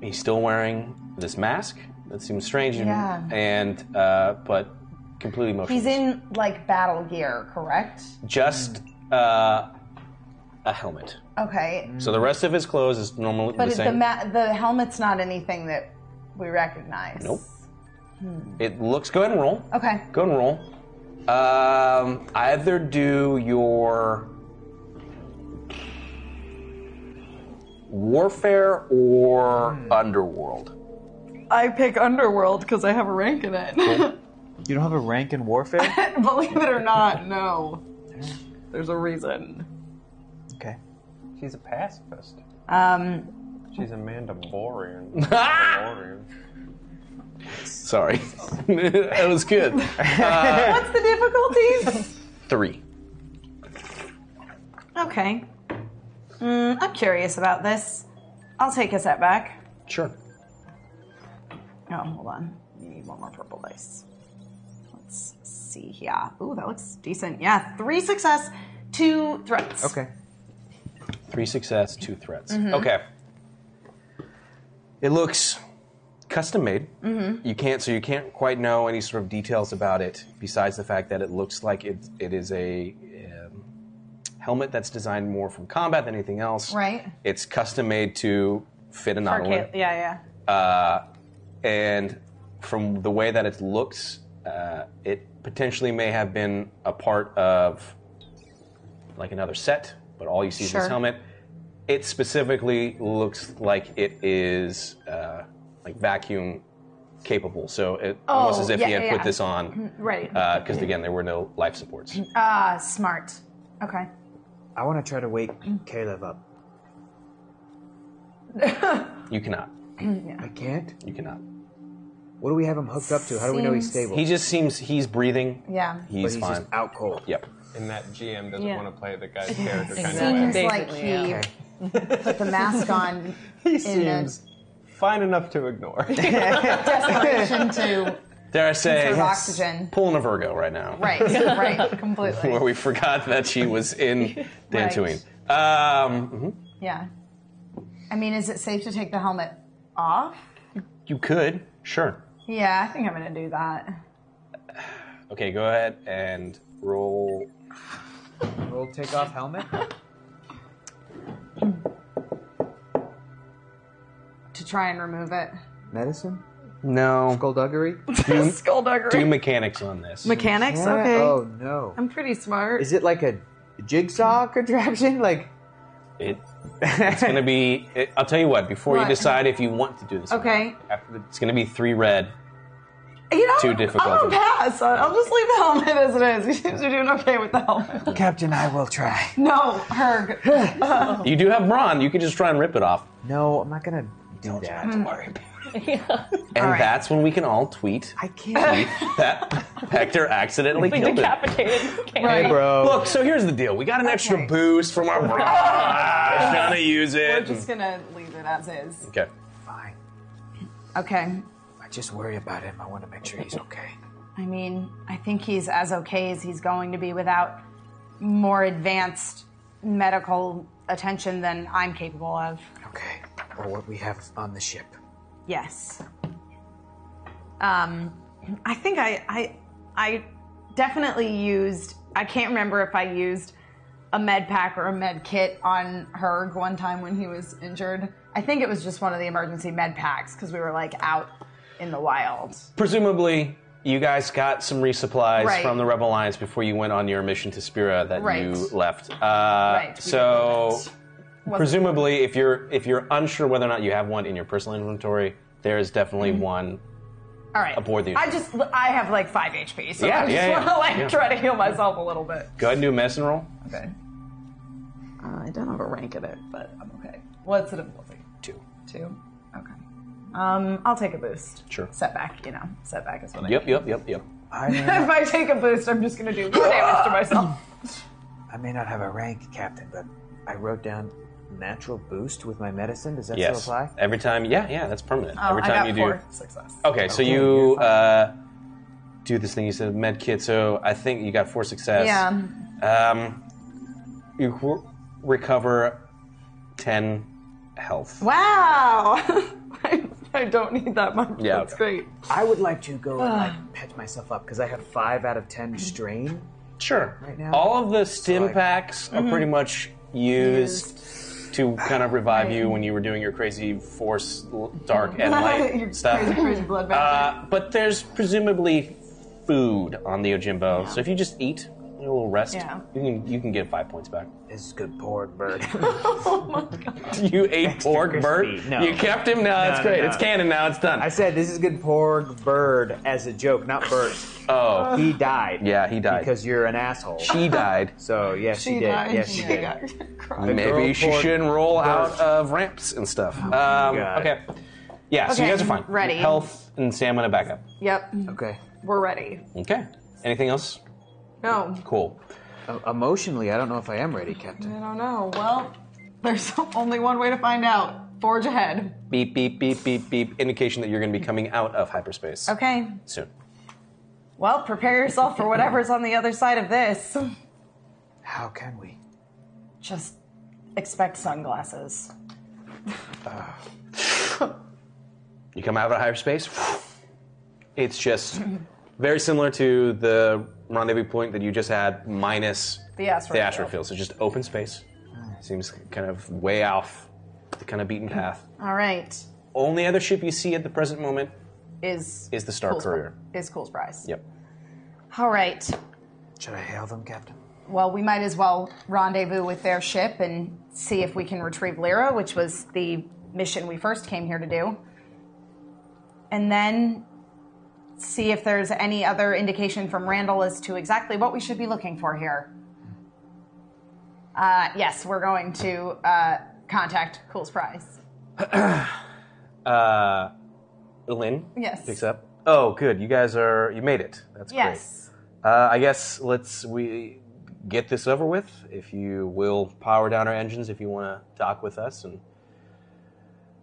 Speaker 2: he's still wearing this mask that seems strange, and,
Speaker 5: Yeah.
Speaker 2: and uh, but completely motionless.
Speaker 5: He's in like battle gear, correct?
Speaker 2: Just uh, a helmet.
Speaker 5: Okay.
Speaker 2: So the rest of his clothes is normally the
Speaker 5: But it- the
Speaker 2: same.
Speaker 5: ma- the helmet's not anything that we recognize.
Speaker 2: nope. It looks. Go ahead and roll.
Speaker 5: Okay.
Speaker 2: Go ahead and roll. Um, either do your warfare or underworld.
Speaker 6: I pick Underworld because I have a rank in it.
Speaker 28: You don't have a rank in warfare?
Speaker 6: Believe it or not, no. There's a reason.
Speaker 28: okay.
Speaker 12: She's a pacifist.
Speaker 5: Um,
Speaker 12: She's a Mandalorian. Mandalorian.
Speaker 2: Sorry, that was good. Uh,
Speaker 5: What's the difficulties?
Speaker 2: three.
Speaker 5: okay. Mm, I'm curious about this. I'll take a setback.
Speaker 2: Sure.
Speaker 5: Oh, hold on. You need one more purple dice. Let's see here. Ooh, that looks decent. Yeah, three success, two threats.
Speaker 2: Okay. Three success, two threats.
Speaker 5: Mhm.
Speaker 2: Okay. It looks custom made.
Speaker 5: Mhm.
Speaker 2: You can't, so you can't quite know any sort of details about it, besides the fact that it looks like it, it is a um, helmet that's designed more from combat than anything else.
Speaker 5: Right.
Speaker 2: It's custom made to fit a
Speaker 5: For
Speaker 2: Nautilus.
Speaker 5: Ca- yeah, yeah.
Speaker 2: Uh, and from the way that it looks, uh, it potentially may have been a part of like another set, but all you see is
Speaker 12: Sure.
Speaker 2: this helmet. It specifically looks like it is uh, like vacuum capable, so it almost
Speaker 5: Oh,
Speaker 2: as if
Speaker 5: yeah,
Speaker 2: he had
Speaker 5: yeah,
Speaker 2: put
Speaker 5: yeah. Mm,
Speaker 2: this on,
Speaker 5: Right.
Speaker 2: Because again, there were no life supports.
Speaker 5: Ah, smart. Okay.
Speaker 29: I want to try to wake Caleb up.
Speaker 2: You cannot.
Speaker 29: I can't.
Speaker 2: You cannot.
Speaker 29: What do we have him hooked up to? How do we know he's
Speaker 5: Seems-
Speaker 29: stable?
Speaker 2: He just seems he's breathing.
Speaker 5: Yeah.
Speaker 2: He's,
Speaker 29: he's
Speaker 2: fine.
Speaker 29: just out cold.
Speaker 2: Yep.
Speaker 12: And that GM doesn't
Speaker 5: Yeah.
Speaker 12: want to play the guy's character kind
Speaker 5: Seems
Speaker 12: of way.
Speaker 5: like he put the mask on
Speaker 12: He
Speaker 5: in a
Speaker 12: seems fine enough to ignore.
Speaker 5: desperation to
Speaker 2: Dare I say,
Speaker 5: Conserve oxygen.
Speaker 2: pulling a Virgo right now.
Speaker 5: right, right, completely.
Speaker 2: Where we forgot that she was in Dantooine. Um, mhm.
Speaker 5: Yeah. I mean, is it safe to take the helmet off?
Speaker 2: You could, sure.
Speaker 5: Yeah, I think I'm gonna do that.
Speaker 2: Okay, go ahead and roll.
Speaker 3: Roll take off helmet.
Speaker 5: to try and remove it.
Speaker 3: Medicine?
Speaker 2: No.
Speaker 3: Skullduggery?
Speaker 5: Hmm?
Speaker 2: Do,
Speaker 5: Skullduggery.
Speaker 2: do mechanics on this.
Speaker 5: Mechanics?
Speaker 3: Yeah.
Speaker 5: Okay.
Speaker 3: Oh no.
Speaker 5: I'm Hmm. pretty smart.
Speaker 3: Is it like a jigsaw contraption? Like
Speaker 2: It, it's going to be. It, I'll tell you what, before
Speaker 5: What?
Speaker 2: you decide if you want to do this, or
Speaker 5: Okay.
Speaker 2: not, after the, it's going to be three red.
Speaker 5: You know,
Speaker 2: Too
Speaker 5: I'm-
Speaker 2: difficult.
Speaker 5: I'm gonna pass. I- I'll just leave the helmet as it is. You're doing okay with the helmet.
Speaker 29: Captain, I will try.
Speaker 5: No, Herg. Uh,
Speaker 2: You do have brawn. You can just try and rip it off.
Speaker 3: No, I'm not going to do
Speaker 2: that.
Speaker 5: Mm.
Speaker 2: And
Speaker 5: All right.
Speaker 2: that's when we can all tweet. I
Speaker 3: can't.
Speaker 2: Tweet that Hector accidentally
Speaker 30: We
Speaker 2: killed him.
Speaker 30: decapitated. Cam.
Speaker 2: Look, so here's the deal. We got an extra boost from our brawn. I'm gonna use
Speaker 5: We're
Speaker 2: it.
Speaker 5: just gonna leave it as is.
Speaker 2: Okay.
Speaker 5: Okay.
Speaker 3: I just worry about him. I want to make sure he's okay.
Speaker 5: I mean, I think he's as okay as he's going to be without more advanced medical attention than I'm capable of.
Speaker 3: Okay. Or what we have on the ship.
Speaker 5: Yes. Um, I think I, I, I definitely used. I can't remember if I used a med pack or a med kit on Herg one time when he was injured. I think it was just one of the emergency med packs because we were like out in the wild.
Speaker 2: Presumably, you guys got some resupplies
Speaker 5: Right.
Speaker 2: from the Rebel Alliance before you went on your mission to Spira that
Speaker 5: Right.
Speaker 2: you left. Uh,
Speaker 5: Right, we
Speaker 2: So,
Speaker 5: Wasn't-
Speaker 2: presumably, if you're if you're unsure whether or not you have one in your personal inventory, there is definitely
Speaker 5: Mm-hmm.
Speaker 2: one.
Speaker 5: All right.
Speaker 2: aboard the-
Speaker 5: I just I have like five HP, so
Speaker 2: Yeah,
Speaker 5: I just
Speaker 2: yeah,
Speaker 5: want to
Speaker 2: yeah,
Speaker 5: like
Speaker 2: yeah.
Speaker 5: try to heal myself a little bit.
Speaker 2: Go ahead and do a medicine roll.
Speaker 5: Okay. Uh, I don't have a rank in it, but I'm okay. What's the difficulty? Two. Two. Okay. Um, I'll take a boost.
Speaker 2: Sure.
Speaker 5: Setback, you know, setback is what I.
Speaker 2: Yep, yep, yep, yep.
Speaker 5: if I take a boost, I'm just gonna do more damage to myself.
Speaker 3: I may not have a rank, Captain, but I wrote down natural boost with my medicine. Does that
Speaker 2: yes.
Speaker 3: still apply?
Speaker 2: Every time, yeah, yeah, that's permanent.
Speaker 5: Oh,
Speaker 2: Every time you do.
Speaker 5: success.
Speaker 2: Okay, so
Speaker 3: Okay,
Speaker 2: you uh, do this thing. You said med kit, so I think you got four success.
Speaker 5: Yeah.
Speaker 2: Um, you qu- recover ten health.
Speaker 5: Wow. I, I don't need that much.
Speaker 2: Yeah,
Speaker 5: That's great.
Speaker 3: I would like to go and like patch myself up because I have five out of ten strain.
Speaker 2: Sure.
Speaker 3: Right now.
Speaker 2: All of the stim
Speaker 3: like-
Speaker 2: packs are
Speaker 3: Mhm.
Speaker 2: pretty much used, to kind of revive you when you were doing your crazy force, l- dark and
Speaker 5: Your
Speaker 2: light stuff.
Speaker 5: Crazy, crazy blood
Speaker 2: Uh, but there's presumably food on the Ojimbo, so if you just eat, a little rest,
Speaker 5: Yeah.
Speaker 2: you can you can get five points back.
Speaker 3: This is good pork bird.
Speaker 2: you ate pork bird.
Speaker 3: No.
Speaker 2: You kept him. No, it's great. It's canon now. It's done.
Speaker 3: I said this is good porg bird as a joke, not bird.
Speaker 2: Oh.
Speaker 3: He died.
Speaker 2: Yeah, he died.
Speaker 3: Because you're an asshole.
Speaker 2: She died.
Speaker 3: So, yes, she,
Speaker 5: She
Speaker 3: did.
Speaker 5: died.
Speaker 3: Yes, she,
Speaker 5: She
Speaker 3: did.
Speaker 5: died.
Speaker 3: The
Speaker 2: Maybe
Speaker 3: girl
Speaker 2: she
Speaker 3: pork
Speaker 2: shouldn't roll
Speaker 3: bird.
Speaker 2: out of ramps and stuff. Um,
Speaker 3: God.
Speaker 2: okay. Yeah, so you
Speaker 5: Okay,
Speaker 2: guys are fine.
Speaker 5: ready.
Speaker 2: Health and stamina back up.
Speaker 5: Yep.
Speaker 3: Okay.
Speaker 5: We're ready.
Speaker 2: Okay. Anything else?
Speaker 5: No.
Speaker 2: Cool.
Speaker 3: E, emotionally, I don't know if I am ready, Captain.
Speaker 5: I don't know. Well, there's only one way to find out. Forge ahead.
Speaker 2: Beep, beep, beep, beep, beep. Indication that you're going to be coming out of hyperspace
Speaker 5: Okay.
Speaker 2: soon.
Speaker 5: Well, prepare yourself for whatever's on the other side of this.
Speaker 3: How can we?
Speaker 5: Just expect sunglasses.
Speaker 2: You come out of hyperspace. It's just very similar to the rendezvous point that you just had, minus
Speaker 5: The asteroid
Speaker 2: the asteroid field.
Speaker 5: field.
Speaker 2: So just open space. Seems kind of way off the kind of beaten path.
Speaker 5: All right.
Speaker 2: Only other ship you see at the present moment
Speaker 5: Is
Speaker 2: is the Star
Speaker 5: Cool's-
Speaker 2: Courier.
Speaker 5: Is Cool's prize.
Speaker 2: Yep.
Speaker 5: All right.
Speaker 3: Should I hail them, Captain?
Speaker 5: Well, we might as well rendezvous with their ship and see if we can retrieve Lyra, which was the mission we first came here to do. And then see if there's any other indication from Randall as to exactly what we should be looking for here. Uh, yes, we're going to uh, contact Cool's Prize.
Speaker 2: Uh, Lynn.
Speaker 5: Yes.
Speaker 2: Picks up. Oh, good. You guys are. You made it. That's
Speaker 5: Yes.
Speaker 2: great. Uh, I guess let's we get this over with. If you will power down our engines, if you want to dock with us, and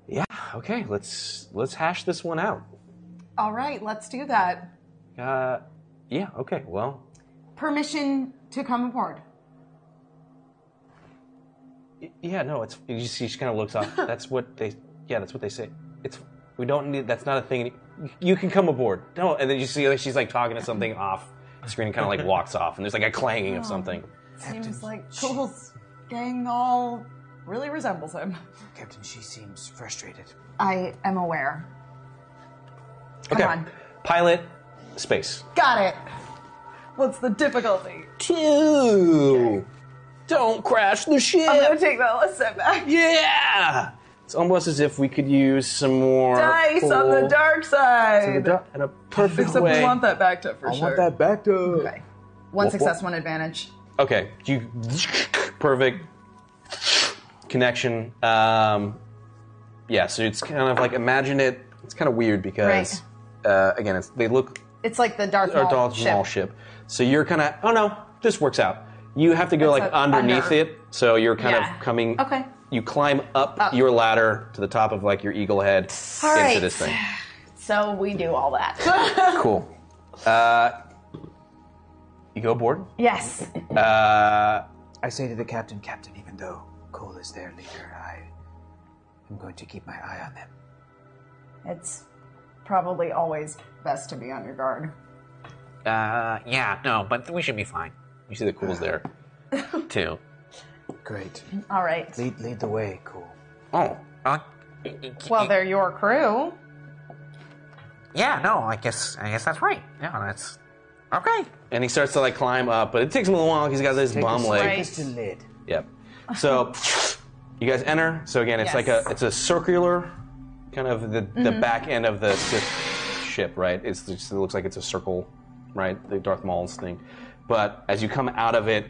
Speaker 2: yeah, okay. Let's let's hash this one out.
Speaker 5: All right, let's do that.
Speaker 2: Uh, yeah. Okay. Well,
Speaker 5: Permission to come aboard.
Speaker 2: y- yeah. No. It's you see. She kind of looks off. That's what they. Yeah. That's what they say. It's we don't need. That's not a thing. any- You can come aboard. No. And then you see like, she's like talking to something off. screen kind of like walks off, and there's like a clanging
Speaker 27: Oh.
Speaker 2: of something.
Speaker 27: Seems like Cole's gang all really resembles him.
Speaker 3: Captain, she seems frustrated.
Speaker 5: I am aware.
Speaker 2: okay. Pilot, space.
Speaker 5: Got it.
Speaker 27: What's the difficulty?
Speaker 2: Two. Don't crash the ship.
Speaker 27: I'm gonna take that last step back.
Speaker 2: Yeah. It's almost as if we could use some more
Speaker 27: Dice on
Speaker 2: full-
Speaker 27: the dark
Speaker 2: some of
Speaker 27: side.
Speaker 2: the dark- in a perfect
Speaker 27: Except we
Speaker 2: way.
Speaker 27: Oh. want that back to for
Speaker 2: I
Speaker 27: sure.
Speaker 2: want that
Speaker 27: back to. Okay.
Speaker 5: One
Speaker 2: Wha-
Speaker 5: success, one advantage.
Speaker 2: Okay, you perfect connection. Um, yeah, so it's kind of like imagine it. It's kind of weird because uh, again, it's they look
Speaker 5: It's like the Darth
Speaker 2: or
Speaker 5: Maul
Speaker 2: Dalton
Speaker 5: ship.
Speaker 2: Mall ship. So you're kind of oh no, this works out. You have to go
Speaker 5: It's
Speaker 2: like
Speaker 5: a-
Speaker 2: underneath
Speaker 5: under.
Speaker 2: it, so you're kind
Speaker 5: Yeah.
Speaker 2: of coming.
Speaker 5: Okay.
Speaker 2: You climb up,
Speaker 5: Up.
Speaker 2: your ladder to the top of like your eagle head
Speaker 5: All
Speaker 2: into
Speaker 5: right.
Speaker 2: this thing.
Speaker 5: So we do all that.
Speaker 2: Cool. Uh, you go aboard.
Speaker 5: yes.
Speaker 2: Uh,
Speaker 3: I say to the captain, Captain, even though Cole is their leader, I am going to keep my eye on them.
Speaker 5: It's probably always best to be on your guard.
Speaker 9: Uh, yeah, no, but we should be fine.
Speaker 2: You see the cool's there, too.
Speaker 3: Great.
Speaker 5: All right.
Speaker 3: Lead, lead the way, Cole.
Speaker 9: Oh, uh,
Speaker 5: Well, they're your crew.
Speaker 9: yeah, no, I guess I guess that's right. Yeah, that's okay.
Speaker 2: And he starts to like climb up, but it takes him a little while. 'cause He's got this bomb leg.
Speaker 3: lid.
Speaker 2: Yep. So you guys enter. So again, it's like a
Speaker 3: Yes.
Speaker 2: it's a circular kind of the, the
Speaker 3: Mhm.
Speaker 2: back end of the Sith ship, right? It's just, it looks like it's a circle, right? The Darth Maul's thing. But as you come out of it,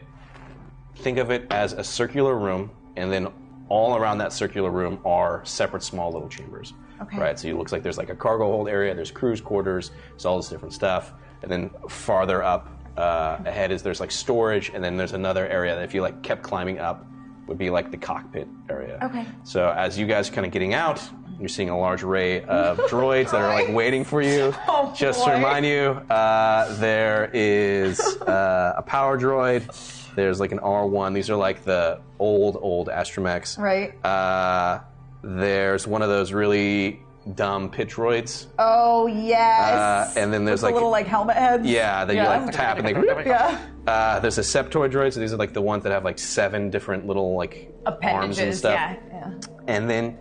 Speaker 2: think of it as a circular room, and then all around that circular room are separate small little chambers.
Speaker 5: Okay.
Speaker 2: Right, so it looks like there's like a cargo hold area, there's crew's quarters, there's all this different stuff, and then farther up uh, ahead is there's like storage, and then there's another area that if you like kept climbing up would be like the cockpit area.
Speaker 5: Okay.
Speaker 2: So as you guys are kind of getting out, you're seeing a large array of droids that are like waiting for you.
Speaker 5: Oh,
Speaker 2: Just to
Speaker 5: boy.
Speaker 2: remind you, uh, there is uh, a power droid. There's like an R1. These are like the old, old astromechs.
Speaker 5: Right.
Speaker 2: Uh, there's one of those really dumb pit droids.
Speaker 5: Oh yes.
Speaker 2: Uh, and then there's
Speaker 5: With the
Speaker 2: like
Speaker 5: little like helmet heads.
Speaker 2: yeah, that you like tap and they.
Speaker 5: yeah.
Speaker 2: Uh, there's a Septoid droid, so these are like the ones that have like seven different little like arms and
Speaker 5: Appendages.
Speaker 2: stuff.
Speaker 5: Yeah. yeah.
Speaker 2: And then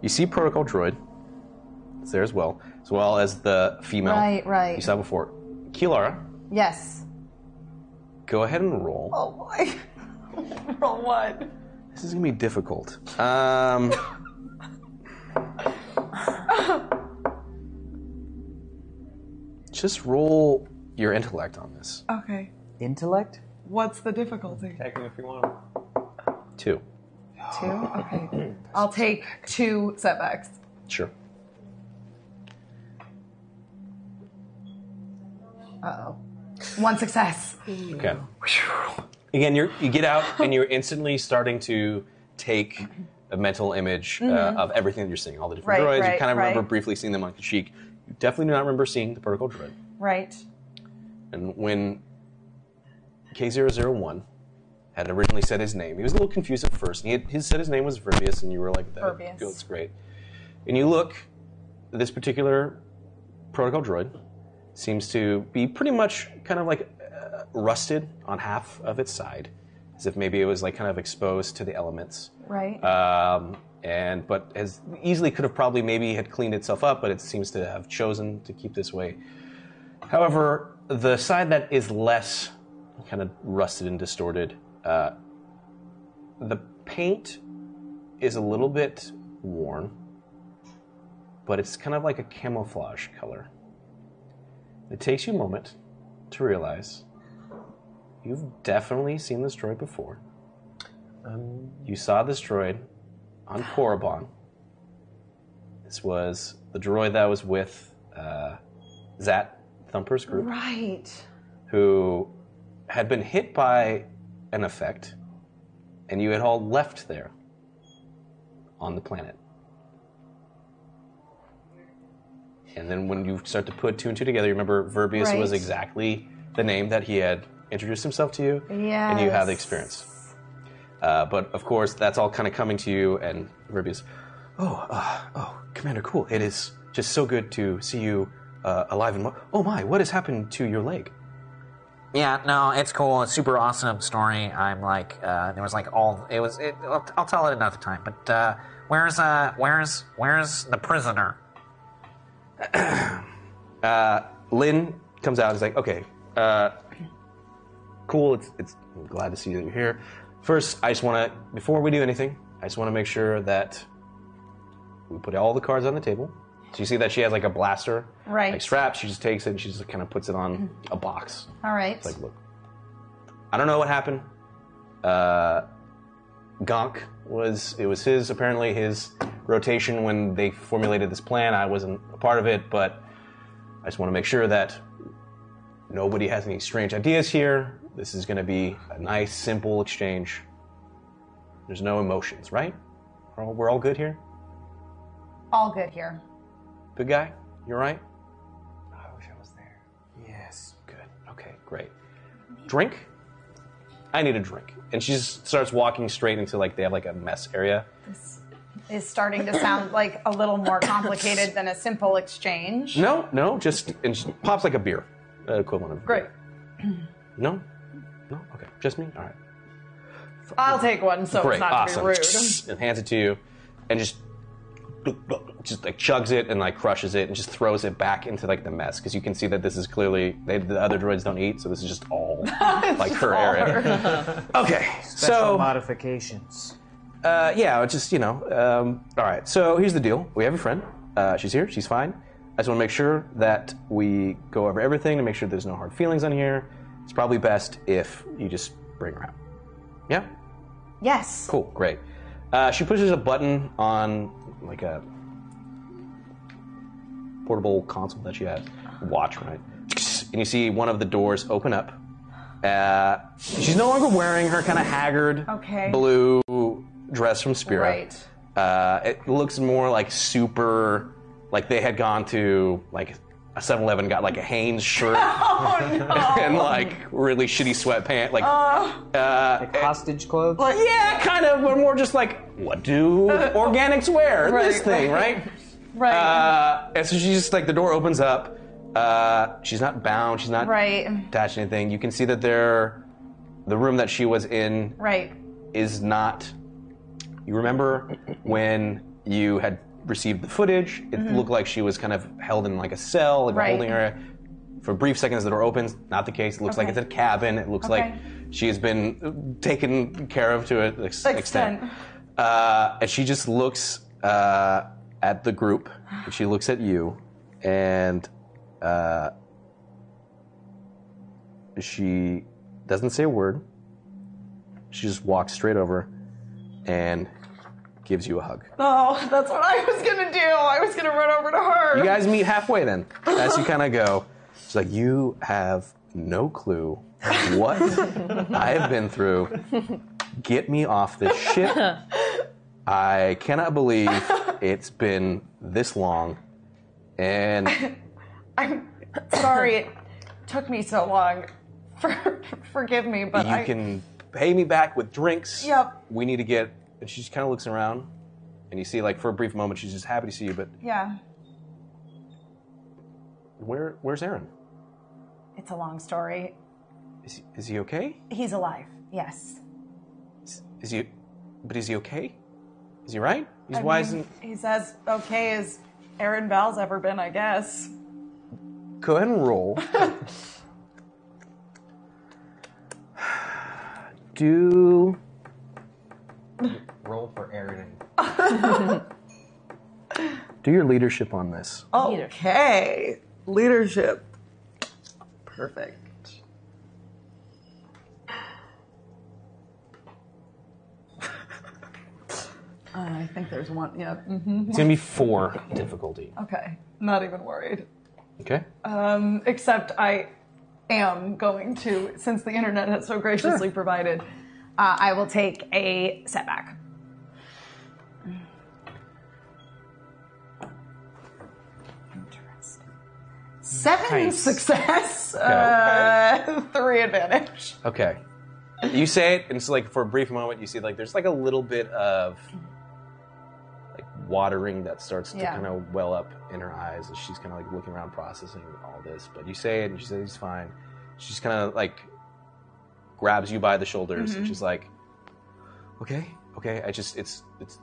Speaker 2: you see Protocol Droid. It's there as well, as well as the female
Speaker 5: Right, right.
Speaker 2: you saw before. Kilara,
Speaker 5: Yes.
Speaker 2: go ahead and roll.
Speaker 5: Oh boy. Roll one.
Speaker 2: This is gonna be difficult. Um, just roll your intellect on this.
Speaker 27: Okay.
Speaker 3: Intellect?
Speaker 27: What's the difficulty?
Speaker 12: Take him if you want.
Speaker 2: Two.
Speaker 27: Two? Oh, Okay. I'll take two setbacks.
Speaker 2: Sure.
Speaker 5: Uh oh. One success.
Speaker 2: Okay. Again, you you get out and you're instantly starting to take a mental image
Speaker 5: Mhm.
Speaker 2: uh, of everything that you're seeing, all the different
Speaker 5: Right,
Speaker 2: droids. you
Speaker 5: right,
Speaker 2: kind of remember
Speaker 5: right.
Speaker 2: briefly seeing them on Kashyyyk. You definitely do not remember seeing the particle droid.
Speaker 5: Right.
Speaker 2: And when K001 had originally said his name, he was a little confused at first. And he, had, he said his name was Verbius, and you were like, that
Speaker 5: Virbius.
Speaker 2: looks great. And you look, this particular protocol droid seems to be pretty much kind of like uh, rusted on half of its side, as if maybe it was like kind of exposed to the elements.
Speaker 5: Right.
Speaker 31: Uh,
Speaker 2: Um, and but has easily could have probably maybe had cleaned itself up, but it seems to have chosen to keep this way. However, the side that is less kind of rusted and distorted, uh, the paint is a little bit worn, but it's kind of like a camouflage color. It takes you a moment to realize you've definitely seen this droid before.
Speaker 12: Um,
Speaker 2: You saw this droid on Korriban. This was the droid that was with uh, Zat Thumper's group,
Speaker 5: Right.
Speaker 2: who had been hit by an effect, and you had all left there on the planet. And then when you start to put two and two together, you remember Verbius was
Speaker 5: Right.
Speaker 2: exactly the name that he had introduced himself to you
Speaker 5: Yeah.
Speaker 2: and you have the experience. Uh, but of course, that's all kind of coming to you, and Ruby's, oh, uh, oh, Commander Cool, it is just so good to see you uh, alive and well. Oh my, what has happened to your leg?
Speaker 9: Yeah, no, it's cool. It's super awesome story. I'm like, uh, there was like all it was. It, I'll, I'll tell it another time. But uh, where's uh, where's where's the prisoner?
Speaker 2: Uh, Lynn comes out and is like, okay, uh, cool. It's, it's, I'm glad to see that you're here. First, I just want to, before we do anything, I just want to make sure that we put all the cards on the table. So you see that she has like a blaster,
Speaker 5: Right.
Speaker 2: Like strap. She just takes it and she just kind of puts it on a box.
Speaker 5: All right.
Speaker 2: It's like, look, I don't know what happened. Uh, Gonk was it was his apparently his rotation when they formulated this plan. I wasn't a part of it, but I just want to make sure that nobody has any strange ideas here. This is going to be a nice, simple exchange. There's no emotions, right? We're all, we're all good here.
Speaker 5: All good here.
Speaker 2: Good guy, you're right. I wish I was there. Yes, good. Okay, great. Drink. I need a drink. And she just starts walking straight into like they have like a mess area.
Speaker 5: This is starting to sound like a little more complicated than a simple exchange.
Speaker 2: No, no, just and she pops like a beer, uh, equivalent of.
Speaker 27: Great.
Speaker 2: No, no, okay, just me. All right,
Speaker 27: I'll take one, so
Speaker 2: great,
Speaker 27: it's not
Speaker 2: awesome.
Speaker 27: to be rude.
Speaker 2: And hands it to you, and just just like chugs it and like crushes it and just throws it back into like the mess because you can see that this is clearly they, the other droids don't eat, so this is just all like her area. okay,
Speaker 3: Special
Speaker 2: so-
Speaker 3: modifications.
Speaker 2: Uh, yeah, it's just you know. Um, all right, so here's the deal. We have a friend. Uh, she's here. She's fine. I just want to make sure that we go over everything to make sure there's no hard feelings on here. It's probably best if you just bring her out. Yeah.
Speaker 5: Yes.
Speaker 2: Cool. Great. Uh, she pushes a button on like a portable console that she has. Watch, right? And you see one of the doors open up. Uh, she's no longer wearing her kind of haggard
Speaker 5: Okay.
Speaker 2: blue dress from Spirit. Uh, it looks more like super, like they had gone to like a 7-Eleven, got like a Hanes shirt
Speaker 5: Oh,
Speaker 2: and like really shitty sweatpants, like uh,
Speaker 3: hostage clothes.
Speaker 2: yeah, kind of, but more just like what do organics wear?
Speaker 3: Right,
Speaker 2: this thing,
Speaker 3: right.
Speaker 2: right? Right. Uh, and so she's just like the door opens up. Uh, she's not bound. She's not
Speaker 5: Right.
Speaker 2: attached to anything. You can see that there, the room that she was in
Speaker 5: Right.
Speaker 2: is not. You remember when you had received the footage? It
Speaker 5: Mhm.
Speaker 2: looked like she was kind of held in like a cell, like
Speaker 5: Right.
Speaker 2: a holding area. For brief seconds, the door opens. Not the case. It looks like
Speaker 5: Okay.
Speaker 2: it's a cabin. It looks like
Speaker 5: Okay.
Speaker 2: she has been taken care of to an ex- extent.
Speaker 5: Extent.
Speaker 2: Uh, and she just looks uh, at the group, and she looks at you, and uh, she doesn't say a word. She just walks straight over and gives you a hug.
Speaker 27: Oh, that's what I was gonna do. I was gonna run over to her.
Speaker 2: You guys meet halfway then, as you kind of go. She's like, You have no clue what I have been through. Get me off this shit. I cannot believe it's been this long. And
Speaker 27: I'm sorry it took me so long. For, forgive me, but
Speaker 2: you
Speaker 27: I.
Speaker 2: can pay me back with drinks.
Speaker 27: Yep.
Speaker 2: We need to get. And she just kind of looks around. And you see, like, for a brief moment, she's just happy to see you, but
Speaker 5: Yeah.
Speaker 2: where, where's Aaron?
Speaker 5: It's a long story.
Speaker 2: Is, is he okay?
Speaker 5: He's alive. Yes.
Speaker 2: Is he. But is he okay? Is he right? He's,
Speaker 27: I
Speaker 2: why
Speaker 27: mean,
Speaker 2: isn't.
Speaker 27: He's as okay as Aaron Bell's ever been, I guess.
Speaker 2: Go ahead and roll. Do.
Speaker 12: Roll for Aaron.
Speaker 2: Do your leadership on this.
Speaker 27: Okay. Leadership. Perfect. Uh, I think there's one. Yeah. mhm.
Speaker 2: It's gonna be four difficulty.
Speaker 27: Okay. Not even worried.
Speaker 2: Okay.
Speaker 27: Um, except I am going to, since the internet has so graciously provided,
Speaker 5: uh, I will take a setback. Interesting.
Speaker 27: Seven
Speaker 2: Nice.
Speaker 27: success,
Speaker 2: Okay.
Speaker 27: uh, three advantage.
Speaker 2: Okay. You say it, and so like for a brief moment, you see like there's like a little bit of like watering that starts to
Speaker 27: Yeah.
Speaker 2: kind of well up in her eyes as she's kind of like looking around, processing all this. But you say it, and she says he's fine. she just kind of like grabs you by the shoulders and
Speaker 27: Mm-hmm.
Speaker 30: Mhm.
Speaker 2: she's like, "Okay, okay, I just it's it's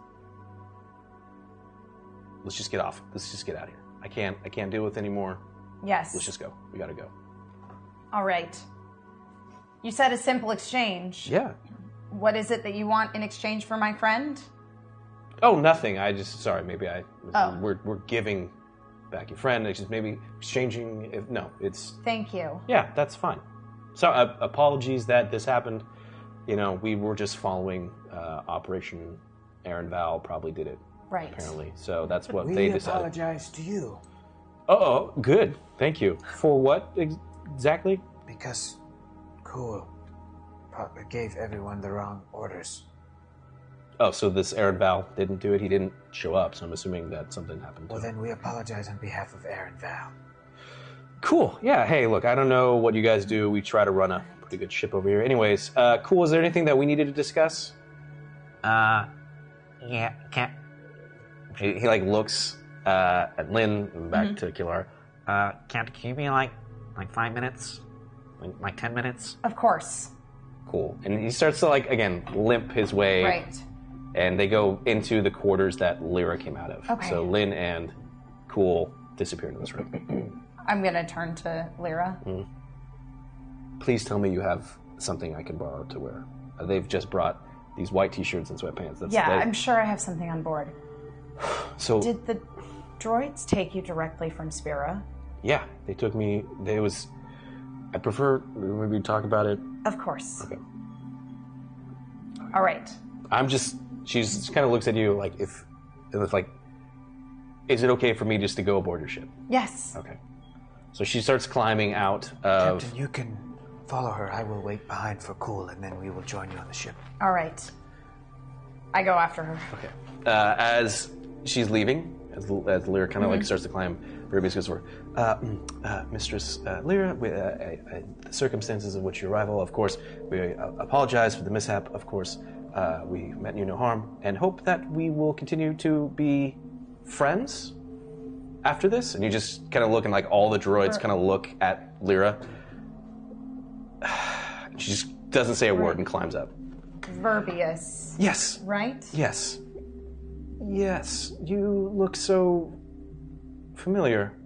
Speaker 2: let's just get off. Let's just get out of here. I can't I can't deal with it anymore.
Speaker 5: Yes.
Speaker 2: Let's just go. We gotta go.
Speaker 5: All right. You said a simple exchange.
Speaker 2: Yeah.
Speaker 5: What is it that you want in exchange for my friend?
Speaker 2: Oh, nothing. I just sorry. Maybe I
Speaker 5: Oh.
Speaker 2: we're we're giving back your friend. It's just maybe exchanging. If, no, it's
Speaker 5: Thank you.
Speaker 2: yeah, that's fine. So uh, apologies that this happened. You know, we were just following uh, Operation Aaron Val. Probably did it
Speaker 5: Right.
Speaker 2: apparently. So that's what
Speaker 29: we
Speaker 2: they decided.
Speaker 29: apologize to you
Speaker 2: Oh, oh, good. Thank you. For what ex- exactly?
Speaker 29: because Cool Papa gave everyone the wrong orders.
Speaker 2: Oh, so this Aaron Val didn't do it. He didn't show up. So I'm assuming that something happened. To
Speaker 29: Well,
Speaker 2: him.
Speaker 29: then we apologize on behalf of Aaron Val.
Speaker 2: Cool. Yeah. Hey, look, I don't know what you guys do. We try to run a pretty good ship over here. Anyways, uh, cool. Is there anything that we needed to discuss?
Speaker 9: Uh, yeah, can't.
Speaker 2: He, he like looks uh, at Lynn and
Speaker 5: Mm-hmm.
Speaker 2: back to Kilar.
Speaker 9: Uh, can't give me like like five minutes, like, like ten minutes.
Speaker 5: Of course.
Speaker 2: Cool. And he starts to like again limp his way.
Speaker 5: Right.
Speaker 2: And they go into the quarters that Lyra came out of.
Speaker 5: Okay.
Speaker 2: So Lynn and Cool disappear into this room.
Speaker 5: I'm gonna turn to Lyra.
Speaker 2: Mm. Please tell me you have something I can borrow to wear. Uh, They've just brought these white T-shirts and sweatpants. That's
Speaker 5: yeah,
Speaker 2: they-
Speaker 5: I'm sure I have something on board.
Speaker 2: so
Speaker 5: Did the droids take you directly from Spira?
Speaker 2: Yeah, they took me. They was. I prefer maybe we talk about it.
Speaker 5: Of course. All right.
Speaker 2: I'm just. She's she kind of looks at you like if, if like, is it okay for me just to go aboard your ship?
Speaker 5: Yes.
Speaker 2: Okay. So she starts climbing out of.
Speaker 29: Captain, you can follow her. I will wait behind for Cool, and then we will join you on the ship.
Speaker 5: All right. I go after her.
Speaker 2: Okay. Uh, as she's leaving, as, as Lyra kind of like
Speaker 5: Mhm.
Speaker 2: starts to climb, Rubius goes over. Uh, mm, uh, Mistress uh, Lyra, we, uh, I, I, the circumstances of which your arrival, of course, we uh, apologize for the mishap. Of course, uh, we meant you no harm, and hope that we will continue to be friends after this. And you just kind of look, and like all the droids
Speaker 12: Right.
Speaker 2: kind of look at Lyra. she just doesn't say a word and climbs up.
Speaker 5: Verbius.
Speaker 2: Yes.
Speaker 5: Right?
Speaker 2: Yes. Yes, you look so familiar.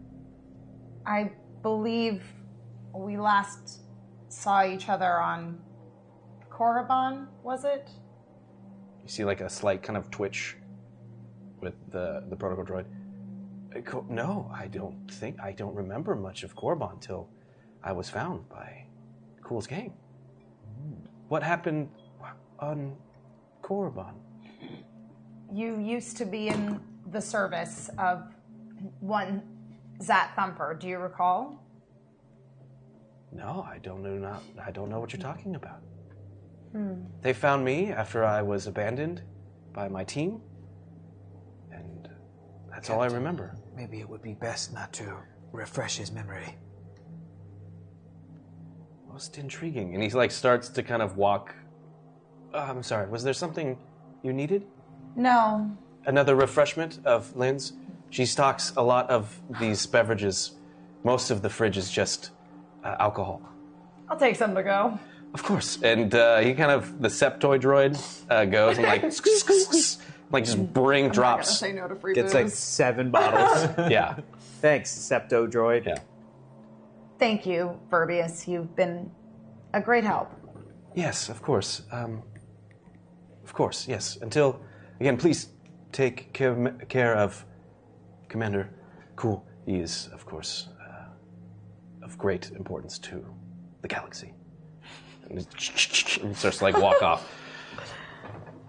Speaker 5: I believe we last saw each other on Korriban, was it?
Speaker 2: You see, like a slight kind of twitch with the the protocol droid. Uh, Co- No, I don't think I don't remember much of Korriban till I was found by Cool's gang. What happened on Korriban?
Speaker 5: You used to be in the service of one Zat Thumper, do you recall?
Speaker 2: No, I don't know. Not I don't know what you're talking about.
Speaker 5: Hmm.
Speaker 2: They found me after I was abandoned by my team, and that's all I remember.
Speaker 29: Maybe it would be best not to refresh his memory.
Speaker 2: Most intriguing. And he like starts to kind of walk. Oh, I'm sorry. Was there something you needed?
Speaker 5: No.
Speaker 2: Another refreshment of Lynn's. She stocks a lot of these beverages. Most of the fridge is just uh, alcohol.
Speaker 27: I'll take some to go.
Speaker 2: Of course. And uh, he kind of the septoid droid uh, goes and like like just bring drops.
Speaker 27: say no to free
Speaker 28: Gets
Speaker 27: booze.
Speaker 28: like seven bottles.
Speaker 2: yeah.
Speaker 28: Thanks, Septo Droid.
Speaker 2: Yeah.
Speaker 5: Thank you, Verbius. You've been a great help.
Speaker 2: Yes, of course. Um, of course, yes. Until, again, please take care, care of Commander Cool. He is, of course, uh, of great importance to the galaxy. And it and starts to, like walk off.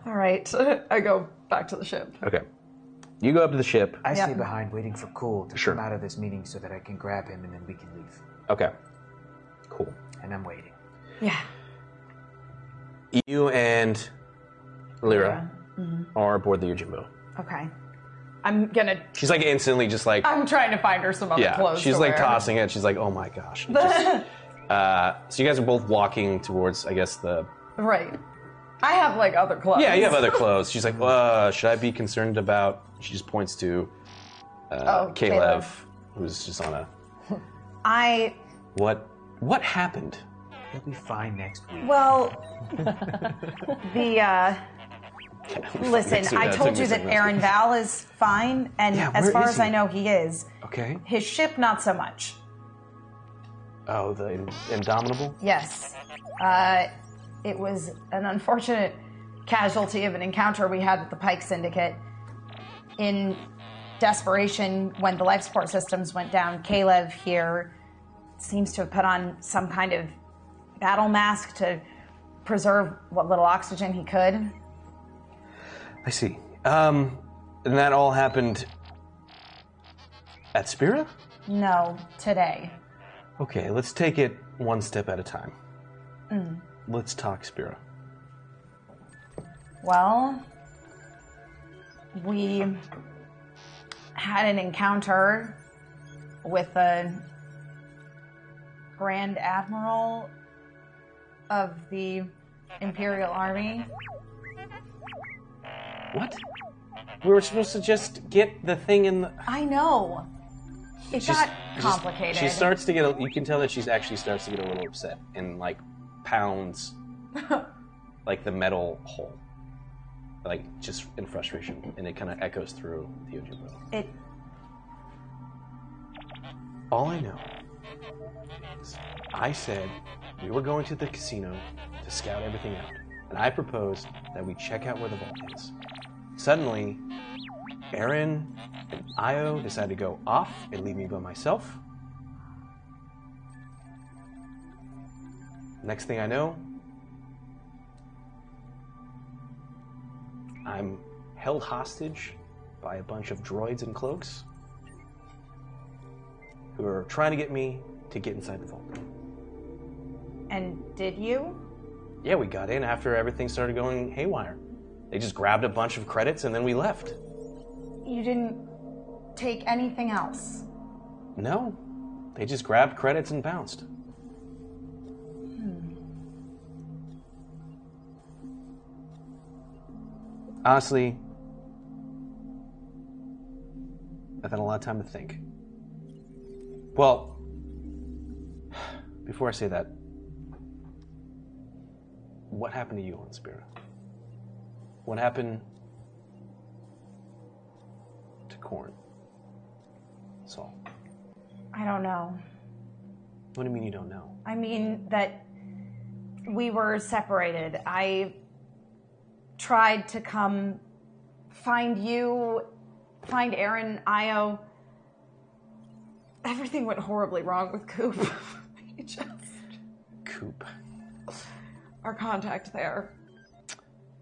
Speaker 27: All right. I go back to the ship.
Speaker 2: Okay. You go up to the ship.
Speaker 29: I
Speaker 27: Yeah.
Speaker 29: stay behind waiting for Cool to
Speaker 2: Sure.
Speaker 29: come out of this meeting so that I can grab him and then we can leave.
Speaker 2: Okay. Cool.
Speaker 29: And I'm waiting.
Speaker 27: Yeah.
Speaker 2: You and Lyra
Speaker 27: Mhm.
Speaker 2: are aboard the Yojimbo.
Speaker 27: Okay. I'm gonna.
Speaker 2: She's like instantly just like,
Speaker 27: I'm trying to find her some other
Speaker 2: yeah.
Speaker 27: clothes.
Speaker 2: She's
Speaker 27: to
Speaker 2: like
Speaker 27: wear.
Speaker 2: tossing it. She's like, oh my gosh. Uh, so you guys are both walking towards, I guess, the.
Speaker 27: right. I have like other
Speaker 6: Oh,
Speaker 27: clothes.
Speaker 2: Yeah, you have other clothes. She's like, uh, should I be concerned about? She just points to uh,
Speaker 5: Oh,
Speaker 2: Caleb,
Speaker 5: Caleb.
Speaker 2: who's just on a.
Speaker 5: I
Speaker 2: What What happened?
Speaker 3: He'll be fine next week.
Speaker 5: Well, the uh, listen, I told you that Aaron Val is fine, and
Speaker 2: Yeah,
Speaker 5: as
Speaker 2: where
Speaker 5: far
Speaker 2: is
Speaker 5: as
Speaker 2: he?
Speaker 5: I know, he is.
Speaker 2: Okay.
Speaker 5: His ship, not so much.
Speaker 2: Oh, the in- Indomitable?
Speaker 5: Yes, uh, it was an unfortunate casualty of an encounter we had with the Pike Syndicate. In desperation, when the life support systems went down, Caleb here seems to have put on some kind of battle mask to preserve what little oxygen he could.
Speaker 2: I see. Um, and that all happened at Spira?
Speaker 5: No, today.
Speaker 2: Okay, let's take it one step at a time.
Speaker 5: Mm.
Speaker 2: Let's talk Spira.
Speaker 5: Well, we had an encounter with a Grand Admiral of the Imperial Army.
Speaker 2: What? We were supposed to just get the thing in the.
Speaker 5: I know. It
Speaker 2: She's-
Speaker 5: got
Speaker 2: she's-
Speaker 5: complicated.
Speaker 2: She starts to get. A, you can tell that she's actually starts to get a little upset and like pounds, like the metal hole, like just in frustration, and it kind of echoes through the Ojibwe.
Speaker 5: It
Speaker 2: All I know is I said we were going to the casino to scout everything out, and I proposed that we check out where the vault is. Suddenly, Aaron and Io decide to go off and leave me by myself. Next thing I know, I'm held hostage by a bunch of droids in cloaks who are trying to get me to get inside the vault.
Speaker 5: and did you?
Speaker 2: Yeah, we got in after everything started going haywire. They just grabbed a bunch of credits and then we left.
Speaker 5: You didn't take anything else.
Speaker 2: No, they just grabbed credits and bounced.
Speaker 5: Hmm.
Speaker 2: Honestly, I've had a lot of time to think. Well, before I say that, what happened to you on Spira? What happened to Corn? Saul.
Speaker 5: I don't know.
Speaker 2: What do you mean you don't know?
Speaker 5: I mean that we were separated. I tried to come find you, find Aaron, Io. Everything went horribly wrong with Coop. He just-
Speaker 2: Coop.
Speaker 27: Our contact there.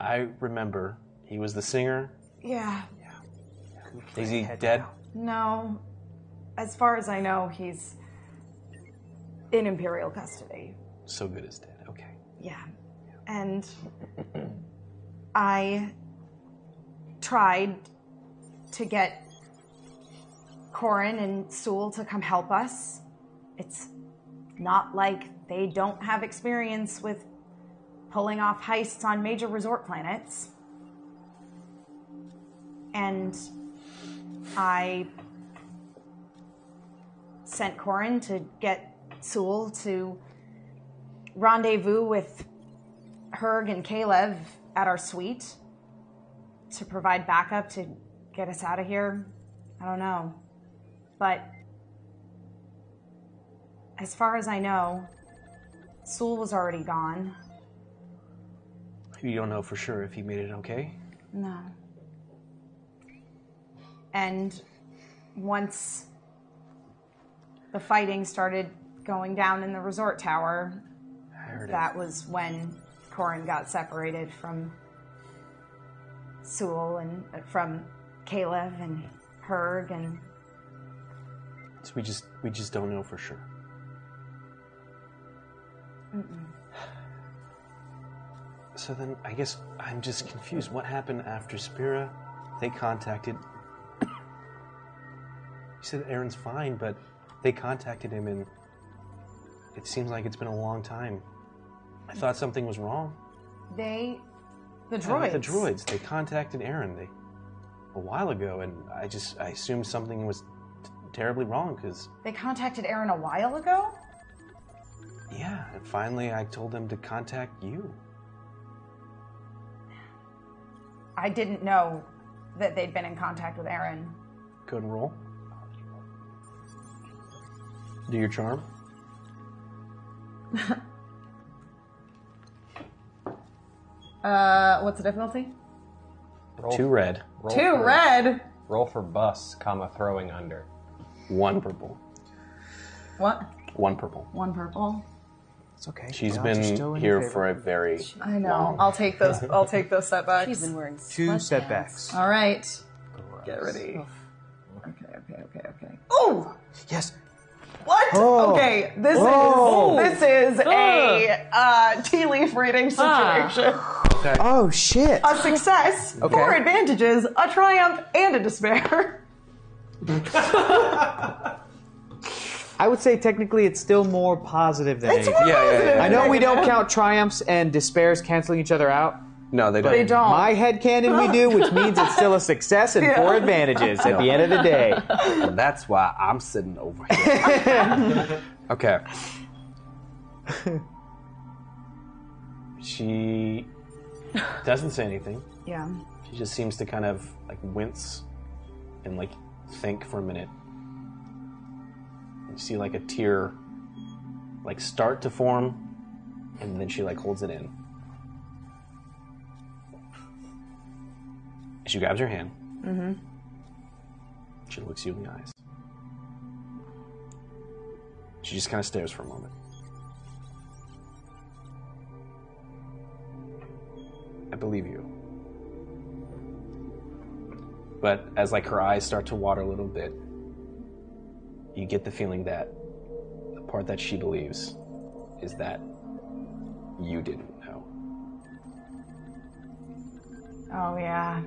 Speaker 2: I remember he was the singer.
Speaker 5: yeah,
Speaker 2: Is he dead?
Speaker 5: no. As far as I know, he's in Imperial custody.
Speaker 2: So good is dead. Okay.
Speaker 5: Yeah. And I tried to get Corin and Sewell to come help us. It's not like they don't have experience with pulling off heists on major resort planets. And I sent Corin to get Sewell to rendezvous with Herg and Caleb at our suite to provide backup to get us out of here. I don't know. But as far as I know, Sewell was already gone.
Speaker 2: You don't know for sure if he made it okay.
Speaker 5: No. And once the fighting started going down in the resort tower,
Speaker 2: heard it.
Speaker 5: that was when Corin got separated from Sewell and uh, from Caleb and Herg and
Speaker 2: So we just we just don't know for sure.
Speaker 5: mm-mm.
Speaker 2: So then I guess I'm just confused. What happened after Spira? They contacted. you said Aaron's fine, but they contacted him, and it seems like it's been a long time. I thought something was wrong.
Speaker 5: they the
Speaker 2: Yeah,
Speaker 5: droids.
Speaker 2: The droids. They contacted Aaron they, a while ago, and I just I assumed something was t- terribly wrong because
Speaker 5: They contacted Aaron a while ago?
Speaker 2: And finally, I told them to contact you.
Speaker 6: I didn't know that they'd been in contact with Aaron.
Speaker 2: Go and roll. Do your charm.
Speaker 6: Uh, what's the difficulty?
Speaker 2: Two red.
Speaker 6: Two red.
Speaker 2: Roll for bus, comma throwing under. One purple.
Speaker 6: What?
Speaker 2: One purple.
Speaker 6: One purple.
Speaker 2: It's okay. She's
Speaker 3: Odds are still
Speaker 2: been
Speaker 3: in
Speaker 2: here
Speaker 3: favor.
Speaker 2: for a very.
Speaker 6: I know. I'll take those. I'll take those setbacks.
Speaker 15: She's been wearing
Speaker 3: Two setbacks.
Speaker 6: All right.
Speaker 3: Get
Speaker 6: ready. Okay. Okay. Okay. Okay. Oh.
Speaker 3: Yes.
Speaker 32: What?
Speaker 3: Oh.
Speaker 32: Okay, this
Speaker 3: Oh.
Speaker 32: is this is a
Speaker 3: Ugh.
Speaker 32: uh, tea leaf reading
Speaker 3: Ah.
Speaker 32: situation.
Speaker 9: Oh shit.
Speaker 32: A success,
Speaker 9: Okay.
Speaker 32: four advantages, a triumph, and a despair.
Speaker 3: I would say technically it's still more positive than
Speaker 32: It's
Speaker 3: anything.
Speaker 32: more Yeah, yeah, yeah. positive
Speaker 3: I know
Speaker 32: than
Speaker 3: we don't
Speaker 32: negative.
Speaker 3: count triumphs and despairs canceling each other out.
Speaker 2: No, they
Speaker 3: but
Speaker 32: don't. They
Speaker 9: Oh.
Speaker 32: don't.
Speaker 3: My head canon we do, which means it's still a success and
Speaker 32: Yeah.
Speaker 3: four advantages at the end of the day.
Speaker 2: And that's why I'm sitting over here. okay. she doesn't say anything.
Speaker 6: Yeah.
Speaker 2: She just seems to kind of like wince and like think for a minute. You see like a tear like start to form and then she like holds it in. She grabs your hand.
Speaker 6: Mm-hmm.
Speaker 2: She looks you in the eyes. She just kind of stares for a moment. I believe you. But as like her eyes start to water a little bit, you get the feeling that the part that she believes is that you didn't know.
Speaker 6: Oh yeah.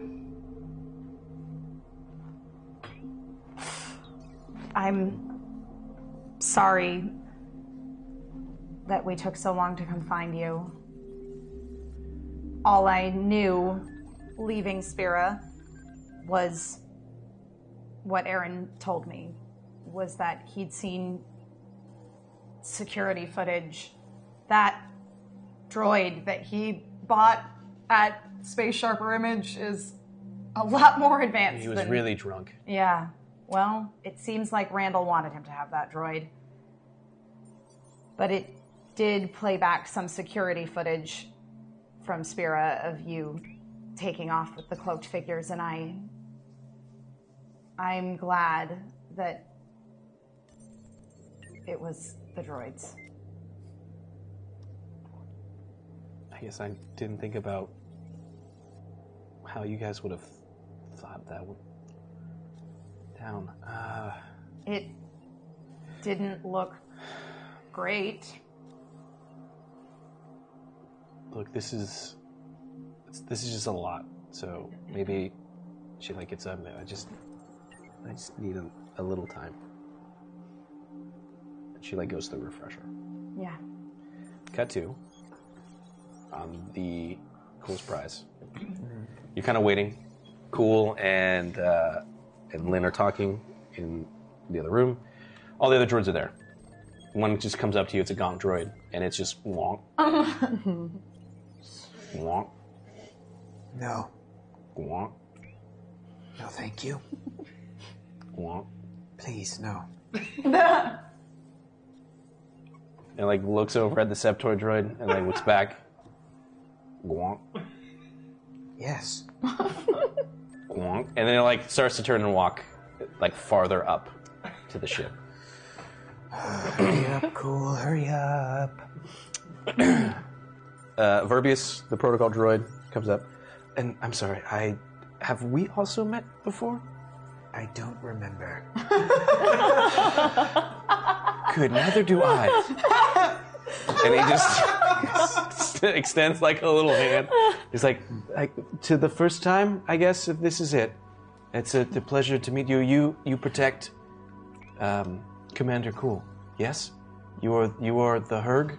Speaker 6: I'm sorry that we took so long to come find you. All I knew leaving Spira was what Aaron told me was that he'd seen security footage that
Speaker 32: droid that he bought at Space Sharper Image is a lot more advanced.
Speaker 2: He was
Speaker 32: than-
Speaker 2: really drunk.
Speaker 6: Yeah. Well, it seems like Randall wanted him to have that droid. But it did play back some security footage from Spira of you taking off with the cloaked figures and I I'm glad that it was the droids.
Speaker 2: I guess I didn't think about how you guys would have thought that would down. Uh,
Speaker 6: It didn't look great.
Speaker 2: look, this is it's- this is just a lot. So maybe she like gets up. I just I just need a, a little time. And she like goes through a refresher.
Speaker 6: Yeah.
Speaker 2: Cut to on the cool's prize. You're kind of waiting. Cool and uh, and Lynn are talking in the other room. All the other droids are there. One just comes up to you. It's a gonk droid, and it's just wonk, wonk,
Speaker 9: No.
Speaker 2: wonk,
Speaker 9: No, thank you.
Speaker 2: wonk.
Speaker 9: Please, no.
Speaker 2: And like looks over at the Septoid droid, and then looks back. Wonk,
Speaker 9: Yes.
Speaker 2: wonk, and then it like starts to turn and walk, like farther up to the ship.
Speaker 9: hurry up, cool. Hurry up.
Speaker 2: uh, Verbius, the protocol droid, comes up. And I'm sorry, I have we also met before?
Speaker 9: I don't remember.
Speaker 2: Good, neither do I. and he just extends like a little hand. He's like, like to the first time, I guess. If this is it, it's a, a pleasure to meet you. You you protect um, Commander Cool. Yes, you are you are the Herg.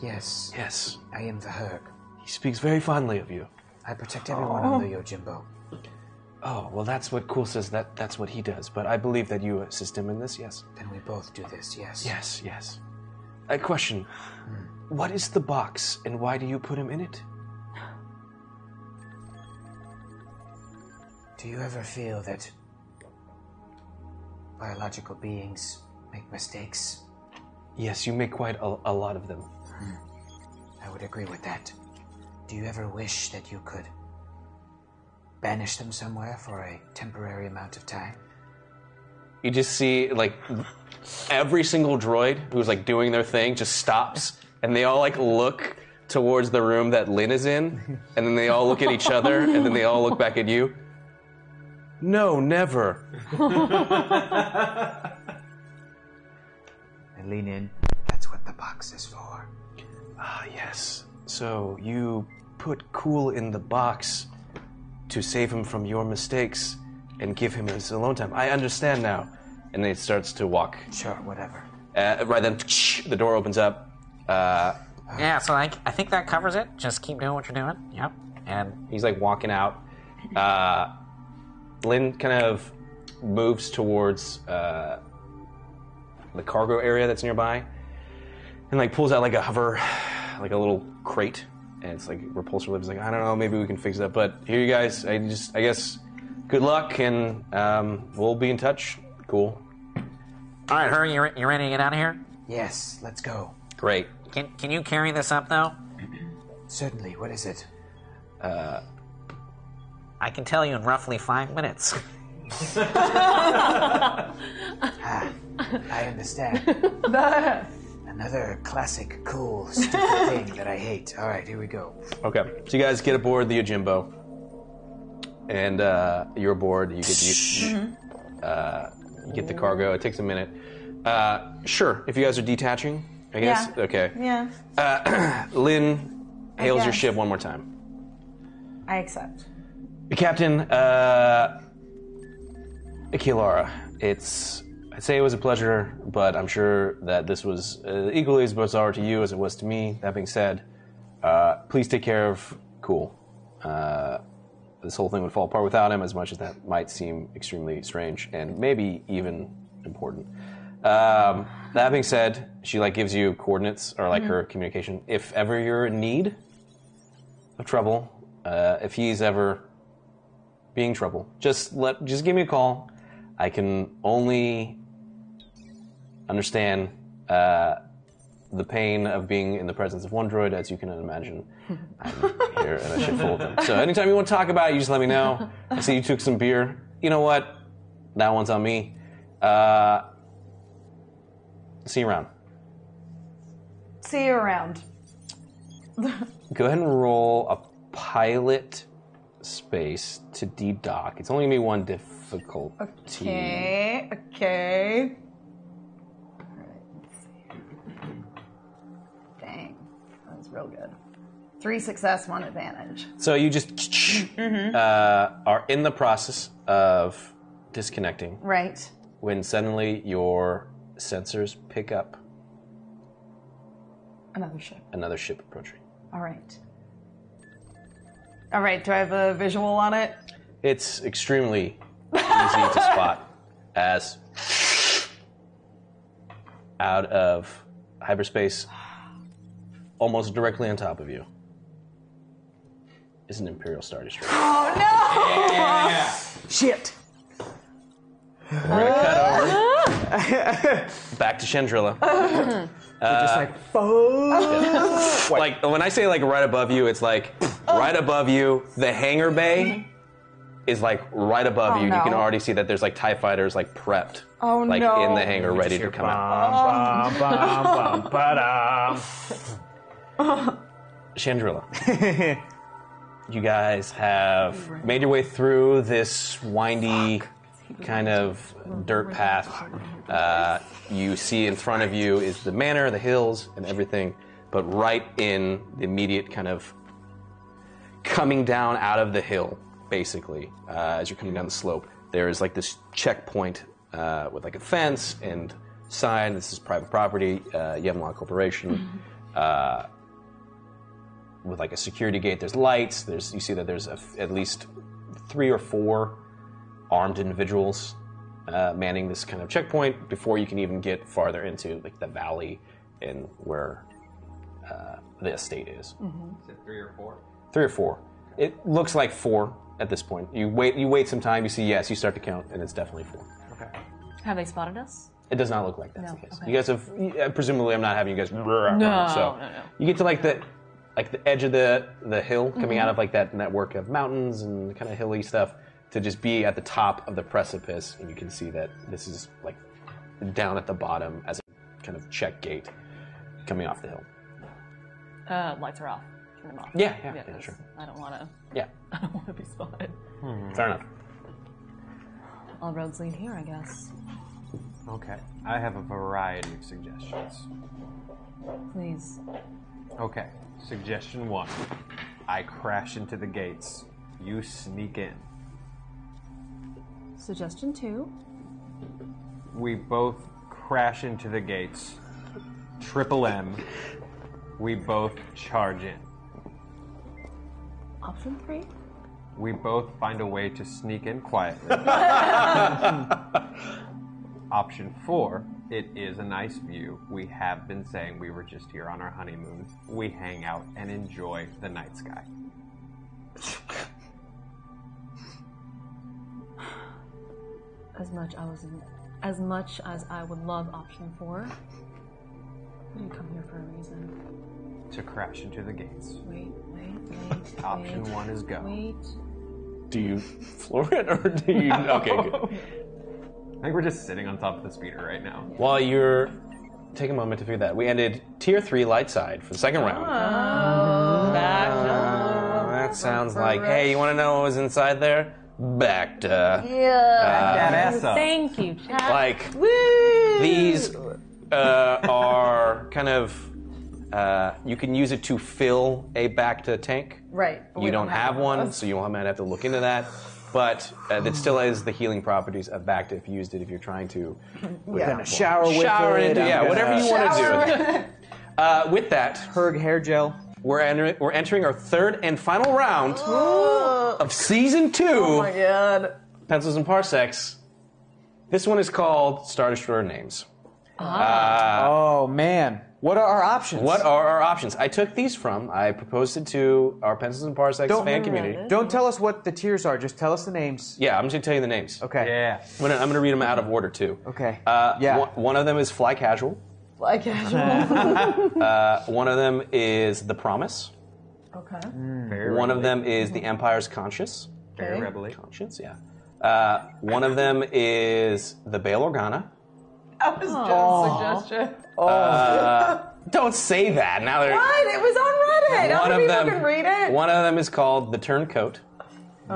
Speaker 9: Yes.
Speaker 2: Yes.
Speaker 9: I am the Herc.
Speaker 2: He speaks very fondly of you.
Speaker 9: I protect everyone
Speaker 2: Oh.
Speaker 9: under your Yojimbo.
Speaker 2: Oh, well, that's what Cool says. That that's what he does. But I believe that you assist him in this. Yes.
Speaker 9: Then we both do this, yes.
Speaker 2: Yes. Yes. A question. What is the box and why do you put him in it?
Speaker 31: Do you ever feel that biological beings make mistakes?
Speaker 2: Yes, you make quite a, a lot of them.
Speaker 31: I would agree with that. Do you ever wish that you could banish them somewhere for a temporary amount of time?
Speaker 2: You just see like every single droid who's like doing their thing just stops and they all like look towards the room that Lynn is in and then they all look at each other and then they all look back at you. No, never.
Speaker 31: I lean in. That's what the box is for.
Speaker 2: Ah, yes. So you put Cool in the box to save him from your mistakes and give him his alone time. I understand now. And then it starts to walk.
Speaker 31: Sure, whatever.
Speaker 2: Uh, right then, the door opens up. Uh,
Speaker 9: Yeah, so like I think that covers it. Just keep doing what you're doing. Yep.
Speaker 2: and he's like walking out. Uh, Lynn kind of moves towards uh, the cargo area that's nearby, and like pulls out like a hover, like a little crate, and it's like repulsor lives like I don't know, maybe we can fix that. But here you guys, I just I guess good luck, and um, we'll be in touch. Cool.
Speaker 9: All right, hurry. You re- you ready to get out of here?
Speaker 31: Yes, let's go.
Speaker 2: Great.
Speaker 9: Can can you carry this up though?
Speaker 31: Certainly. What is it?
Speaker 2: Uh,
Speaker 9: I can tell you in roughly five minutes.
Speaker 31: I understand. Another classic, cool, stupid thing that I hate. All right, here we go.
Speaker 2: Okay, so you guys get aboard the Ajimbo, and uh, you're aboard. You get the, uh, you get the cargo. It takes a minute. Uh, sure, if you guys are detaching, I guess.
Speaker 27: Yeah.
Speaker 2: Okay.
Speaker 27: Yeah.
Speaker 2: Uh, Lynn
Speaker 27: I
Speaker 2: hails your
Speaker 27: guess.
Speaker 2: ship one more time.
Speaker 27: I accept.
Speaker 2: Captain uh, Akilara, it's. I'd say it was a pleasure, but I'm sure that this was uh, equally as bizarre to you as it was to me. That being said, uh, please take care of Cool. Uh, this whole thing would fall apart without him, as much as that might seem extremely strange and maybe even important. Um, that being said, she like gives you coordinates or like
Speaker 12: Mhm.
Speaker 2: her communication. If ever you're in need of trouble, uh, if he's ever being trouble, just let just give me a call. I can only understand uh, the pain of being in the presence of one droid, as you can imagine. I'm here and I should fold them. So anytime you want to talk about it, you just let me know. I see you took some beer. You know what? That one's on me. Uh, see you around.
Speaker 27: See you around.
Speaker 2: Go ahead and roll a pilot space to deep dock. It's only gonna be one difficulty.
Speaker 27: Okay. Okay.
Speaker 5: Dang, that was real good. Three success, one advantage.
Speaker 2: So you just
Speaker 5: Mm-hmm.
Speaker 2: uh, are in the process of disconnecting
Speaker 5: right.
Speaker 2: when suddenly your sensors pick up
Speaker 27: Another ship.
Speaker 2: another ship approaching.
Speaker 27: All right. All right. Do I have a visual on it?
Speaker 2: It's extremely easy to spot as out of hyperspace, almost directly on top of you, is an Imperial Star Destroyer.
Speaker 27: Oh no!
Speaker 29: Shit.
Speaker 2: We're gonna cut over back to Chandrilla.
Speaker 29: We're
Speaker 2: Uh,
Speaker 29: just like, fuck.
Speaker 2: like when I say like right above you, it's like right above you. The hangar bay is like right above
Speaker 27: Mm-hmm. Oh,
Speaker 2: you. You can
Speaker 27: no.
Speaker 2: already see that there's like Tie Fighters like prepped,
Speaker 27: Oh,
Speaker 2: like
Speaker 27: no.
Speaker 2: in the hangar,
Speaker 27: You
Speaker 2: ready
Speaker 27: just hear
Speaker 2: to come
Speaker 27: bum,
Speaker 2: out.
Speaker 27: Oh, bum, no. bum,
Speaker 2: Chandrilla, you guys have made your way through this windy kind of dirt path. Uh, you see in front of you is the manor, the hills, and everything, but right in the immediate kind of coming down out of the hill, basically, uh, as you're coming down the slope, there is like this checkpoint uh, with like a fence and sign. This is private property, uh, Yemlaw Corporation. Uh, with like a security gate, there's lights. There's you see that there's a f at least three or four armed individuals uh, manning this kind of checkpoint before you can even get farther into like the valley in where uh, the estate is.
Speaker 12: Is it three or four?
Speaker 2: Three or four. It looks like four at this point. You wait. You wait some time. You see yes. You start to count, and it's definitely four. Okay.
Speaker 15: Have they spotted us?
Speaker 2: It does not look like that's
Speaker 15: No,
Speaker 2: the case.
Speaker 15: okay.
Speaker 2: You guys have yeah, presumably. I'm not having you guys. No,
Speaker 15: No,
Speaker 2: so
Speaker 15: no, no.
Speaker 2: you get to like the like the edge of the the hill coming out
Speaker 15: Mhm.
Speaker 2: of like that network of mountains and kind of hilly stuff to just be at the top of the precipice, and you can see that this is like down at the bottom as a kind of check gate coming off the hill.
Speaker 15: Uh, lights are off. Turn them off.
Speaker 2: Yeah, yeah, yeah,
Speaker 15: 'cause
Speaker 2: sure.
Speaker 15: I don't want to.
Speaker 2: Yeah.
Speaker 15: I don't want to be spotted.
Speaker 2: Fair enough.
Speaker 15: All roads lead here, I guess.
Speaker 28: Okay. I have a variety of suggestions.
Speaker 15: Please.
Speaker 28: Okay. Suggestion one I crash into the gates. You sneak in.
Speaker 15: Suggestion two.
Speaker 28: We both crash into the gates. Triple M. We both charge in.
Speaker 15: Option three.
Speaker 28: We both find a way to sneak in quietly. Option four, it is a nice view. We have been saying we were just here on our honeymoon. We hang out and enjoy the night sky.
Speaker 15: As much I was, as much as I would love option four. I didn't come here for a reason.
Speaker 28: To crash into the gates.
Speaker 15: Wait, wait, wait.
Speaker 28: Option
Speaker 15: wait,
Speaker 28: one is go.
Speaker 15: Wait.
Speaker 2: Do you floor it or do you? Okay, good.
Speaker 28: I think we're just sitting on top of the speeder right now.
Speaker 2: While you're take a moment to figure that, we ended tier three light side for the second round. Uh, that sounds like hey, you want to know what was inside there? Back to
Speaker 15: Yeah.
Speaker 2: Back that ass up.
Speaker 15: Thank you, Chad.
Speaker 2: Like-
Speaker 15: Woo!
Speaker 2: these uh, are kind of uh, you can use it to fill a back to tank.
Speaker 5: Right. but
Speaker 2: You
Speaker 5: we
Speaker 2: don't have one, so you might have to look into that. But uh, that still has the healing properties of Bacta if you used it if you're trying to.
Speaker 29: I'm gonna shower with
Speaker 2: Shower
Speaker 29: it,
Speaker 2: into,
Speaker 29: I'm
Speaker 2: yeah,
Speaker 29: gonna-
Speaker 2: whatever you want to do. Uh, with that, Herg
Speaker 28: hair gel.
Speaker 2: We're, enter- we're entering our third and final round of season two.
Speaker 5: Oh my
Speaker 3: Uh,
Speaker 5: god.
Speaker 2: Pencils and Parsecs. This one is called Star Destroyer Names. oh man, what are our options? What are our options? I took these from. I proposed it to our Pencils and Parsecs fan community.
Speaker 3: Don't tell us what the tiers are. Just tell us the names.
Speaker 2: Yeah, I'm just gonna tell you the names.
Speaker 3: Okay.
Speaker 28: Yeah.
Speaker 2: I'm gonna, I'm gonna read them out of order too. Okay. Uh, yeah. One, one of them is Fly Casual.
Speaker 5: Fly casual.
Speaker 2: uh, one of them is The Promise.
Speaker 5: okay.
Speaker 2: one of them is The Empire's Conscious.
Speaker 5: Very Okay.
Speaker 2: rebelly. Conscience, yeah. Uh, one of them is The Bail Organa.
Speaker 5: That was just
Speaker 2: Aw.
Speaker 5: a suggestion.
Speaker 2: Uh, don't say that. Now they're.
Speaker 5: What? It was on Reddit. How
Speaker 2: One
Speaker 5: many
Speaker 2: of
Speaker 5: people
Speaker 2: them.
Speaker 5: can read it?
Speaker 2: One of them is called the Turncoat,
Speaker 5: Oh.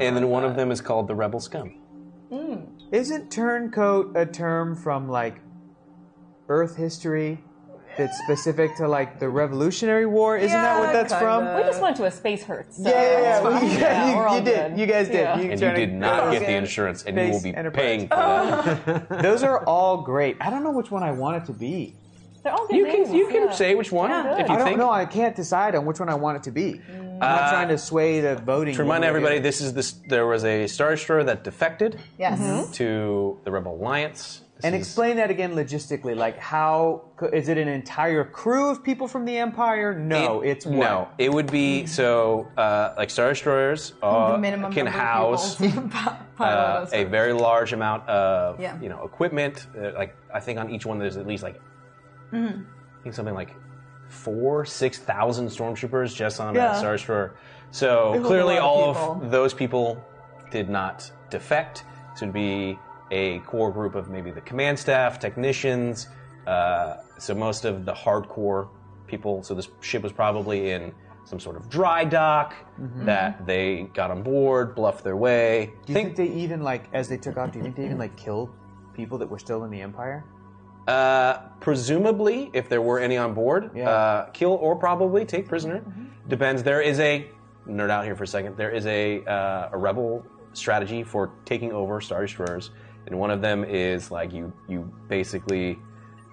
Speaker 2: and then one of them is called the Rebel Scum.
Speaker 5: Mm.
Speaker 3: Isn't turncoat a term from like Earth history that's specific to like the Revolutionary War? Isn't that what that's from?
Speaker 15: We just went to a space hurt. So
Speaker 3: Yeah, yeah, yeah.
Speaker 15: it's fine.
Speaker 3: You- you-
Speaker 15: we're all
Speaker 3: you did.
Speaker 15: good.
Speaker 3: You guys did.
Speaker 15: Yeah.
Speaker 3: You
Speaker 2: And you
Speaker 3: turned
Speaker 2: did
Speaker 3: it-
Speaker 2: not
Speaker 3: Okay.
Speaker 2: get the insurance, and you will
Speaker 3: Base
Speaker 2: be
Speaker 3: enterprise.
Speaker 2: paying for that.
Speaker 3: Those are all great. I don't know which one I want it to be.
Speaker 15: They're all good
Speaker 2: You can-
Speaker 15: names,
Speaker 2: you can
Speaker 15: yeah.
Speaker 2: say which one
Speaker 15: Yeah.
Speaker 2: if you
Speaker 3: I don't
Speaker 2: think.
Speaker 3: know. I can't decide on which one I want it to be. I'm not
Speaker 2: Uh,
Speaker 3: trying to sway the voting.
Speaker 2: To remind
Speaker 3: one way or
Speaker 2: everybody,
Speaker 3: the
Speaker 2: this is this. There was a Star Destroyer that defected
Speaker 5: Yes.
Speaker 2: to the Rebel Alliance. This
Speaker 3: And
Speaker 2: is-
Speaker 3: explain that again logistically. Like, how co- is it an entire crew of people from the Empire? No,
Speaker 2: It-
Speaker 3: it's one.
Speaker 2: no. It would be so uh, like Star Destroyers uh,
Speaker 3: The minimum
Speaker 2: can
Speaker 3: number of
Speaker 2: house uh, a very large amount of
Speaker 5: Yeah.
Speaker 2: you know equipment. Uh, like I think on each one there's at least like
Speaker 5: Mhm.
Speaker 2: I think something like four, six thousand stormtroopers just on
Speaker 5: Yeah.
Speaker 2: that Star Destroyer.
Speaker 5: It
Speaker 2: So
Speaker 5: was a
Speaker 2: clearly,
Speaker 5: lot of
Speaker 2: all
Speaker 5: people.
Speaker 2: of those people did not defect. So it'd be a core group of maybe the command staff, technicians. Uh, so most of the hardcore people. So this ship was probably in some sort of dry dock
Speaker 3: Mhm.
Speaker 2: that they got on board, bluffed their way.
Speaker 3: Do you think, they even like as they took off? Do you think they even like killed people that were still in the Empire?
Speaker 2: Uh, presumably, if there were any on board, uh, kill or probably take prisoner.
Speaker 6: Mm-hmm.
Speaker 2: Depends. There is a nerd out here for a second. There is a uh, a rebel strategy for taking over star destroyers, and one of them is like you you basically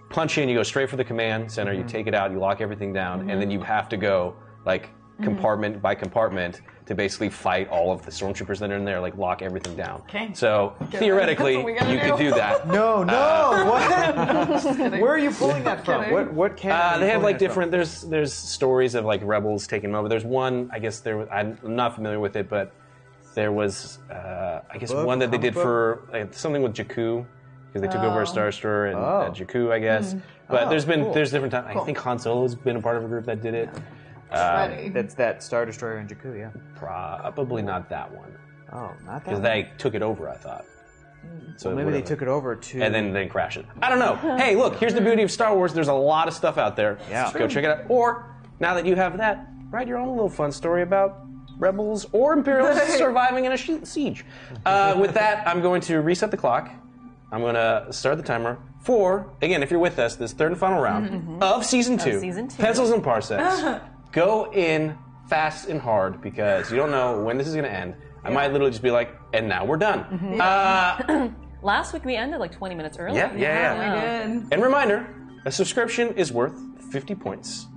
Speaker 2: punch in, you go straight for the command
Speaker 6: Mm-hmm.
Speaker 2: center, you
Speaker 26: Mhm.
Speaker 2: take it out, you lock everything down,
Speaker 26: Mhm.
Speaker 6: Mm-hmm.
Speaker 2: and then you have to go like
Speaker 26: Mhm.
Speaker 2: compartment by compartment to basically fight all of the stormtroopers that are in there, like lock everything down.
Speaker 6: Okay.
Speaker 2: So
Speaker 6: Okay,
Speaker 2: theoretically,
Speaker 6: that's what we gotta
Speaker 2: you
Speaker 6: do.
Speaker 2: could do that.
Speaker 3: No, no.
Speaker 2: Uh,
Speaker 3: what? Where are you pulling that from?
Speaker 2: Kidding.
Speaker 3: What what can?
Speaker 2: Uh, they have like different. There's there's stories of like rebels taking over. There's one. I guess there. was- I'm not familiar with it, but there was. Uh, I guess
Speaker 26: Book,
Speaker 2: one that they
Speaker 26: comic
Speaker 2: did
Speaker 26: book?
Speaker 2: for like, something with Jakku because they took over
Speaker 26: Oh.
Speaker 2: a star destroyer and uh,
Speaker 26: Oh.
Speaker 2: Jakku, I guess.
Speaker 26: Mm.
Speaker 2: But
Speaker 26: Oh,
Speaker 2: there's been
Speaker 26: cool.
Speaker 2: there's different times.
Speaker 26: Cool.
Speaker 2: I think Han Solo's been a part of a group that did it. Um,
Speaker 3: That's that Star Destroyer in Jakku, yeah.
Speaker 2: Probably not that one
Speaker 3: Oh, not that.
Speaker 2: because they took it over. I thought.
Speaker 26: Hmm.
Speaker 2: So
Speaker 3: Well, maybe they took it over to.
Speaker 2: and then then crash it. I don't know. Hey, look, here's the beauty of Star Wars. There's a lot of stuff out there.
Speaker 3: Yeah.
Speaker 2: Just go check it out. Or now that you have that, write your own little fun story about rebels or Imperials surviving in a shi- siege. Uh, with that, I'm going to reset the clock. I'm going to start the timer for again. If you're with us, this third and final round of season
Speaker 15: Mm-hmm. Of
Speaker 2: two,
Speaker 15: season two.
Speaker 2: pencils and parsecs. go in fast and hard because you don't know when this is going to end. I might literally just be like, and now we're done.
Speaker 15: Mm-hmm. Last week we ended like 20 minutes early.
Speaker 2: Yeah, yeah, yeah. And reminder, a subscription is worth 50 points.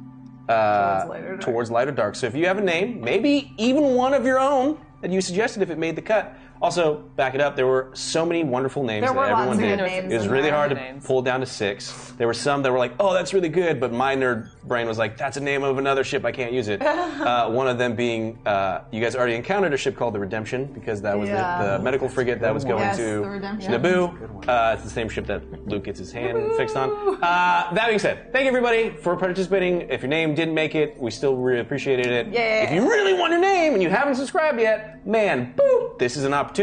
Speaker 2: Uh, towards, light or dark. So if you have a name, maybe even one of your own that you suggested if it made the cut. Also, back it up. There were so many wonderful names
Speaker 6: There
Speaker 2: that
Speaker 6: were lots
Speaker 2: everyone
Speaker 6: of
Speaker 2: did.
Speaker 6: good names
Speaker 2: it was
Speaker 6: in
Speaker 2: really
Speaker 6: there.
Speaker 2: hard to
Speaker 6: Names.
Speaker 2: pull down to six. There were some that were like, "Oh, that's really good," but my nerd brain was like, "That's a name of another ship. I can't use it." uh, one of them being, uh, you guys already encountered a ship called the Redemption because that was the-
Speaker 6: Yeah.
Speaker 2: the, medical frigate that was
Speaker 6: one.
Speaker 2: going
Speaker 6: Yes,
Speaker 2: to
Speaker 6: the Redemption.
Speaker 2: Naboo. Uh, it's the same ship that Luke gets his hand fixed on. Uh, that being said, thank you everybody for participating. If your name didn't make it, we still really appreciated it.
Speaker 6: Yeah.
Speaker 2: If you really want your name and you haven't subscribed yet, man, boop, this is an opportunity.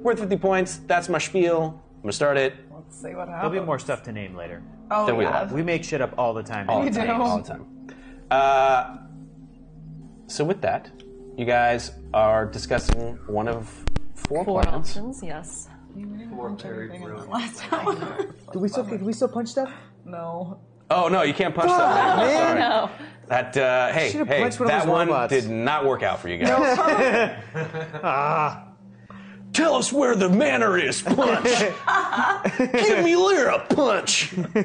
Speaker 2: Worth 50 points. That's my spiel. I'm gonna start it.
Speaker 6: Let's see what
Speaker 3: There'll
Speaker 6: happens.
Speaker 3: be more stuff to name later.
Speaker 6: Oh, There
Speaker 2: will. yeah.
Speaker 3: We make shit up all the time.
Speaker 2: All the time. All the time. Uh, so with that, you guys are discussing one of four,
Speaker 15: Four
Speaker 2: plans.
Speaker 15: options, yes.
Speaker 6: Last time.
Speaker 3: Do we still do we still punch stuff?
Speaker 6: no.
Speaker 2: Oh no, you can't punch
Speaker 6: Fuck,
Speaker 2: that. Man.
Speaker 6: man.
Speaker 2: Sorry.
Speaker 6: No.
Speaker 2: That uh, hey
Speaker 6: Should've
Speaker 2: hey
Speaker 6: punched one of
Speaker 2: that
Speaker 6: those
Speaker 2: one
Speaker 6: robots.
Speaker 2: did not work out for you guys.
Speaker 3: ah.
Speaker 2: Tell us where the manor is. Punch. Give me Lyra. Punch. Uh,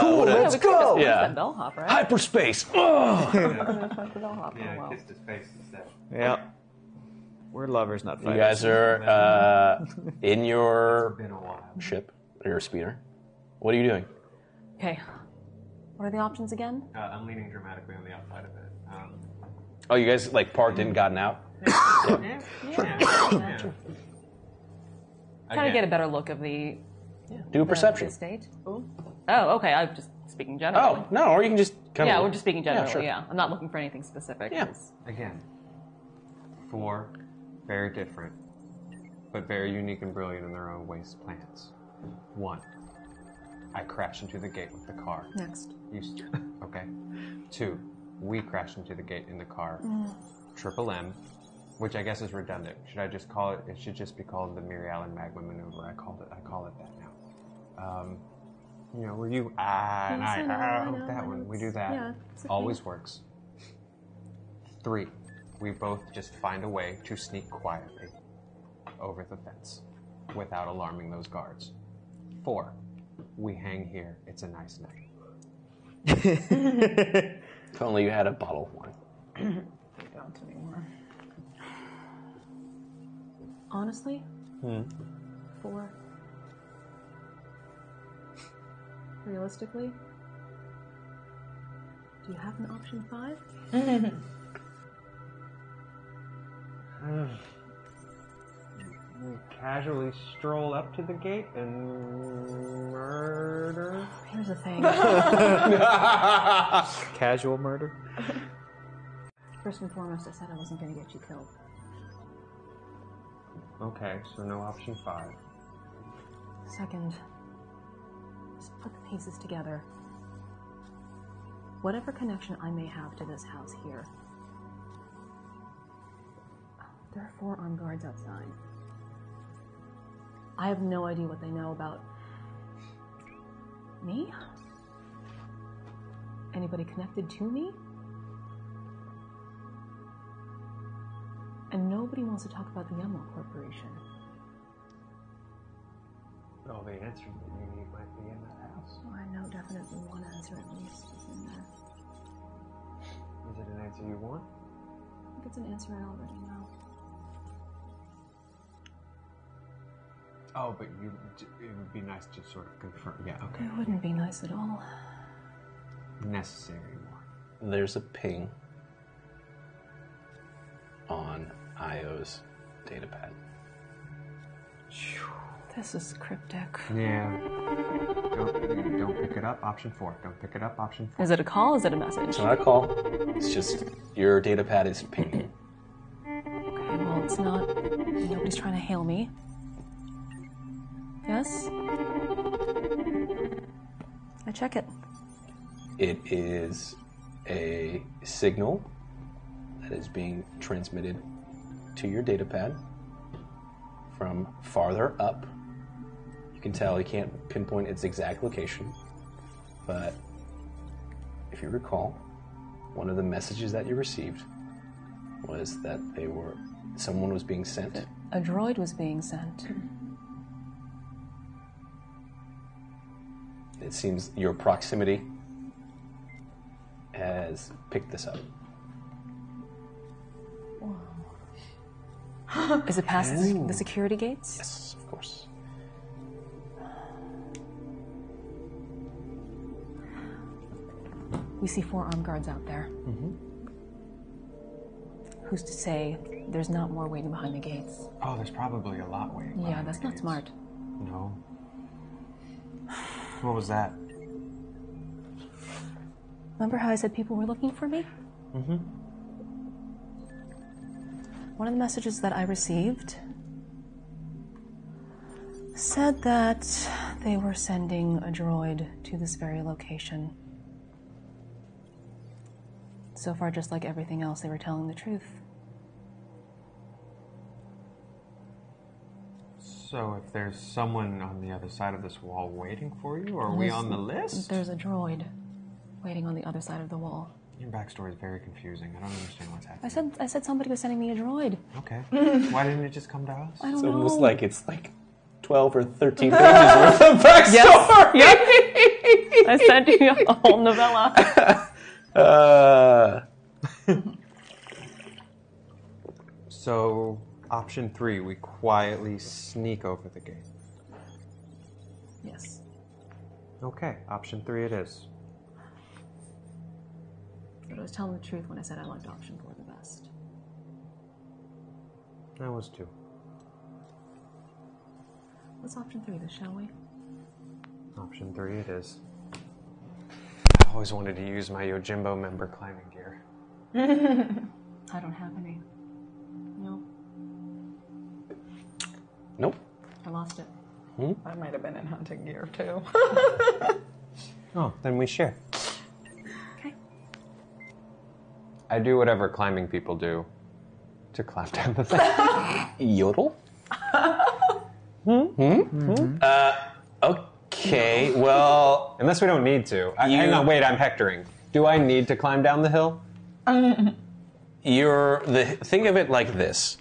Speaker 15: cool,
Speaker 2: what a-
Speaker 15: yeah, we could have just punched
Speaker 2: Yeah.
Speaker 15: that bellhop, right?
Speaker 2: Hyperspace.
Speaker 15: We
Speaker 2: Ugh.
Speaker 15: could've punched the bellhop. Oh, well.
Speaker 28: Kissed his face instead.
Speaker 3: Yeah. We're lovers, not
Speaker 2: you
Speaker 3: fighters.
Speaker 2: guys are uh, in your ship or your speeder. What are you doing?
Speaker 15: Okay. What are the options again?
Speaker 28: Uh, I'm leaning dramatically on the outside of it. Um,
Speaker 2: Oh, you guys like parked in, gotten out.
Speaker 28: yeah.
Speaker 15: Kind of get a better look of the.
Speaker 2: Do a perception.
Speaker 15: The estate. Ooh. Oh, okay. I'm just speaking generally.
Speaker 2: Oh no, or you can just kind
Speaker 15: yeah,
Speaker 2: of.
Speaker 15: we're just speaking generally. Yeah,
Speaker 2: sure.
Speaker 15: I'm not looking for anything specific.
Speaker 2: Yeah.
Speaker 28: Again, four very different, but very unique and brilliant in their own ways plans. One, I crash into the gate with the car.
Speaker 15: Next.
Speaker 28: You st- okay. Two, we crash into the gate in the car.
Speaker 15: Mm.
Speaker 28: Triple M, which I guess is redundant. Should I just call it? It should just be called the Miri Allen Magma Maneuver. I called it. I call it that now. Um, you know, where you ah and
Speaker 12: Yes,
Speaker 28: I,
Speaker 12: I know, I
Speaker 28: ah,
Speaker 12: know, I
Speaker 28: that
Speaker 12: know.
Speaker 28: one. We do
Speaker 12: It's-
Speaker 28: that.
Speaker 12: yeah, it's okay.
Speaker 28: Always works. Three, we both just find a way to sneak quietly over the fence without alarming those guards. Four, we hang here. It's a nice night.
Speaker 2: If only you had a bottle of wine.
Speaker 6: Don't anymore.
Speaker 15: Honestly,
Speaker 2: Hmm.
Speaker 15: four. Realistically, do you have an option five?
Speaker 12: We casually stroll up to the gate and murder.
Speaker 15: Here's the thing.
Speaker 3: Casual murder.
Speaker 15: First and foremost, I said I wasn't going to get you killed.
Speaker 28: Okay, so no option five.
Speaker 15: Second, just put the pieces together. Whatever connection I may have to this house here, there are four armed guards outside. I have no idea what they know about me, anybody connected to me, and nobody wants to talk about the Yaml Corporation.
Speaker 28: All the answers that you need might be in that house.
Speaker 15: Well, I know definitely one answer at least is in there.
Speaker 28: Is it an answer you want?
Speaker 15: think it's an answer I already know.
Speaker 28: Oh, but you, it would be nice to sort of confirm. Yeah, okay.
Speaker 15: It wouldn't be nice at all.
Speaker 28: Necessary more.
Speaker 2: There's a ping on IO's datapad.
Speaker 15: This is cryptic.
Speaker 28: Yeah. Don't, don't pick it up. Option four. Don't pick it up. Option
Speaker 15: Is it a call? Is it a message?
Speaker 2: It's not a call. It's just your datapad is pinging.
Speaker 15: Okay, well, it's not. Nobody's trying to hail me. Yes? I check it.
Speaker 2: It is a signal that is being transmitted to your datapad from farther up. You can tell you can't pinpoint its exact location, but if you recall, one of the messages that you received was that they were someone was being sent.
Speaker 15: A droid was being sent.
Speaker 2: It seems your proximity has picked this up.
Speaker 15: Is it past the-
Speaker 2: Oh.
Speaker 15: the security gates?
Speaker 2: Yes, of course.
Speaker 15: We see four armed guards out there. Who's to say there's not more waiting behind the gates?
Speaker 28: Oh, there's probably a lot waiting.
Speaker 15: Yeah, that's not smart.
Speaker 28: No. What was that?
Speaker 15: Remember how I said people were looking for me?
Speaker 28: Mm-hmm.
Speaker 15: One of the messages that I received said that they were sending a droid to this very location. So far, just like everything else, they were telling the truth.
Speaker 28: So, if there's someone on the other side of this wall waiting for you, are we
Speaker 15: There's-
Speaker 28: on the list?
Speaker 15: There's a droid waiting on the other side of the wall.
Speaker 28: Your backstory is very confusing. I don't understand what's
Speaker 15: I
Speaker 28: happening.
Speaker 15: said, I said somebody was sending me a droid.
Speaker 28: Okay. Why didn't it just come to us?
Speaker 15: I don't
Speaker 2: It's
Speaker 15: know.
Speaker 2: almost like it's like twelve or thirteen pages worth of backstory.
Speaker 15: Yep. I sent you a whole novella.
Speaker 2: Uh,
Speaker 28: So, option three, we quietly sneak over the gate.
Speaker 15: Yes.
Speaker 28: Okay, option three it is.
Speaker 15: But I was telling the truth when I said I liked option four the best.
Speaker 28: That was two.
Speaker 15: Let's option three, then, shall we?
Speaker 28: Option three it is. I always wanted to use my Yojimbo member climbing gear.
Speaker 15: I don't have any. No,
Speaker 2: Nope.
Speaker 15: I lost it.
Speaker 2: Hmm?
Speaker 6: I might have been in hunting gear too.
Speaker 28: Oh, then we share. Okay. I do whatever climbing people do to climb down the thing.
Speaker 2: Yodel?
Speaker 28: Mm-hmm.
Speaker 2: hmm Uh, okay, well.
Speaker 28: Unless we don't need to. I, Hang on, wait, I'm hectoring. Do I need to climb down the hill?
Speaker 2: you're the think of it like this.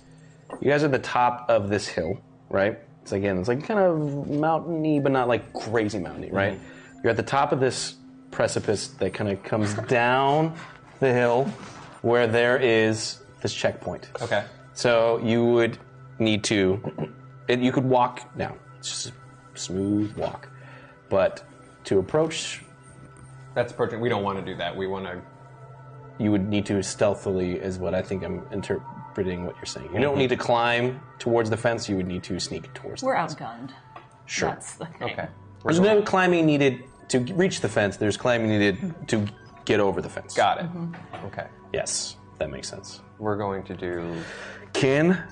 Speaker 2: You guys are at the top of this hill, right? It's again, it's like kind of mountainy, but not like crazy mountainy, right? You're at the top of this precipice that kind of comes down the hill, where there is this checkpoint.
Speaker 28: Okay.
Speaker 2: So you would need to, and you could walk down. It's just a smooth walk, but to approach,
Speaker 28: that's approaching. We don't want to do that. We want to.
Speaker 2: You would need to stealthily, is what I think I'm interpreting what you're saying. You
Speaker 28: Mm-hmm.
Speaker 2: don't need to climb towards the fence. You would need to sneak towards.
Speaker 15: We're outgunned.
Speaker 2: Sure.
Speaker 15: That's the thing.
Speaker 2: Okay. There's no climbing needed to reach the fence. There's climbing needed to get over the fence. Got
Speaker 28: it. Okay.
Speaker 2: Yes, that makes sense.
Speaker 28: We're going to do.
Speaker 2: Can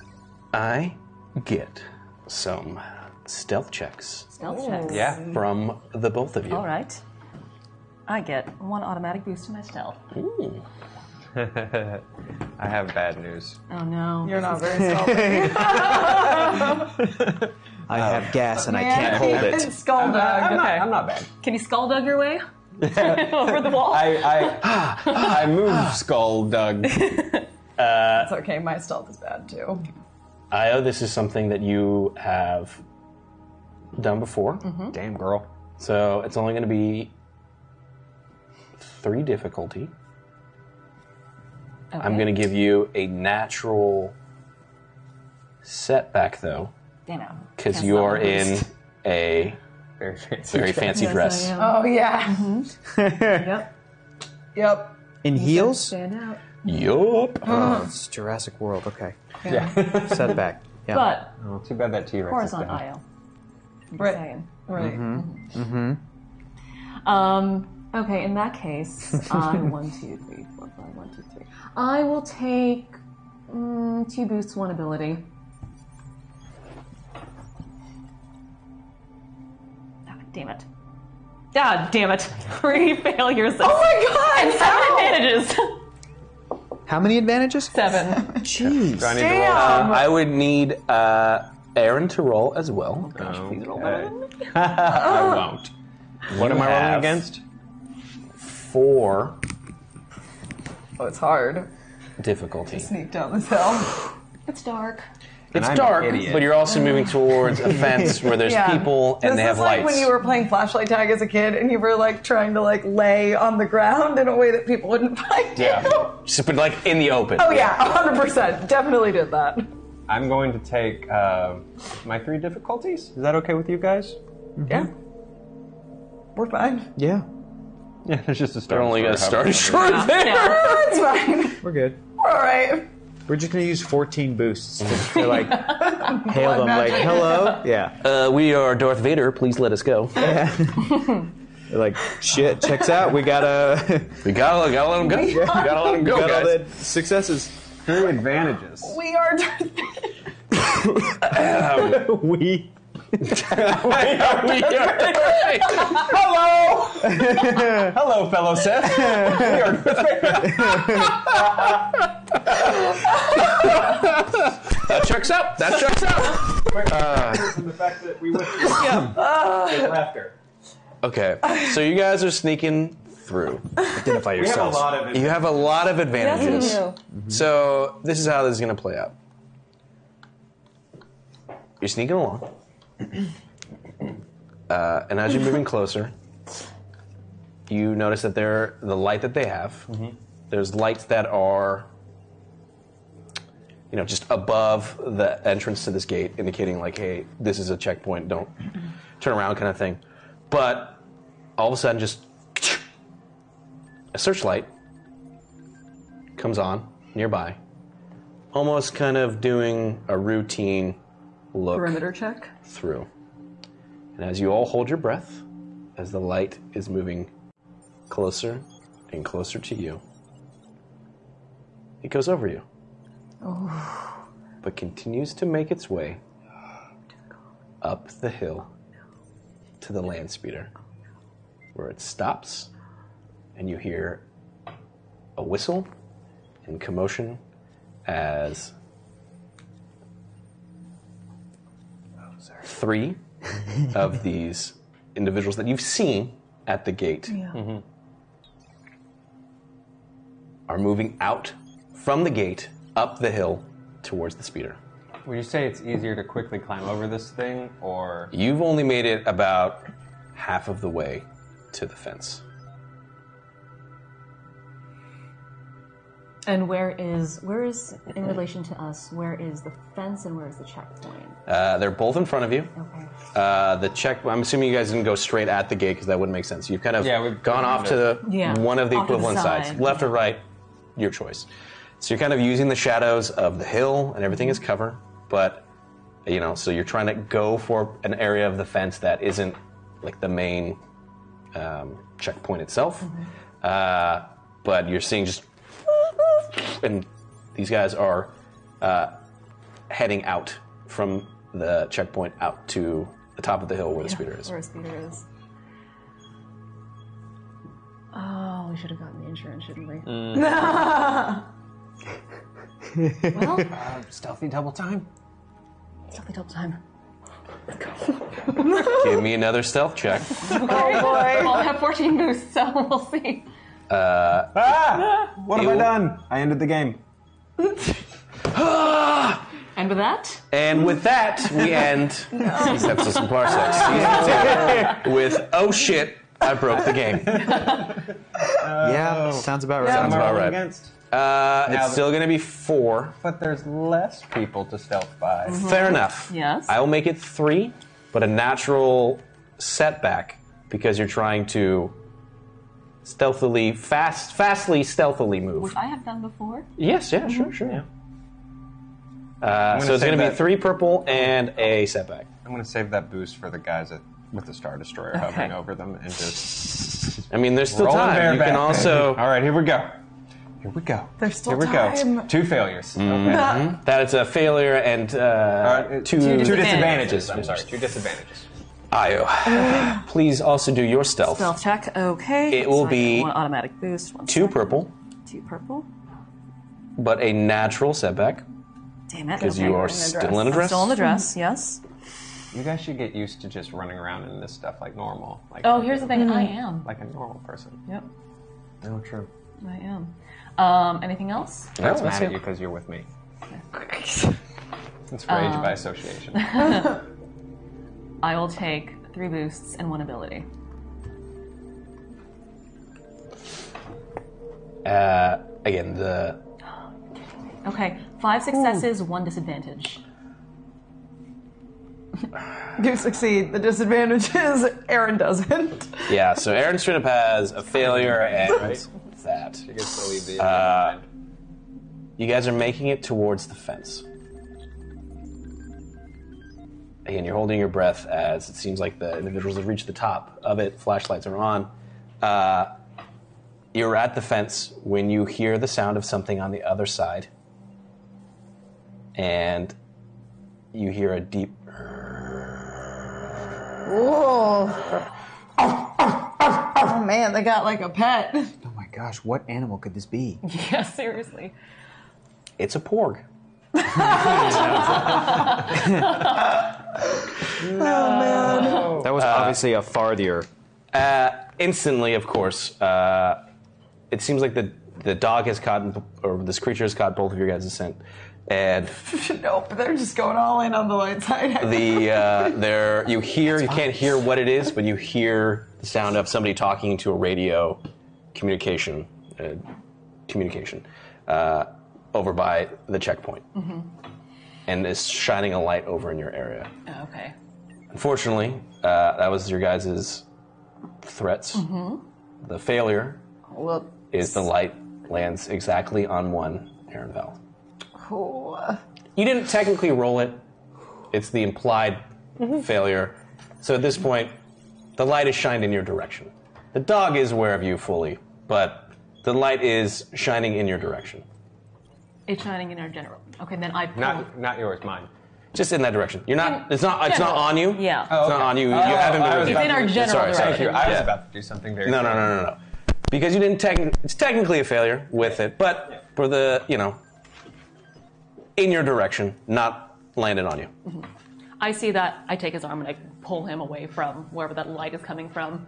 Speaker 2: I get some stealth checks?
Speaker 15: Stealth checks.
Speaker 2: Yeah, from the both of you.
Speaker 15: All right. I get one automatic boost to my stealth.
Speaker 2: Ooh.
Speaker 28: I have bad news.
Speaker 15: Oh no.
Speaker 6: You're not very
Speaker 15: stealthy.
Speaker 28: I have gas
Speaker 15: and I Man, can't hold he it. can skulldug.
Speaker 28: I'm, not,
Speaker 15: Okay.
Speaker 28: I'm not bad.
Speaker 15: Can you skull dug your way over the wall?
Speaker 28: I,
Speaker 2: Ah,
Speaker 28: I, I move skull dug.
Speaker 2: Uh,
Speaker 6: It's okay. My stealth is bad too.
Speaker 2: Io, this is something that you have done before.
Speaker 15: Mm-hmm.
Speaker 6: Mhm.
Speaker 28: Damn, girl.
Speaker 2: So it's only going to be three difficulty. I'm going to give you a natural setback, though,
Speaker 30: You know.
Speaker 2: because
Speaker 30: Yes,
Speaker 2: you
Speaker 30: I'm
Speaker 2: are in
Speaker 30: honest.
Speaker 2: a very fancy, dress.
Speaker 27: Oh yeah.
Speaker 3: yep.
Speaker 27: Yep.
Speaker 29: In heels?
Speaker 15: Stand out.
Speaker 2: Yup.
Speaker 27: Uh,
Speaker 29: Oh, it's Jurassic World. Okay.
Speaker 15: Yeah.
Speaker 29: Setback. Yeah.
Speaker 15: But-
Speaker 28: Oh, too bad that T
Speaker 15: Horizontal aisle. I'm just saying. Right.
Speaker 29: Mm-hmm.
Speaker 15: Um, okay, in that case, I one, two, three, four, five, one, two, three. I will take mm, two boosts, one ability. Ah, damn it. Ah, damn it. Three failures. Oh
Speaker 27: my God,
Speaker 15: And seven advantages.
Speaker 29: How many advantages?
Speaker 15: Seven.
Speaker 29: Jeez.
Speaker 2: Do I need to roll? Uh, I would need uh, Aaron to roll as
Speaker 28: Oh,
Speaker 2: well. please roll I won't.
Speaker 28: What am I rolling
Speaker 2: against? Four
Speaker 27: Oh, it's hard.
Speaker 2: difficulty.
Speaker 27: Sneak down this hill.
Speaker 15: It's dark.
Speaker 2: It's
Speaker 28: I'm an
Speaker 2: dark,
Speaker 28: idiot.
Speaker 2: but you're also moving towards a fence where there's
Speaker 27: Yeah.
Speaker 2: people and
Speaker 27: this
Speaker 2: they have
Speaker 27: is like
Speaker 2: lights.
Speaker 27: when you were playing flashlight tag as a kid and you were like trying to like lay on the ground in a way that people wouldn't find
Speaker 2: Yeah.
Speaker 27: you.
Speaker 2: Just but like in the open.
Speaker 27: Oh yeah, hundred percent. Definitely did that.
Speaker 28: I'm going to take uh, my three difficulties. Is that okay with you guys?
Speaker 27: Yeah. We're fine.
Speaker 28: Yeah. Yeah, there's just a start.
Speaker 2: They're only gonna start
Speaker 28: a
Speaker 2: short
Speaker 27: there. Yeah, it's fine.
Speaker 29: We're good.
Speaker 27: We're alright.
Speaker 29: We're just gonna use 14 boosts to, to, like hail them. Like
Speaker 27: magic.
Speaker 29: hello. Yeah.
Speaker 2: Uh, we are Darth Vader. Please let us go.
Speaker 29: They're like shit. Checks out. We gotta.
Speaker 2: we gotta gotta let them go.
Speaker 29: Yeah.
Speaker 2: Gotta let 'em go,
Speaker 29: We got all
Speaker 2: guys.
Speaker 29: the successes.
Speaker 28: True advantages.
Speaker 27: We are
Speaker 29: we.
Speaker 28: Hello! Hello, fellow Seth. We are
Speaker 2: that checks out. That checks out. Uh.
Speaker 28: the fact that we went Uh.
Speaker 2: laughter. Okay, so you guys are sneaking through. Identify
Speaker 28: We have a yourselves. lot of
Speaker 2: you have a lot of advantages.
Speaker 28: Yes,
Speaker 2: So this is how this is going to play out. You're sneaking along, uh, and as you're moving closer, you notice that there the light that they have. There's lights that are, you know, just above the entrance to this gate, indicating like, hey, this is a checkpoint. Don't turn around, kind of thing. But all of a sudden, just a searchlight comes on nearby, almost kind of doing a routine look
Speaker 27: Perimeter check.
Speaker 2: through. And as you all hold your breath, as the light is moving closer and closer to you, it goes over you,
Speaker 15: Oh.
Speaker 2: but continues to make its way up the hill to the land speeder, where it stops, and you hear a whistle and commotion as three of these individuals that you've seen at the gate
Speaker 15: Yeah.
Speaker 2: are moving out from the gate up the hill towards the speeder.
Speaker 28: Would you say it's easier to quickly climb over this thing, or
Speaker 2: You've only made it about half of the way to the fence.
Speaker 15: And where is where is in relation to us? Where is the fence and where is the checkpoint?
Speaker 2: Uh, they're both in front of you. Uh, the check. I'm assuming you guys didn't go straight at the gate because that wouldn't make sense. You've kind of
Speaker 28: Yeah, we've-
Speaker 2: gone off to the
Speaker 28: Yeah,
Speaker 2: one of the
Speaker 28: off to the
Speaker 2: equivalent
Speaker 28: side.
Speaker 2: sides, left or right, your choice. So you're kind of using the shadows of the hill and everything is cover, but you know, so you're trying to go for an area of the fence that isn't like the main um, checkpoint itself. Uh, but you're seeing just, and these guys are uh, heading out from the checkpoint out to the top of the hill where the speeder is.
Speaker 15: Where the speeder is. Oh, we should have gotten the insurance, shouldn't we?
Speaker 2: Mm.
Speaker 15: well,
Speaker 28: stealthy double time.
Speaker 15: Stealthy double time.
Speaker 2: Give me another stealth check.
Speaker 15: Oh boy! I'll have 14 boosts, so we'll see.
Speaker 2: Uh,
Speaker 28: ah! What have
Speaker 2: It
Speaker 28: I
Speaker 2: will-
Speaker 28: done? I ended the game.
Speaker 15: and with that,
Speaker 2: and with that, we end Sepsis and Parsecs season two with Oh Shit, I broke the game.
Speaker 29: yeah, sounds about right.
Speaker 2: Sounds about right. Uh,
Speaker 28: Now
Speaker 2: it's
Speaker 28: the-
Speaker 2: still going to be four.
Speaker 28: But there's less people to stealth by.
Speaker 2: Fair enough.
Speaker 28: Yes.
Speaker 2: I will make it three, but a natural setback because you're trying to stealthily, fast, fastly, stealthily move.
Speaker 15: Which I have done before.
Speaker 2: Yes, yeah, sure, sure. Uh,
Speaker 28: Mm-hmm. gonna
Speaker 2: so it's
Speaker 28: save
Speaker 2: going to be
Speaker 28: that-
Speaker 2: three purple and a setback.
Speaker 28: I'm gonna save that boost for the guys at, with the Star Destroyer hovering over them and just.
Speaker 2: I mean, there's still time. You can also-
Speaker 28: All right, here we go. Here we go.
Speaker 2: There's still
Speaker 28: Here we go.
Speaker 2: time.
Speaker 28: Two failures.
Speaker 2: Mhm. That is a failure and uh, two,
Speaker 28: Two disadvantages. I'm sorry. Two disadvantages.
Speaker 2: Io, please also do your stealth.
Speaker 15: Stealth check. Okay.
Speaker 2: It will
Speaker 15: So I get
Speaker 2: be-
Speaker 15: one automatic boost. One
Speaker 2: Two purple,
Speaker 15: two purple.
Speaker 2: but a natural setback.
Speaker 15: Damn it.
Speaker 2: Because
Speaker 15: okay.
Speaker 2: you are still in a
Speaker 15: I'm
Speaker 2: dress.
Speaker 15: Still in the dress. Yes.
Speaker 28: You guys should get used to just running around in this stuff like normal. Like
Speaker 15: Oh, here's the thing, I am.
Speaker 28: like a normal person.
Speaker 15: Yep.
Speaker 2: Oh,
Speaker 28: No, true.
Speaker 15: I am. Um, anything else?
Speaker 28: That's mad at you because you're with me. It's rage
Speaker 15: Um,
Speaker 28: by association.
Speaker 15: I will take three boosts and one ability.
Speaker 2: Uh, again, the
Speaker 15: Okay, five successes, one disadvantage.
Speaker 6: You succeed. The disadvantage is Aaron doesn't.
Speaker 2: yeah. So Aaron Strinip has a failure and that. Uh, you guys are making it towards the fence. Again, you're holding your breath as it seems like the individuals have reached the top of it. Flashlights are on. Uh, you're at the fence when you hear the sound of something on the other side, and you hear a deep
Speaker 27: Oh. oh man, they got like a pet.
Speaker 29: Oh my gosh, what animal could this be?
Speaker 15: Yeah, seriously.
Speaker 2: It's a porg.
Speaker 29: That was obviously a farthier.
Speaker 2: Uh, instantly, of course. Uh, it seems like the the dog has caught, or this creature has caught both of your guys' scent, and
Speaker 6: nope, they're just going all in on the light side.
Speaker 2: the uh, there you hear you can't hear what it is, but you hear the sound of somebody talking to a radio communication uh, communication uh, over by the checkpoint,
Speaker 15: Mm-hmm.
Speaker 2: and is shining a light over in your area.
Speaker 15: Okay.
Speaker 2: Unfortunately, uh, that was your guys' threats.
Speaker 15: Mm-hmm.
Speaker 2: The failure
Speaker 6: Well,
Speaker 2: is the light lands exactly on one Aaron Val.
Speaker 6: oh.
Speaker 2: You didn't technically roll it. It's the implied failure. So at this point, the light is shined in your direction. The dog is aware of you fully, but the light is shining in your direction.
Speaker 15: It's shining in our general. Okay, then I pull.
Speaker 2: Not not yours, mine. Just in that direction. You're not. It's not. It's
Speaker 15: Yeah.
Speaker 2: not on you.
Speaker 15: Yeah.
Speaker 2: It's not on you. You haven't been.
Speaker 28: Oh, I was
Speaker 2: with
Speaker 28: about
Speaker 2: it.
Speaker 28: to-
Speaker 2: Sorry, sorry.
Speaker 28: Thank you. I was
Speaker 2: Yeah.
Speaker 28: about to do something very.
Speaker 2: No, no, no, no, no. Because you didn't technically, it's technically a failure with it, but for the, you know, in your direction, not landed on you.
Speaker 15: I see that. I take his arm and I pull him away from wherever that light is coming from.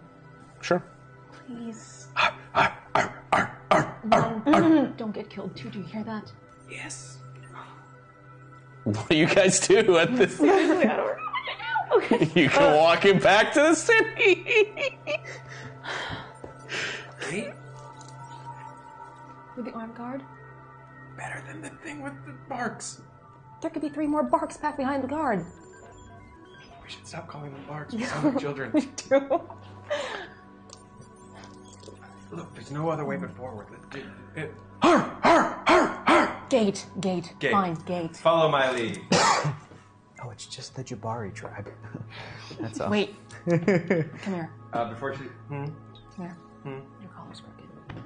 Speaker 2: Sure.
Speaker 15: Please. Run. Don't get killed too. Do you hear that? Yes.
Speaker 2: What do you guys do at this? you
Speaker 15: Uh,
Speaker 2: can walk him back to the city.
Speaker 15: With the arm guard?
Speaker 28: Better than the thing with the barks.
Speaker 15: There could be three more barks back behind the guard.
Speaker 28: We should stop calling them barks.
Speaker 15: Yeah.
Speaker 28: We're selling children. Look, there's no other way but forward. Let's do it.
Speaker 15: Gate, gate,
Speaker 28: Gate.
Speaker 15: fine, gate.
Speaker 28: Follow my lead.
Speaker 29: Oh, it's just the Jabari tribe. That's all.
Speaker 15: Wait. Come here.
Speaker 28: Uh, before she. Hmm?
Speaker 15: Come here.
Speaker 28: Hmm?
Speaker 15: Your collar's crooked.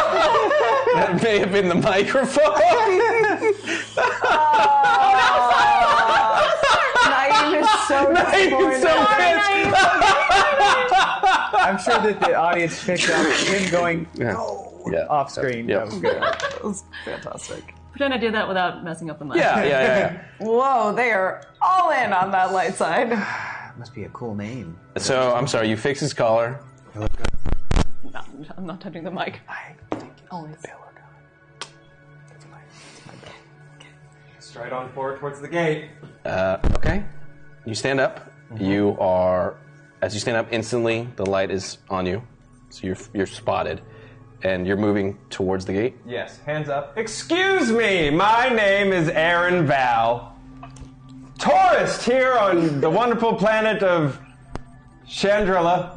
Speaker 2: that may have been the microphone.
Speaker 6: Naeem is so
Speaker 2: Naeem is so
Speaker 6: disappointed.
Speaker 3: I'm sure that the audience picked up him going no off screen. That was good.
Speaker 6: That was fantastic.
Speaker 15: Pretend I did that without messing up the mic.
Speaker 6: Whoa, they are all in on that light side.
Speaker 29: Must be a cool name.
Speaker 2: so I'm sorry. You fix his collar.
Speaker 15: No, I'm not touching the mic. I
Speaker 30: Oh,
Speaker 15: always.
Speaker 28: Straight on forward towards the gate.
Speaker 2: Uh, okay. You stand up. You are, as you stand up, instantly the light is on you, so you're you're spotted, and you're moving towards the gate.
Speaker 12: Yes, hands up. Excuse me, my name is Aaron Val. Tourist here on the wonderful planet of Chandrilla.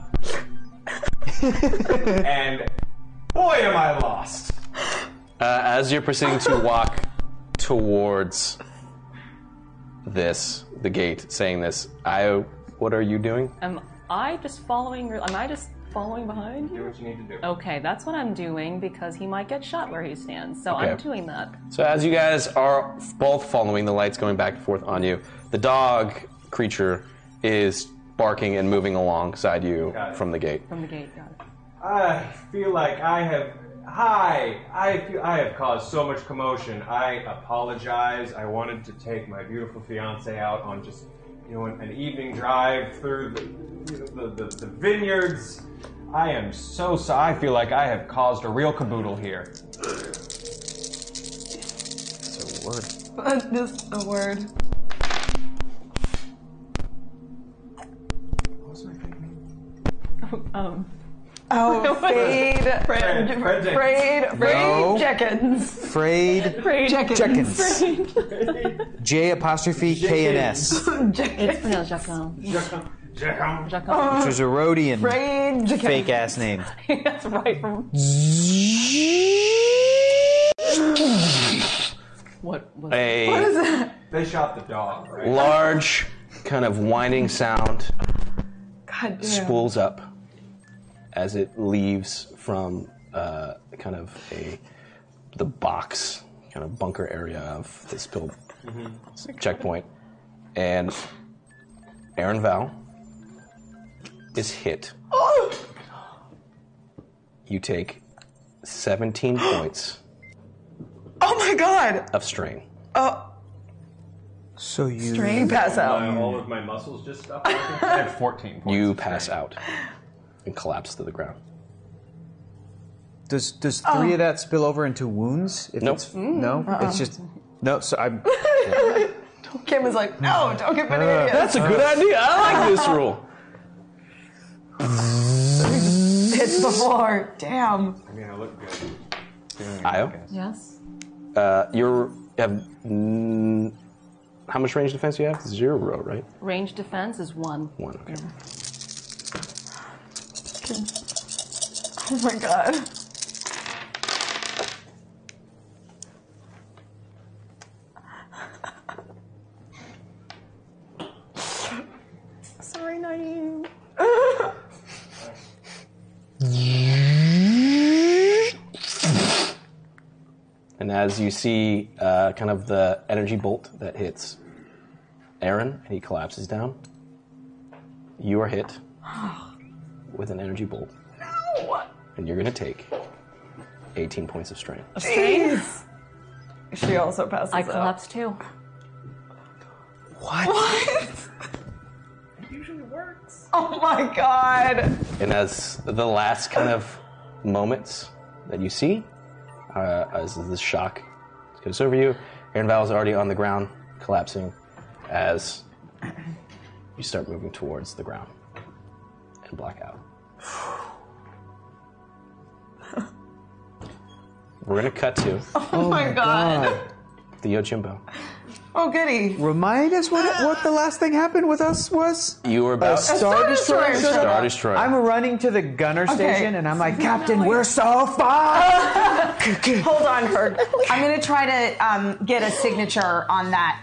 Speaker 12: and boy, am I lost.
Speaker 2: Uh, as you're proceeding to walk towards this, the gate, saying this, I. What are you doing?
Speaker 30: Am I just following? Or am I just following behind?
Speaker 12: Do what you need to do.
Speaker 30: Okay, that's what I'm doing because he might get shot where he stands. So I'm
Speaker 2: Okay.
Speaker 30: doing that.
Speaker 2: So as you guys are both following the lights going back and forth on you, the dog creature is barking and moving alongside you
Speaker 12: Got it.
Speaker 2: from the gate.
Speaker 30: From the gate, got it.
Speaker 12: I feel like I have. Hi, I feel I have caused so much commotion. I apologize. I wanted to take my beautiful fiance out on just, you know, an, an evening drive through the, you know, the, the, the vineyards. I am so sorry. I feel like I have caused a real caboodle here.
Speaker 26: It's a word.
Speaker 6: Uh, Just a word.
Speaker 30: Um.
Speaker 6: Oh, Fade.
Speaker 30: Fred,
Speaker 6: Fred Jenkins. Fred- Fred
Speaker 3: No.
Speaker 6: Jenkins.
Speaker 3: Frayed
Speaker 6: Jenkins.
Speaker 3: Jenkins. J apostrophe K and S,
Speaker 30: It's pronounced Jacquin.
Speaker 12: Jacquin.
Speaker 3: which was a Rhodian
Speaker 6: Fred Jenkins.
Speaker 3: fake ass name.
Speaker 6: That's right. From
Speaker 30: what? what
Speaker 2: A
Speaker 6: that?
Speaker 12: They shot the dog. Right?
Speaker 2: large, kind of whining sound
Speaker 6: God damn.
Speaker 2: spools up as it leaves from uh, kind of a the box, kind of bunker area of this build
Speaker 6: Mm-hmm.
Speaker 2: checkpoint, and Aaron Val is hit.
Speaker 3: Oh,
Speaker 2: You take 17 points
Speaker 6: Oh my god.
Speaker 2: of strain.
Speaker 6: Oh,
Speaker 3: So you
Speaker 6: Strain pass out.
Speaker 12: My- all of my muscles just stopped. working. I had 14.
Speaker 2: You pass out and collapse to the ground.
Speaker 3: Does does three
Speaker 6: Oh.
Speaker 3: of that spill over into wounds? If
Speaker 2: Nope.
Speaker 3: it's,
Speaker 6: Mm.
Speaker 3: no,
Speaker 6: Uh-uh.
Speaker 3: it's just no. So I'm.
Speaker 6: Kim is like, no, don't get me an
Speaker 3: Uh,
Speaker 6: idiot.
Speaker 3: that's a good idea.
Speaker 2: I like this rule.
Speaker 6: Hits the floor. Damn.
Speaker 12: I mean, I look good.
Speaker 2: Io?
Speaker 6: Yes.
Speaker 2: Uh, you're have mm, how much range defense do you have? Zero, right?
Speaker 30: Range defense is one.
Speaker 2: One. Okay.
Speaker 6: Oh my god.
Speaker 30: Sorry, Naeem.
Speaker 2: And as you see, uh, kind of the energy bolt that hits Aaron, and he collapses down. You are hit with an energy bolt,
Speaker 6: No.
Speaker 2: and you're gonna take 18 points of strain.
Speaker 6: Jeez. She also passes
Speaker 30: I
Speaker 6: out.
Speaker 30: collapse too.
Speaker 6: What? it usually works. Oh my god.
Speaker 2: And as the last kind of moments that you see, uh, as this shock goes over you, Aaron Val is already on the ground, collapsing as you start moving towards the ground and black out. We're going to cut to
Speaker 6: Oh, my god.
Speaker 2: the Yojimbo.
Speaker 6: Oh goody.
Speaker 3: Remind us what what the last thing happened with us was.
Speaker 2: You were
Speaker 3: A
Speaker 2: about
Speaker 3: star destroyer. showed up.
Speaker 2: Star Destroyer.
Speaker 3: I'm running to the gunner
Speaker 6: Okay.
Speaker 3: station and I'm like, Captain, we're so far.
Speaker 6: Hold on, Herc.
Speaker 5: I'm gonna try to um, get a signature on that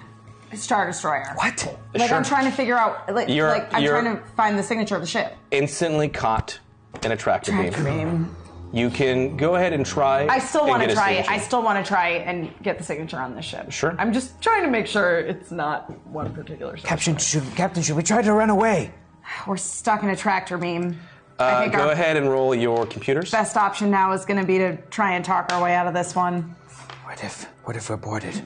Speaker 5: Star Destroyer. What? Like I'm
Speaker 2: Sure.
Speaker 5: trying to figure out. Like,
Speaker 2: You're-
Speaker 5: like, I'm
Speaker 2: you're-
Speaker 5: trying to find the signature of the ship.
Speaker 2: Instantly caught and attracted beam.
Speaker 5: Attractor beam.
Speaker 2: You can go ahead and try.
Speaker 5: I still
Speaker 2: and
Speaker 5: want
Speaker 2: get
Speaker 5: to
Speaker 2: a
Speaker 5: try it.
Speaker 2: signature.
Speaker 5: I still want to try and get the signature on this ship.
Speaker 2: Sure.
Speaker 6: I'm just trying to make sure it's not one particular ship.
Speaker 29: Captain, should, Captain, should we try to run away?
Speaker 5: We're stuck in a tractor beam. I
Speaker 2: Uh,
Speaker 5: think
Speaker 2: go
Speaker 5: our
Speaker 2: ahead and roll your computers.
Speaker 5: best option now is going to be to try and talk our way out of this one.
Speaker 29: What if? What if we're boarded?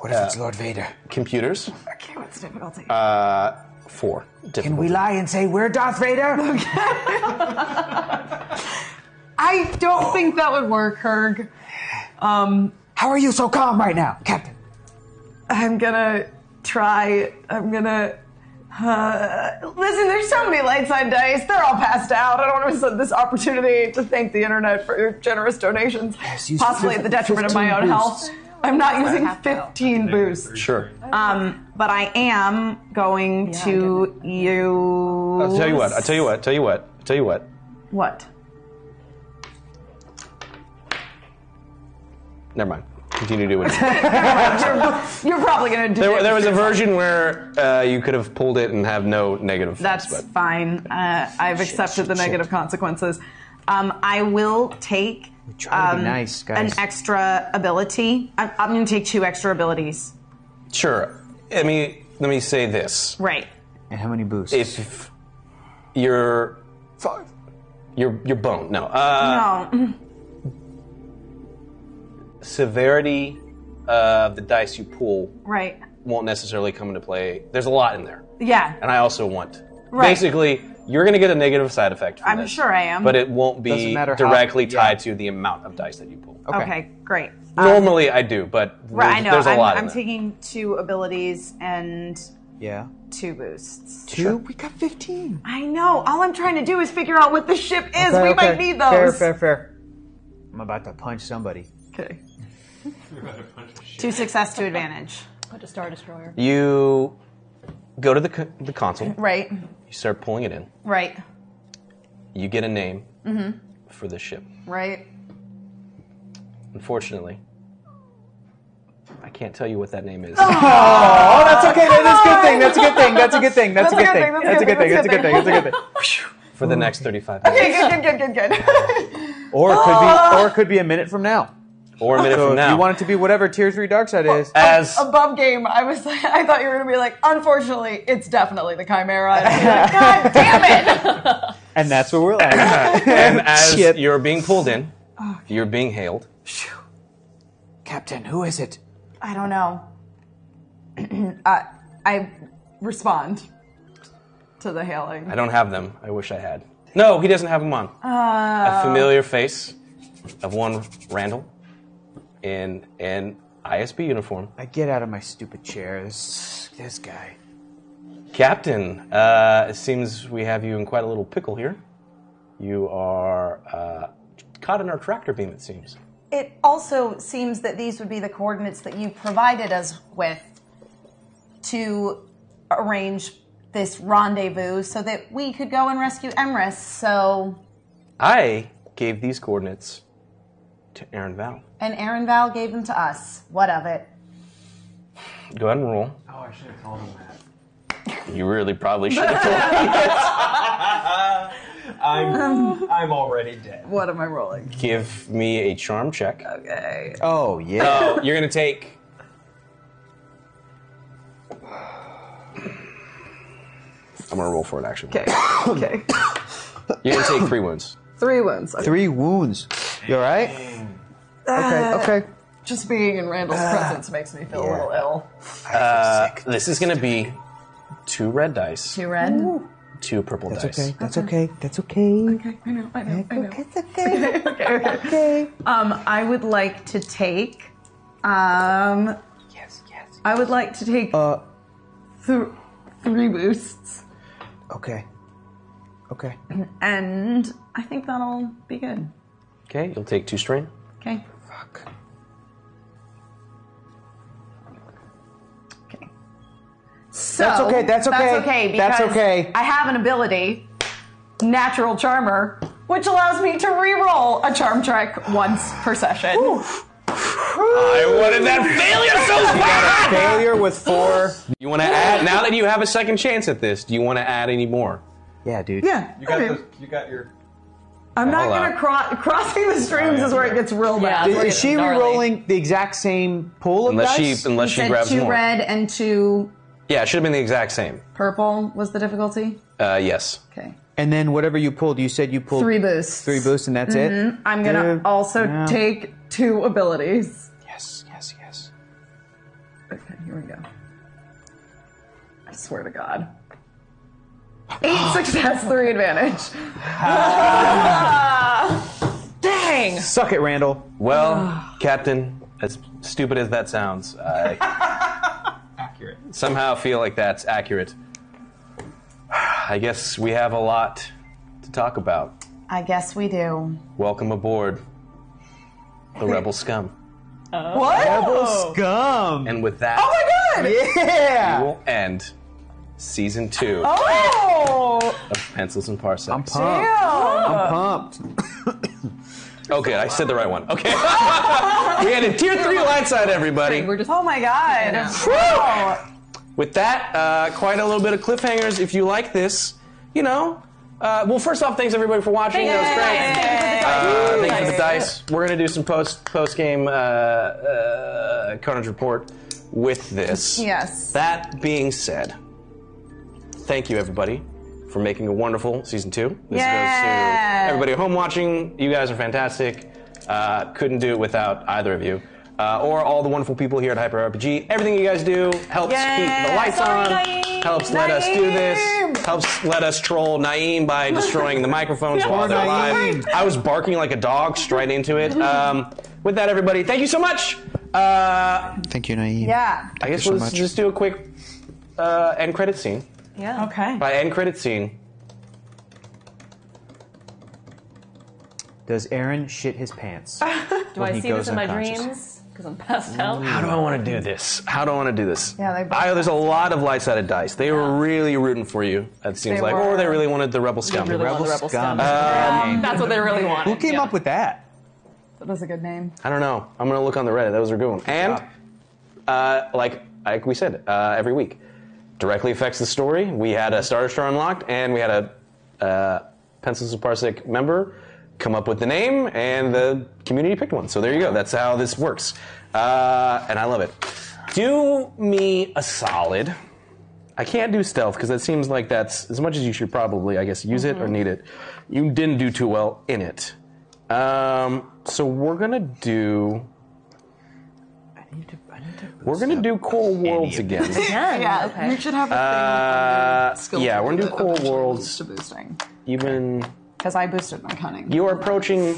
Speaker 29: What if it's Lord Vader?
Speaker 2: Computers.
Speaker 5: Okay, what's the difficulty?
Speaker 2: Uh, four.
Speaker 29: Can we lie and say we're Darth Vader?
Speaker 6: I don't think that would work, Herg. Um,
Speaker 29: How are you so calm right now, Captain?
Speaker 6: I'm gonna try. I'm gonna Uh, listen, there's so many late side dice. They're all passed out. I don't want to miss this opportunity to thank the internet for your generous donations,
Speaker 31: use
Speaker 6: possibly
Speaker 31: fif-
Speaker 6: at the detriment of my
Speaker 31: 15
Speaker 6: own
Speaker 31: boosts.
Speaker 6: health. I'm not using 15 boosts.
Speaker 2: Sure.
Speaker 6: Um, but I am going to use.
Speaker 2: I'll tell you what. I'll tell you what. Tell you what. Tell you what.
Speaker 6: What?
Speaker 2: Never mind. Continue doing it.
Speaker 6: you're, you're probably going to do
Speaker 2: There,
Speaker 6: it
Speaker 2: there was a
Speaker 6: yourself.
Speaker 2: version where uh, you could have pulled it and have no negative.
Speaker 6: That's
Speaker 2: but
Speaker 6: fine. Uh, I've accepted the negative consequences. Um, I will take
Speaker 3: trying to be
Speaker 6: um,
Speaker 3: nice, guys.
Speaker 6: an extra ability. I'm, I'm going to take two extra abilities.
Speaker 2: sure. Let me let me say this.
Speaker 6: Right.
Speaker 2: And how many boosts? If your five, your your bone. No. Uh,
Speaker 6: no.
Speaker 2: Severity of the dice you pull
Speaker 6: Right.
Speaker 2: won't necessarily come into play. There's a lot in there,
Speaker 6: Yeah.
Speaker 2: and I also want.
Speaker 6: Right.
Speaker 2: Basically, you're going to get a negative side effect. From
Speaker 6: I'm
Speaker 2: this,
Speaker 6: sure I am.
Speaker 2: But it won't be
Speaker 6: Doesn't matter how-
Speaker 2: directly tied to the amount of dice that you pull.
Speaker 6: Okay. great.
Speaker 2: Normally I do, but
Speaker 6: Right. I
Speaker 2: there's,
Speaker 6: know.
Speaker 2: there's a
Speaker 6: I'm,
Speaker 2: lot. in
Speaker 6: I'm
Speaker 2: there.
Speaker 6: taking two abilities and
Speaker 2: yeah.
Speaker 6: two boosts.
Speaker 2: Two? Sure.
Speaker 6: We got 15. I know. All I'm trying to do is figure out what the ship is.
Speaker 29: Okay,
Speaker 6: we
Speaker 29: okay.
Speaker 6: might need those.
Speaker 29: Fair, fair, fair. I'm about to punch somebody.
Speaker 6: Okay. Two success, two advantage. What a Star Destroyer.
Speaker 2: You go to the co- the console.
Speaker 6: Right.
Speaker 2: You start pulling it in.
Speaker 6: Right.
Speaker 2: You get a name
Speaker 5: Mm-hmm.
Speaker 2: for the ship.
Speaker 5: Right.
Speaker 2: Unfortunately, I can't tell you what that name is.
Speaker 3: Oh, that's okay. That's a good thing. That's a good thing. That's a good thing. That's a good thing. That's a good thing. That's a good thing. That's a good thing.
Speaker 2: For the next 35
Speaker 6: Okay, good, good, good, good, good.
Speaker 3: Or it could be, or it could be a minute from now.
Speaker 2: Or a minute
Speaker 3: so
Speaker 2: from
Speaker 3: if
Speaker 2: now.
Speaker 3: You want it to be whatever tier three dark side is.
Speaker 2: As
Speaker 6: Above game, I was like, I thought you were gonna be like, unfortunately, it's definitely the Chimera. And I'd be like, God damn it!
Speaker 3: and that's where we're at.
Speaker 2: and as you're being pulled in,
Speaker 6: Oh,
Speaker 2: you're being hailed.
Speaker 31: Captain, who is it?
Speaker 6: I don't know. I, I respond to the hailing.
Speaker 2: I don't have them. I wish I had. No, he doesn't have them on.
Speaker 6: Uh,
Speaker 2: a familiar face of one Randall in an ISB uniform.
Speaker 29: I get out of my stupid chair. This, this guy.
Speaker 2: Captain, uh, it seems we have you in quite a little pickle here. You are uh, caught in our tractor beam, it seems.
Speaker 5: It also seems that these would be the coordinates that you provided us with to arrange this rendezvous so that we could go and rescue Emrys. So,
Speaker 2: I gave these coordinates to Aaron Val.
Speaker 5: and Aaron Val gave them to us. What of it?
Speaker 2: Go ahead and roll.
Speaker 12: Oh, I should have told him that.
Speaker 2: You really probably should have told
Speaker 12: I'm, I'm already dead.
Speaker 6: What am I rolling?
Speaker 2: Give me a charm check.
Speaker 6: Okay.
Speaker 2: Oh,
Speaker 12: yeah.
Speaker 2: you're going to take. I'm going to roll for it, actually.
Speaker 6: Okay. okay.
Speaker 2: You're going to take three wounds.
Speaker 6: Three wounds.
Speaker 2: Three wounds. You all right?
Speaker 6: Uh,
Speaker 2: okay.
Speaker 6: Just being in Randall's presence makes me feel a little ill.
Speaker 2: Uh, this is going to be two red dice,
Speaker 6: Two red.
Speaker 2: two purple
Speaker 29: That's
Speaker 2: dice.
Speaker 29: okay. That's okay. That's okay. Okay.
Speaker 6: I know. I know. I know. It's okay. okay. Okay. Um, I would like to take. Um, yes. Yes. I would like to take. Uh, th- three boosts,
Speaker 29: Okay. Okay.
Speaker 6: and I think that'll be good.
Speaker 2: Okay, you'll take two strain.
Speaker 6: Okay. So
Speaker 29: That's okay, that's okay,
Speaker 6: okay.
Speaker 29: that's
Speaker 6: because
Speaker 29: okay.
Speaker 6: I have an ability, natural charmer, which allows me to re-roll a charm check once per session.
Speaker 2: I wanted that failure so bad.
Speaker 3: Failure with four.
Speaker 2: You want to add now that you have a second chance at this? Do you want to add any more?
Speaker 29: Yeah, dude.
Speaker 6: Yeah.
Speaker 12: You got
Speaker 6: okay.
Speaker 12: those, You got your.
Speaker 6: I'm not
Speaker 2: Hold
Speaker 6: gonna cro- crossing the
Speaker 12: Oh,
Speaker 6: streams is where it gets real bad.
Speaker 3: is she re-rolling the exact same pool of
Speaker 2: Unless she-
Speaker 3: dice?
Speaker 2: unless He she said grabs two more. red
Speaker 6: and two
Speaker 2: Yeah, it should have been the exact same.
Speaker 6: purple was the difficulty.
Speaker 2: Uh, yes.
Speaker 6: Okay.
Speaker 3: And then whatever you pulled, you said you pulled
Speaker 6: Three boosts.
Speaker 3: Three boosts, and that's
Speaker 6: Mhm.
Speaker 15: Mm-hmm.
Speaker 3: it.
Speaker 6: I'm gonna
Speaker 3: Dude,
Speaker 6: also
Speaker 3: yeah.
Speaker 6: take two abilities. Yes, yes, yes. Okay, here we go. I swear to God. Eight success, three advantage. Dang!
Speaker 3: Suck it, Randall.
Speaker 2: Well, Captain, as stupid as that sounds, I accurate. somehow feel like that's accurate. I guess we have a lot to talk about.
Speaker 6: I guess we do.
Speaker 2: Welcome aboard the Rebel Scum.
Speaker 6: What?
Speaker 15: Oh.
Speaker 2: Scum! And with that,
Speaker 6: Oh my god!
Speaker 2: we will end season two
Speaker 6: Oh!
Speaker 2: of Pencils and Parsecs. I'm
Speaker 3: pumped. I'm pumped.
Speaker 2: Oh, good. I said the right one. Okay. we ended tier three Lightside, everybody.
Speaker 6: oh my god!
Speaker 2: With that, uh, quite a little bit of cliffhangers. If you like this, you know. Uh, well, first off, thanks everybody for watching. That was great. Uh, thanks for the dice. We're gonna do some post post game uh, uh, carnage report with this.
Speaker 6: Yes.
Speaker 2: That being said, thank you everybody for making a wonderful season two. This goes
Speaker 6: Yeah.
Speaker 2: to everybody at home watching. You guys are fantastic. Uh, couldn't do it without either of you. Uh, or all the wonderful people here at Hyper RPG. Everything you guys do helps keep the lights
Speaker 6: Sorry,
Speaker 2: on,
Speaker 6: Naeem.
Speaker 2: helps let us do this, helps let us troll Naeem by destroying the microphones while
Speaker 3: Poor
Speaker 2: they're
Speaker 3: Naeem.
Speaker 2: live. I was barking like a dog straight into it. Um, with that, everybody, thank you so much. Uh,
Speaker 3: Thank you, Naeem.
Speaker 6: Yeah.
Speaker 2: I guess
Speaker 3: you so
Speaker 2: let's
Speaker 3: much.
Speaker 2: just do a quick uh, end credit scene.
Speaker 6: Yeah. Okay.
Speaker 2: By end credit scene,
Speaker 33: Does Aaron shit his pants?
Speaker 15: Do
Speaker 2: When
Speaker 15: I
Speaker 2: he
Speaker 15: see this
Speaker 2: goes
Speaker 15: in my
Speaker 2: unconscious.
Speaker 15: dreams? Because I'm passed out.
Speaker 2: how do I want to do this? How do I want to do this?
Speaker 15: Yeah, they both
Speaker 2: I, there's a lot of lights out of dice. They were really rooting for you. It seems
Speaker 15: They
Speaker 2: like,
Speaker 15: were.
Speaker 2: or they really wanted the rebel scum.
Speaker 15: really wanted the Rebel
Speaker 2: Um,
Speaker 15: Scum. That's what they really wanted.
Speaker 2: Who came up with that?
Speaker 6: That was a good name.
Speaker 2: I don't know. I'm gonna look on the Reddit. That was a good one. And uh, like like we said, uh, every week directly affects the story. We had a Star Destroyer unlocked, and we had a uh, Pencils of Parsec member come up with the name, and the community picked one. So there you go. That's how this works, uh, and I love it. Do me a solid. I can't do stealth because that seems like that's as much as you should probably, I guess, use it or need it. You didn't do too well in it. Um, so we're gonna do. We're gonna do Core Worlds again.
Speaker 6: yeah. Okay. You should have
Speaker 2: Uh,
Speaker 6: skill
Speaker 2: yeah, we're gonna do
Speaker 6: that
Speaker 2: Core Worlds. Even
Speaker 6: because I boosted my cunning.
Speaker 2: you are approaching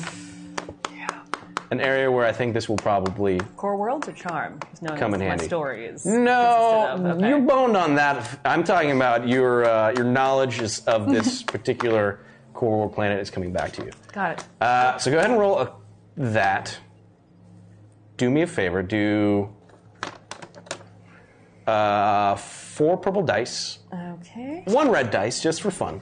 Speaker 2: an area where I think this will probably
Speaker 15: Core worlds or charm? Because no,
Speaker 2: come in
Speaker 15: my
Speaker 2: handy.
Speaker 15: story is.
Speaker 2: No, you boned on that. I'm talking about your uh, your knowledge is of this particular core world planet is coming back to you.
Speaker 15: Got it.
Speaker 2: Uh, so go ahead and roll a, that. Do me a favor. Do uh, four purple dice,
Speaker 15: Okay.
Speaker 2: one red dice, just for fun,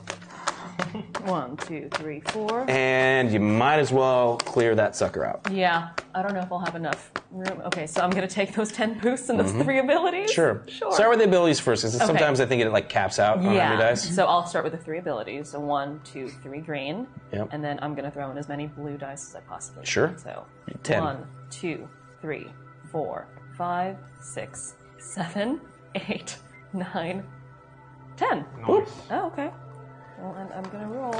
Speaker 15: One, two, three, four.
Speaker 2: and you might as well clear that sucker out.
Speaker 15: Yeah, I don't know if I'll have enough room. Okay, so I'm gonna take those ten boosts and those
Speaker 2: Mhm.
Speaker 15: three abilities.
Speaker 2: Sure.
Speaker 15: Sure.
Speaker 2: Start with the abilities first, because
Speaker 15: Okay.
Speaker 2: sometimes I think it like caps out on
Speaker 15: yeah.
Speaker 2: every dice.
Speaker 15: So I'll start with the three abilities. So one, two, three green.
Speaker 2: Yep.
Speaker 15: And then I'm gonna throw in as many blue dice as I possibly can.
Speaker 2: Sure.
Speaker 15: So
Speaker 2: Ten.
Speaker 15: one, two, three, four, five, six, seven, eight, nine, ten.
Speaker 2: Whoop.
Speaker 15: Oh, okay. Well, I'm, I'm gonna roll.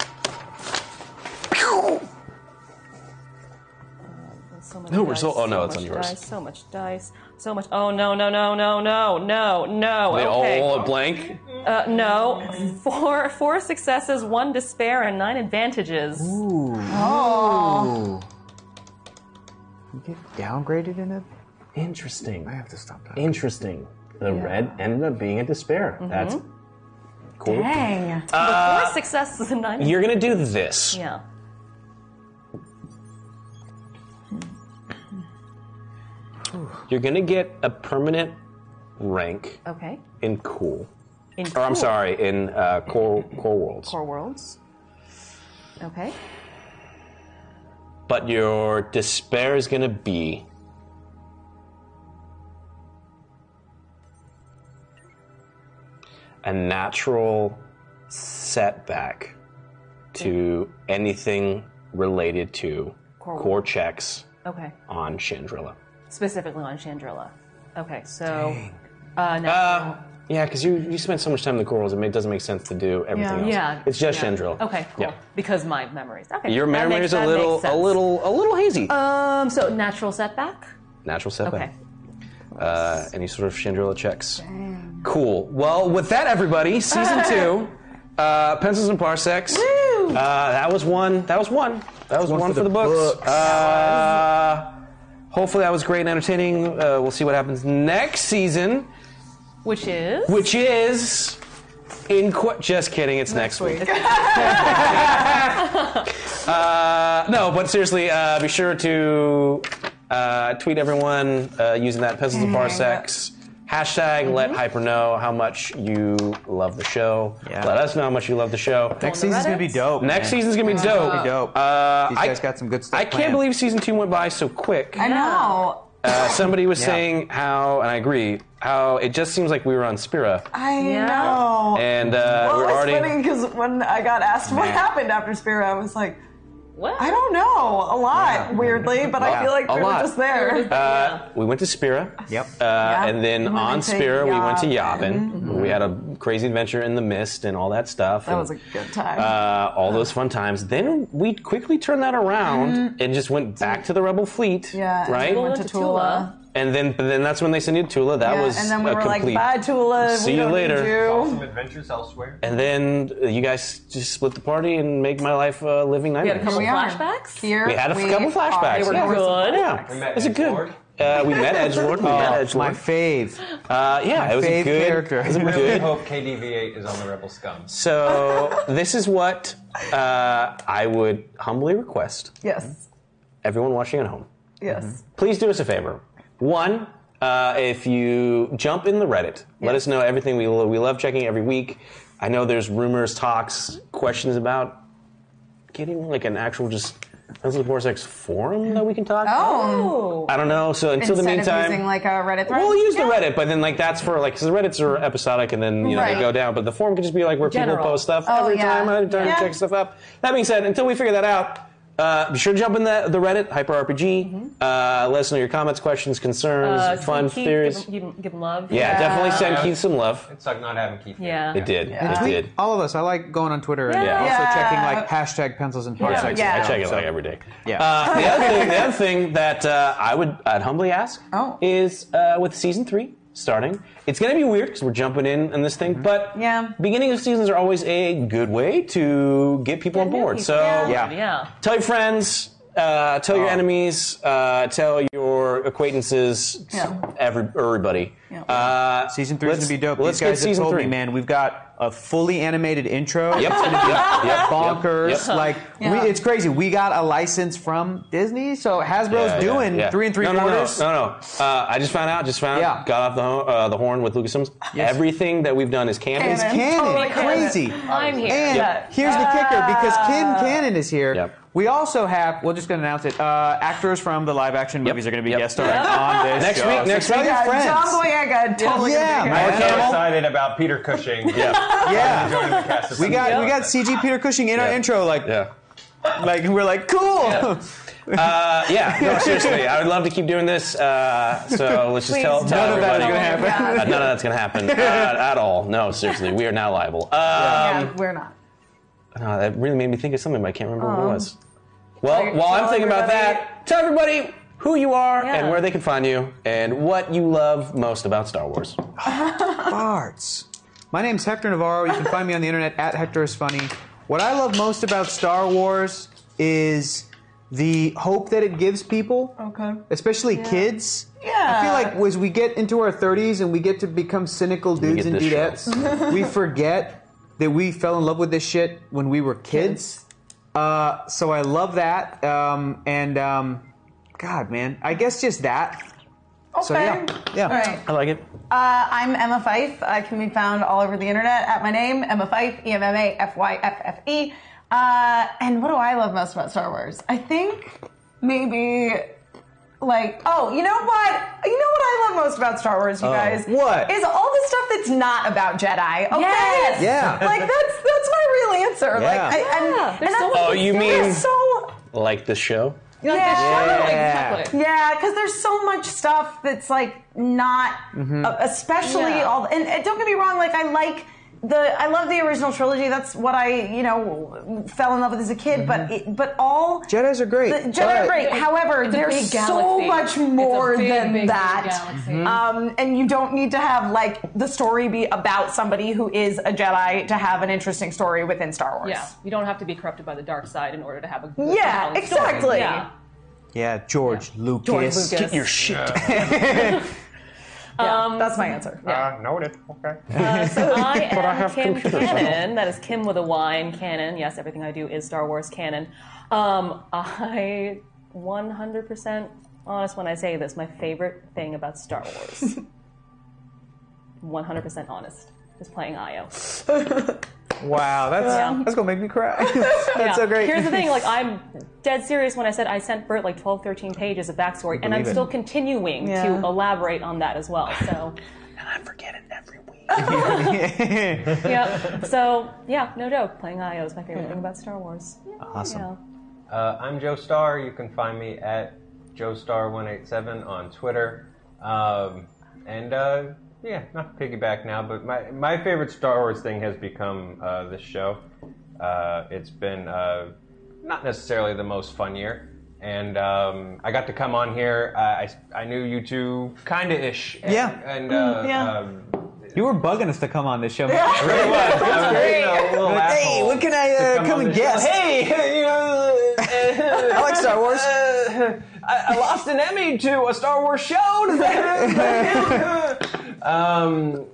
Speaker 15: Uh, So much
Speaker 2: No
Speaker 15: dice,
Speaker 2: result- oh, no, it's
Speaker 15: much
Speaker 2: on yours.
Speaker 15: Dice, so much dice. So much. Oh no no no no no no no.
Speaker 2: They
Speaker 15: okay.
Speaker 2: all a blank.
Speaker 15: Uh, no, four four successes, one despair, and nine advantages.
Speaker 3: Ooh.
Speaker 15: Oh.
Speaker 3: You get downgraded in a.
Speaker 2: Interesting.
Speaker 3: I have to stop that.
Speaker 2: Interesting. The red ended up being a despair. That's
Speaker 15: Mhm.
Speaker 2: cool.
Speaker 15: Dang.
Speaker 2: Uh,
Speaker 15: the four successes and nine.
Speaker 2: You're gonna do this.
Speaker 15: Yeah.
Speaker 2: You're gonna get a permanent rank
Speaker 15: Okay.
Speaker 2: in cool.
Speaker 15: In
Speaker 2: Or Oh, I'm
Speaker 15: cool.
Speaker 2: sorry, in uh, core core worlds.
Speaker 15: Core worlds. Okay.
Speaker 2: But your despair is gonna be. A natural setback to anything related to
Speaker 15: Core-
Speaker 2: core checks
Speaker 15: Okay.
Speaker 2: on Chandrilla.
Speaker 15: Specifically on Chandrilla. Okay. So. Uh, now,
Speaker 2: Yeah, because you, you spent so much time in the corals, it ma- doesn't make sense to do everything
Speaker 15: yeah.
Speaker 2: else.
Speaker 15: Yeah.
Speaker 2: it's just
Speaker 15: yeah.
Speaker 2: Chandrilla.
Speaker 15: Okay. Cool.
Speaker 2: Yeah.
Speaker 15: Because my memories. Okay.
Speaker 2: Your
Speaker 15: that
Speaker 2: memory
Speaker 15: makes-
Speaker 2: is a
Speaker 15: that
Speaker 2: little
Speaker 15: makes sense.
Speaker 2: a little a little hazy.
Speaker 15: Um. So natural setback.
Speaker 2: Natural setback.
Speaker 15: Okay.
Speaker 2: Uh, any sort of Chandrilla checks. Cool. Well, with that, everybody, season two, uh, pencils and parsecs. Uh, that was one. That was one. That was one, for, the, books. Uh, hopefully, that was great and entertaining. Uh, we'll see what happens next season,
Speaker 15: Which is.
Speaker 2: which is In qu- just kidding. It's next, week. uh, no, but seriously, uh, be sure to uh, tweet everyone uh, using that pencils
Speaker 5: Mm-hmm.
Speaker 2: and parsecs hashtag. Let Hyper know how much you love the show. Let us know how much you love the show.
Speaker 3: Next season's gonna be dope.
Speaker 2: Next
Speaker 3: man.
Speaker 2: season's gonna be
Speaker 3: It's
Speaker 2: dope.
Speaker 3: Gonna be dope.
Speaker 2: Uh,
Speaker 3: These
Speaker 2: I-
Speaker 3: guys got some good stuff.
Speaker 2: I can't believe season two went by so quick.
Speaker 5: I know.
Speaker 2: Uh, somebody was
Speaker 5: Yeah.
Speaker 2: saying how, and I agree, how it just seems like we were on Spira.
Speaker 6: I
Speaker 5: Yeah. Oh.
Speaker 6: know.
Speaker 2: And uh,
Speaker 6: well,
Speaker 2: we're
Speaker 6: it's
Speaker 2: already.
Speaker 6: funny because when I got asked what
Speaker 2: Yeah.
Speaker 6: happened after Spira, I was like, "What? I don't know. A lot, weirdly, but I
Speaker 2: Yeah,
Speaker 6: feel like
Speaker 2: a
Speaker 6: we were
Speaker 2: lot.
Speaker 6: just there."
Speaker 2: Uh, we went to Spira. Yep. Uh, And then
Speaker 6: We went
Speaker 2: on
Speaker 6: to
Speaker 2: Spira, we went to Yavin.
Speaker 6: Yavin. Mm-hmm.
Speaker 2: We had a crazy adventure in the mist and all that stuff.
Speaker 6: That
Speaker 2: and,
Speaker 6: was a good time.
Speaker 2: Uh, all those fun times. Then we quickly turned that around
Speaker 6: Mhm.
Speaker 2: and just went back to the Rebel fleet.
Speaker 6: yeah, and
Speaker 2: Right.
Speaker 6: We went to Tula.
Speaker 2: And then, but then that's when they sent you to Tula. That
Speaker 6: yeah,
Speaker 2: was
Speaker 6: and then we
Speaker 2: a
Speaker 6: were
Speaker 2: complete.
Speaker 6: like, "Bye, Tula.
Speaker 2: See
Speaker 6: we
Speaker 2: you
Speaker 6: don't
Speaker 2: later."
Speaker 6: Need you.
Speaker 12: Some adventures elsewhere.
Speaker 2: and then uh, you guys just split the party and make my life a living nightmare.
Speaker 6: flashbacks. Here
Speaker 2: We had a couple flashbacks. yeah. Yeah, it was a good. Uh, we met Edgelord. We met Edgelord. My
Speaker 3: fave.
Speaker 2: Uh, yeah,
Speaker 12: My
Speaker 2: it was a
Speaker 12: fave
Speaker 2: good.
Speaker 12: character.
Speaker 2: It was a
Speaker 12: I really
Speaker 2: good.
Speaker 12: hope KDV8 is on the Rebel Scum.
Speaker 2: So this is what uh, I would humbly request
Speaker 6: Yes.
Speaker 2: Mm-hmm. everyone watching at home.
Speaker 6: Yes.
Speaker 2: Please do us a favor. One, uh, if you jump in the Reddit, let us know everything. We lo- we love checking every week. I know there's rumors, talks, questions about getting like an actual just Pencil Force X forum that we can talk.
Speaker 5: Oh.
Speaker 2: I don't know. So until the
Speaker 5: Instead
Speaker 2: meantime,
Speaker 5: of using like a Reddit thread.
Speaker 2: We'll use the Reddit, but then like that's for like because the Reddits are episodic and then you know
Speaker 5: Right.
Speaker 2: they go down. But the forum can just be like where
Speaker 5: General.
Speaker 2: people post stuff
Speaker 5: Oh,
Speaker 2: every
Speaker 5: yeah.
Speaker 2: time. I time
Speaker 5: Yeah.
Speaker 2: to check stuff up. That being said, until we figure that out, uh, be sure to jump in the, the Reddit Hyper RPG.
Speaker 5: Mm-hmm.
Speaker 2: Uh, let us know your comments, questions, concerns,
Speaker 30: Uh,
Speaker 2: fun
Speaker 30: Keith,
Speaker 2: theories.
Speaker 30: Give, him- give, him- give him love.
Speaker 2: Yeah, definitely send
Speaker 12: Yeah.
Speaker 2: Keith some love.
Speaker 12: It sucked not having Keith.
Speaker 30: Yeah.
Speaker 2: It did.
Speaker 3: Yeah.
Speaker 2: It
Speaker 3: Tweet
Speaker 2: did.
Speaker 3: All of us. I like going on Twitter and
Speaker 2: Yeah.
Speaker 3: also
Speaker 2: Yeah.
Speaker 3: checking like hashtag pencils and
Speaker 2: Yeah.
Speaker 3: parsecs.
Speaker 2: I check it like every day. Uh, the, other thing, the other thing that uh, I would I'd humbly ask is uh, with season three starting, it's going to be weird because we're jumping in on this thing, but Mm-hmm. yeah. beginning of seasons are always a good way to get people on board. So
Speaker 30: yeah.
Speaker 2: tell your friends, uh, tell your enemies, uh, tell your acquaintances,
Speaker 30: Yeah.
Speaker 2: every, everybody. Uh,
Speaker 3: Season three is
Speaker 2: let's-
Speaker 3: gonna be dope.
Speaker 2: Let's
Speaker 3: These guys
Speaker 2: get
Speaker 3: have
Speaker 2: season
Speaker 3: told
Speaker 2: three.
Speaker 3: me, man, we've got a fully animated intro.
Speaker 2: Yep.
Speaker 3: It's gonna be
Speaker 2: Yep. Yep.
Speaker 3: bonkers.
Speaker 2: Yep.
Speaker 3: Like
Speaker 2: Yeah.
Speaker 3: we, it's crazy. We got a license from Disney, so Hasbro's
Speaker 2: Yeah, yeah,
Speaker 3: doing
Speaker 2: yeah.
Speaker 3: three and three
Speaker 2: no, no, no,
Speaker 3: quarters.
Speaker 2: No, no, Uh, I just found out. Just found out. Got off the ho- uh, the horn with Lucasfilms. Everything that we've done is canon.
Speaker 3: It's canon. Crazy.
Speaker 30: I'm here.
Speaker 3: And
Speaker 30: Yeah.
Speaker 3: here's the kicker because Kim Cannon is here.
Speaker 2: Yep.
Speaker 3: We also have, we're just going to announce it, uh, actors from the live action movies are going to be guest starring on this
Speaker 2: Next
Speaker 3: show.
Speaker 2: week,
Speaker 3: So
Speaker 2: next
Speaker 3: tell
Speaker 2: week.
Speaker 3: your
Speaker 2: Yeah,
Speaker 3: friends.
Speaker 6: John Boyega totally
Speaker 3: Yeah,
Speaker 6: gonna be
Speaker 12: I'm
Speaker 3: man.
Speaker 12: so excited about Peter Cushing. yeah.
Speaker 3: Yeah.
Speaker 12: the cast of
Speaker 3: We
Speaker 12: some-
Speaker 3: got we got CG Peter Cushing in our intro, like like we're like, cool.
Speaker 2: Uh, yeah, no, seriously, I would love to keep doing this. Uh, so let's just
Speaker 3: Please
Speaker 2: tell,
Speaker 3: don't.
Speaker 2: tell
Speaker 3: None of that is
Speaker 2: everybody.
Speaker 3: gonna happen.
Speaker 2: Uh, none of that's going to happen uh, at all. No, seriously, we are not liable. Um,
Speaker 5: yeah, we're not.
Speaker 2: no, that really made me think of something, but I can't remember what it
Speaker 5: Um,
Speaker 2: was. Well,
Speaker 5: tell-
Speaker 2: while I'm
Speaker 5: tell
Speaker 2: thinking about
Speaker 5: everybody-
Speaker 2: that, tell everybody who you are
Speaker 30: Yeah.
Speaker 2: and where they can find you and what you love most about Star Wars.
Speaker 3: Farts. My name's Hector Navarro. You can find me on the internet at Hector is Funny. What I love most about Star Wars is the hope that it gives people,
Speaker 6: Okay.
Speaker 3: especially
Speaker 6: Yeah.
Speaker 3: kids.
Speaker 6: Yeah.
Speaker 3: I feel like as we get into our 30s and we get to become cynical dudes
Speaker 2: get
Speaker 3: and
Speaker 2: this
Speaker 3: dudettes,
Speaker 2: show.
Speaker 3: we forget that we fell in love with this shit when we were kids. Uh, so I love that. Um, and um, God, man, I guess just that. So
Speaker 6: Okay.
Speaker 3: yeah, yeah,
Speaker 6: All right.
Speaker 2: I like it.
Speaker 6: Uh, I'm Emma Fife. I can be found all over the internet at my name, Emma Fife, E M M A F Y F F E. Uh, and what do I love most about Star Wars? I think maybe like oh you know what you know what I love most about Star Wars you
Speaker 3: Oh,
Speaker 6: guys
Speaker 3: what?
Speaker 6: is all the stuff that's not about Jedi okay
Speaker 3: Yes. Yeah.
Speaker 6: like that's that's my real answer like
Speaker 2: Yeah.
Speaker 6: I, I'm,
Speaker 2: Yeah,
Speaker 6: and
Speaker 2: there's so
Speaker 6: I'm-
Speaker 2: much Oh, you stuff. mean-
Speaker 6: there's so
Speaker 2: Like this show?
Speaker 6: yeah,
Speaker 2: chocolate.
Speaker 6: yeah, because there's so much stuff that's like not,
Speaker 2: Mhm.
Speaker 6: uh, especially
Speaker 2: Yeah.
Speaker 6: all. And, and don't get me wrong, like I like the, I love the original trilogy. That's what I, you know, fell in love with as a kid. But it, but all
Speaker 3: Jedi's are great.
Speaker 6: the Jedi are great. However,
Speaker 15: It's a
Speaker 6: there's
Speaker 15: big
Speaker 6: so
Speaker 15: galaxy.
Speaker 6: much
Speaker 15: It's a
Speaker 6: more
Speaker 15: big,
Speaker 6: than
Speaker 15: big, big
Speaker 6: that.
Speaker 15: galaxy.
Speaker 6: Um, and you don't need to have like the story be about somebody who is a Jedi to have an interesting story within Star Wars.
Speaker 15: Yeah, you don't have to be corrupted by the dark side in order to have a good
Speaker 6: Yeah,
Speaker 15: compelling story.
Speaker 6: exactly.
Speaker 15: Yeah.
Speaker 3: Yeah, George Lucas.
Speaker 15: George Lucas.
Speaker 3: shit.
Speaker 6: Yeah, that's my answer.
Speaker 28: Uh, noted. Okay.
Speaker 30: Uh, so I am
Speaker 28: But I have
Speaker 30: Kim
Speaker 28: computers now.
Speaker 30: Cannon. That is Kim with a Y and Cannon. Yes, everything I do is Star Wars canon. Um, I 100% honest when I say this. My favorite thing about Star Wars, 100% honest, is playing Io.
Speaker 3: Wow, that's
Speaker 30: Yeah.
Speaker 3: that's gonna make me cry. that's
Speaker 30: Yeah.
Speaker 3: so great.
Speaker 30: Here's the thing, like I'm dead serious when I said I sent Bert like 12, 13 pages of backstory, and I'm
Speaker 3: Believe it.
Speaker 30: still continuing to
Speaker 3: Yeah.
Speaker 30: elaborate on that as well. So yeah. So yeah, no joke. Playing Io is my favorite thing about Star Wars.
Speaker 28: Awesome.
Speaker 30: Yeah.
Speaker 12: Uh, I'm Joe Star. You can find me at joestar187 on Twitter. Um, and uh, yeah, not to piggyback now, but my my favorite Star Wars thing has become uh, this show. Uh, it's been uh, not necessarily the most fun year. And um, I got to come on here. I, I, I knew you two kind of ish. And,
Speaker 3: Yeah.
Speaker 12: And
Speaker 3: Mm,
Speaker 12: uh,
Speaker 3: yeah.
Speaker 12: um,
Speaker 3: You were bugging us to come on this show. man.
Speaker 12: Yeah. Really was.
Speaker 3: That's
Speaker 12: I was,
Speaker 3: great.
Speaker 12: you know, a little
Speaker 3: Like, hey,
Speaker 12: asshole
Speaker 3: what can I
Speaker 12: to
Speaker 3: uh,
Speaker 12: come
Speaker 3: come,
Speaker 12: on
Speaker 3: and
Speaker 12: this show.
Speaker 3: guess?
Speaker 12: Hey, you know,
Speaker 3: I like Star Wars.
Speaker 12: Uh, I, I lost an Emmy to a Star Wars show. Does that um,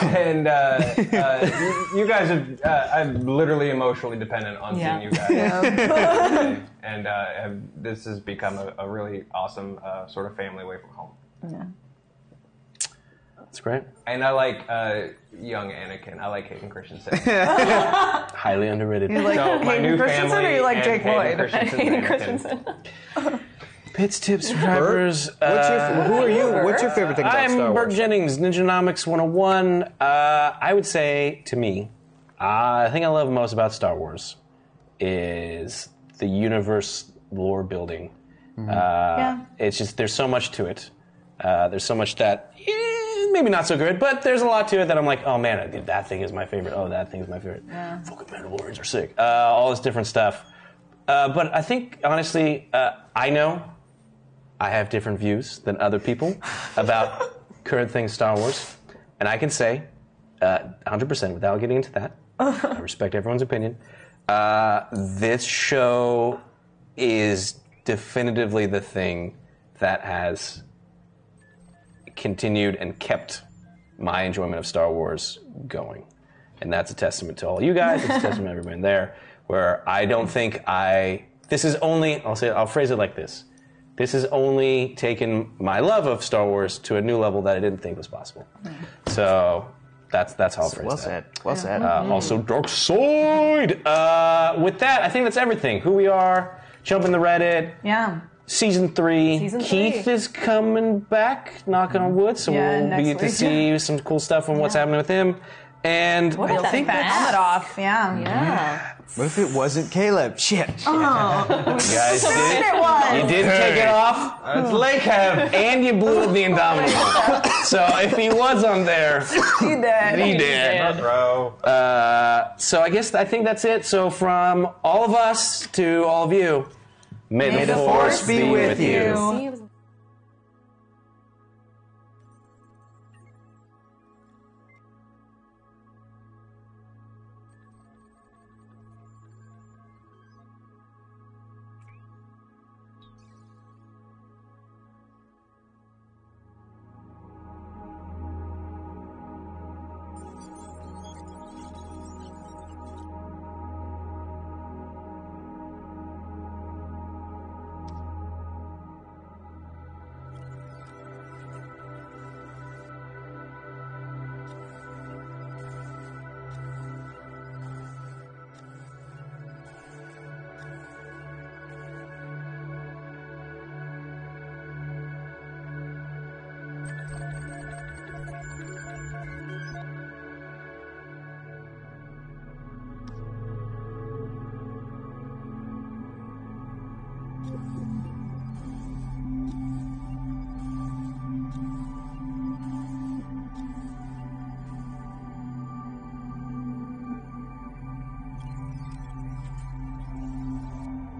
Speaker 12: and uh, uh, you, you guys have, uh, I'm literally emotionally dependent on
Speaker 30: Yeah.
Speaker 12: seeing you guys.
Speaker 30: Yeah.
Speaker 12: and uh, have, this has become a, a really awesome uh, sort of family away from home.
Speaker 30: Yeah.
Speaker 2: That's great.
Speaker 12: And I like uh, young Anakin. I like Hayden Christensen.
Speaker 2: Highly underrated.
Speaker 12: You like So, my Hayden new Christensen family or you like and Jake Hayden Lloyd? Christensen
Speaker 30: Hayden
Speaker 12: and Anakin.
Speaker 30: Christensen.
Speaker 2: Pits, tips, subscribers.
Speaker 3: What's your-
Speaker 2: uh,
Speaker 3: who are you? What's your favorite thing about
Speaker 2: I'm
Speaker 3: Star
Speaker 2: Bert
Speaker 3: Wars?
Speaker 2: Jennings, Ninjanomics 101. Uh, I would say, to me, uh, the thing I love most about Star Wars is the universe lore building. Uh,
Speaker 30: Yeah.
Speaker 2: It's just, there's so much to it. Uh, there's so much that eh, maybe not so good, but there's a lot to it that I'm like, oh man, I did- that thing is my favorite. Oh, that thing is my favorite. Fucking Mandalorians are sick. Uh, all this different stuff. Uh, but I think, honestly, uh, I know I have different views than other people about current things Star Wars. And I can say, uh, 100% without getting into that, I respect everyone's opinion. Uh, this show is definitively the thing that has continued and kept my enjoyment of Star Wars going. And that's a testament to all you guys. It's a testament to everyone there. Where I don't think I this is only I'll say I'll phrase it like this. This has only taken my love of Star Wars to a new level that I didn't think was possible. So that's that's how I'll phrase
Speaker 3: Well
Speaker 2: that.
Speaker 3: said. Well said.
Speaker 2: Uh,
Speaker 3: Mhm.
Speaker 2: also, Dark Side. Uh, with that, I think that's everything. Who we are, jump in the Reddit.
Speaker 6: Yeah.
Speaker 2: Season three.
Speaker 6: Season
Speaker 2: Keith is coming back, knock on wood, so
Speaker 6: Yeah,
Speaker 2: we'll
Speaker 6: next
Speaker 2: be to
Speaker 6: week.
Speaker 2: see some cool stuff on what's happening with him. And
Speaker 6: What
Speaker 2: I
Speaker 6: about
Speaker 2: think
Speaker 6: that
Speaker 2: that's-
Speaker 6: helmet off? Yeah.
Speaker 30: Yeah.
Speaker 3: What if it wasn't Caleb? Shit.
Speaker 6: Oh.
Speaker 2: You guys
Speaker 6: So
Speaker 2: did.
Speaker 6: it was.
Speaker 2: You did take it
Speaker 3: Hey.
Speaker 2: off. It's lake heaven, and you
Speaker 6: Oh
Speaker 2: blew the Indomitable. so if he was on there,
Speaker 6: He did.
Speaker 2: he did,
Speaker 12: bro.
Speaker 2: Uh, so I guess I think that's it. So from all of us to all of you, may, the, force, be, with you.
Speaker 30: See you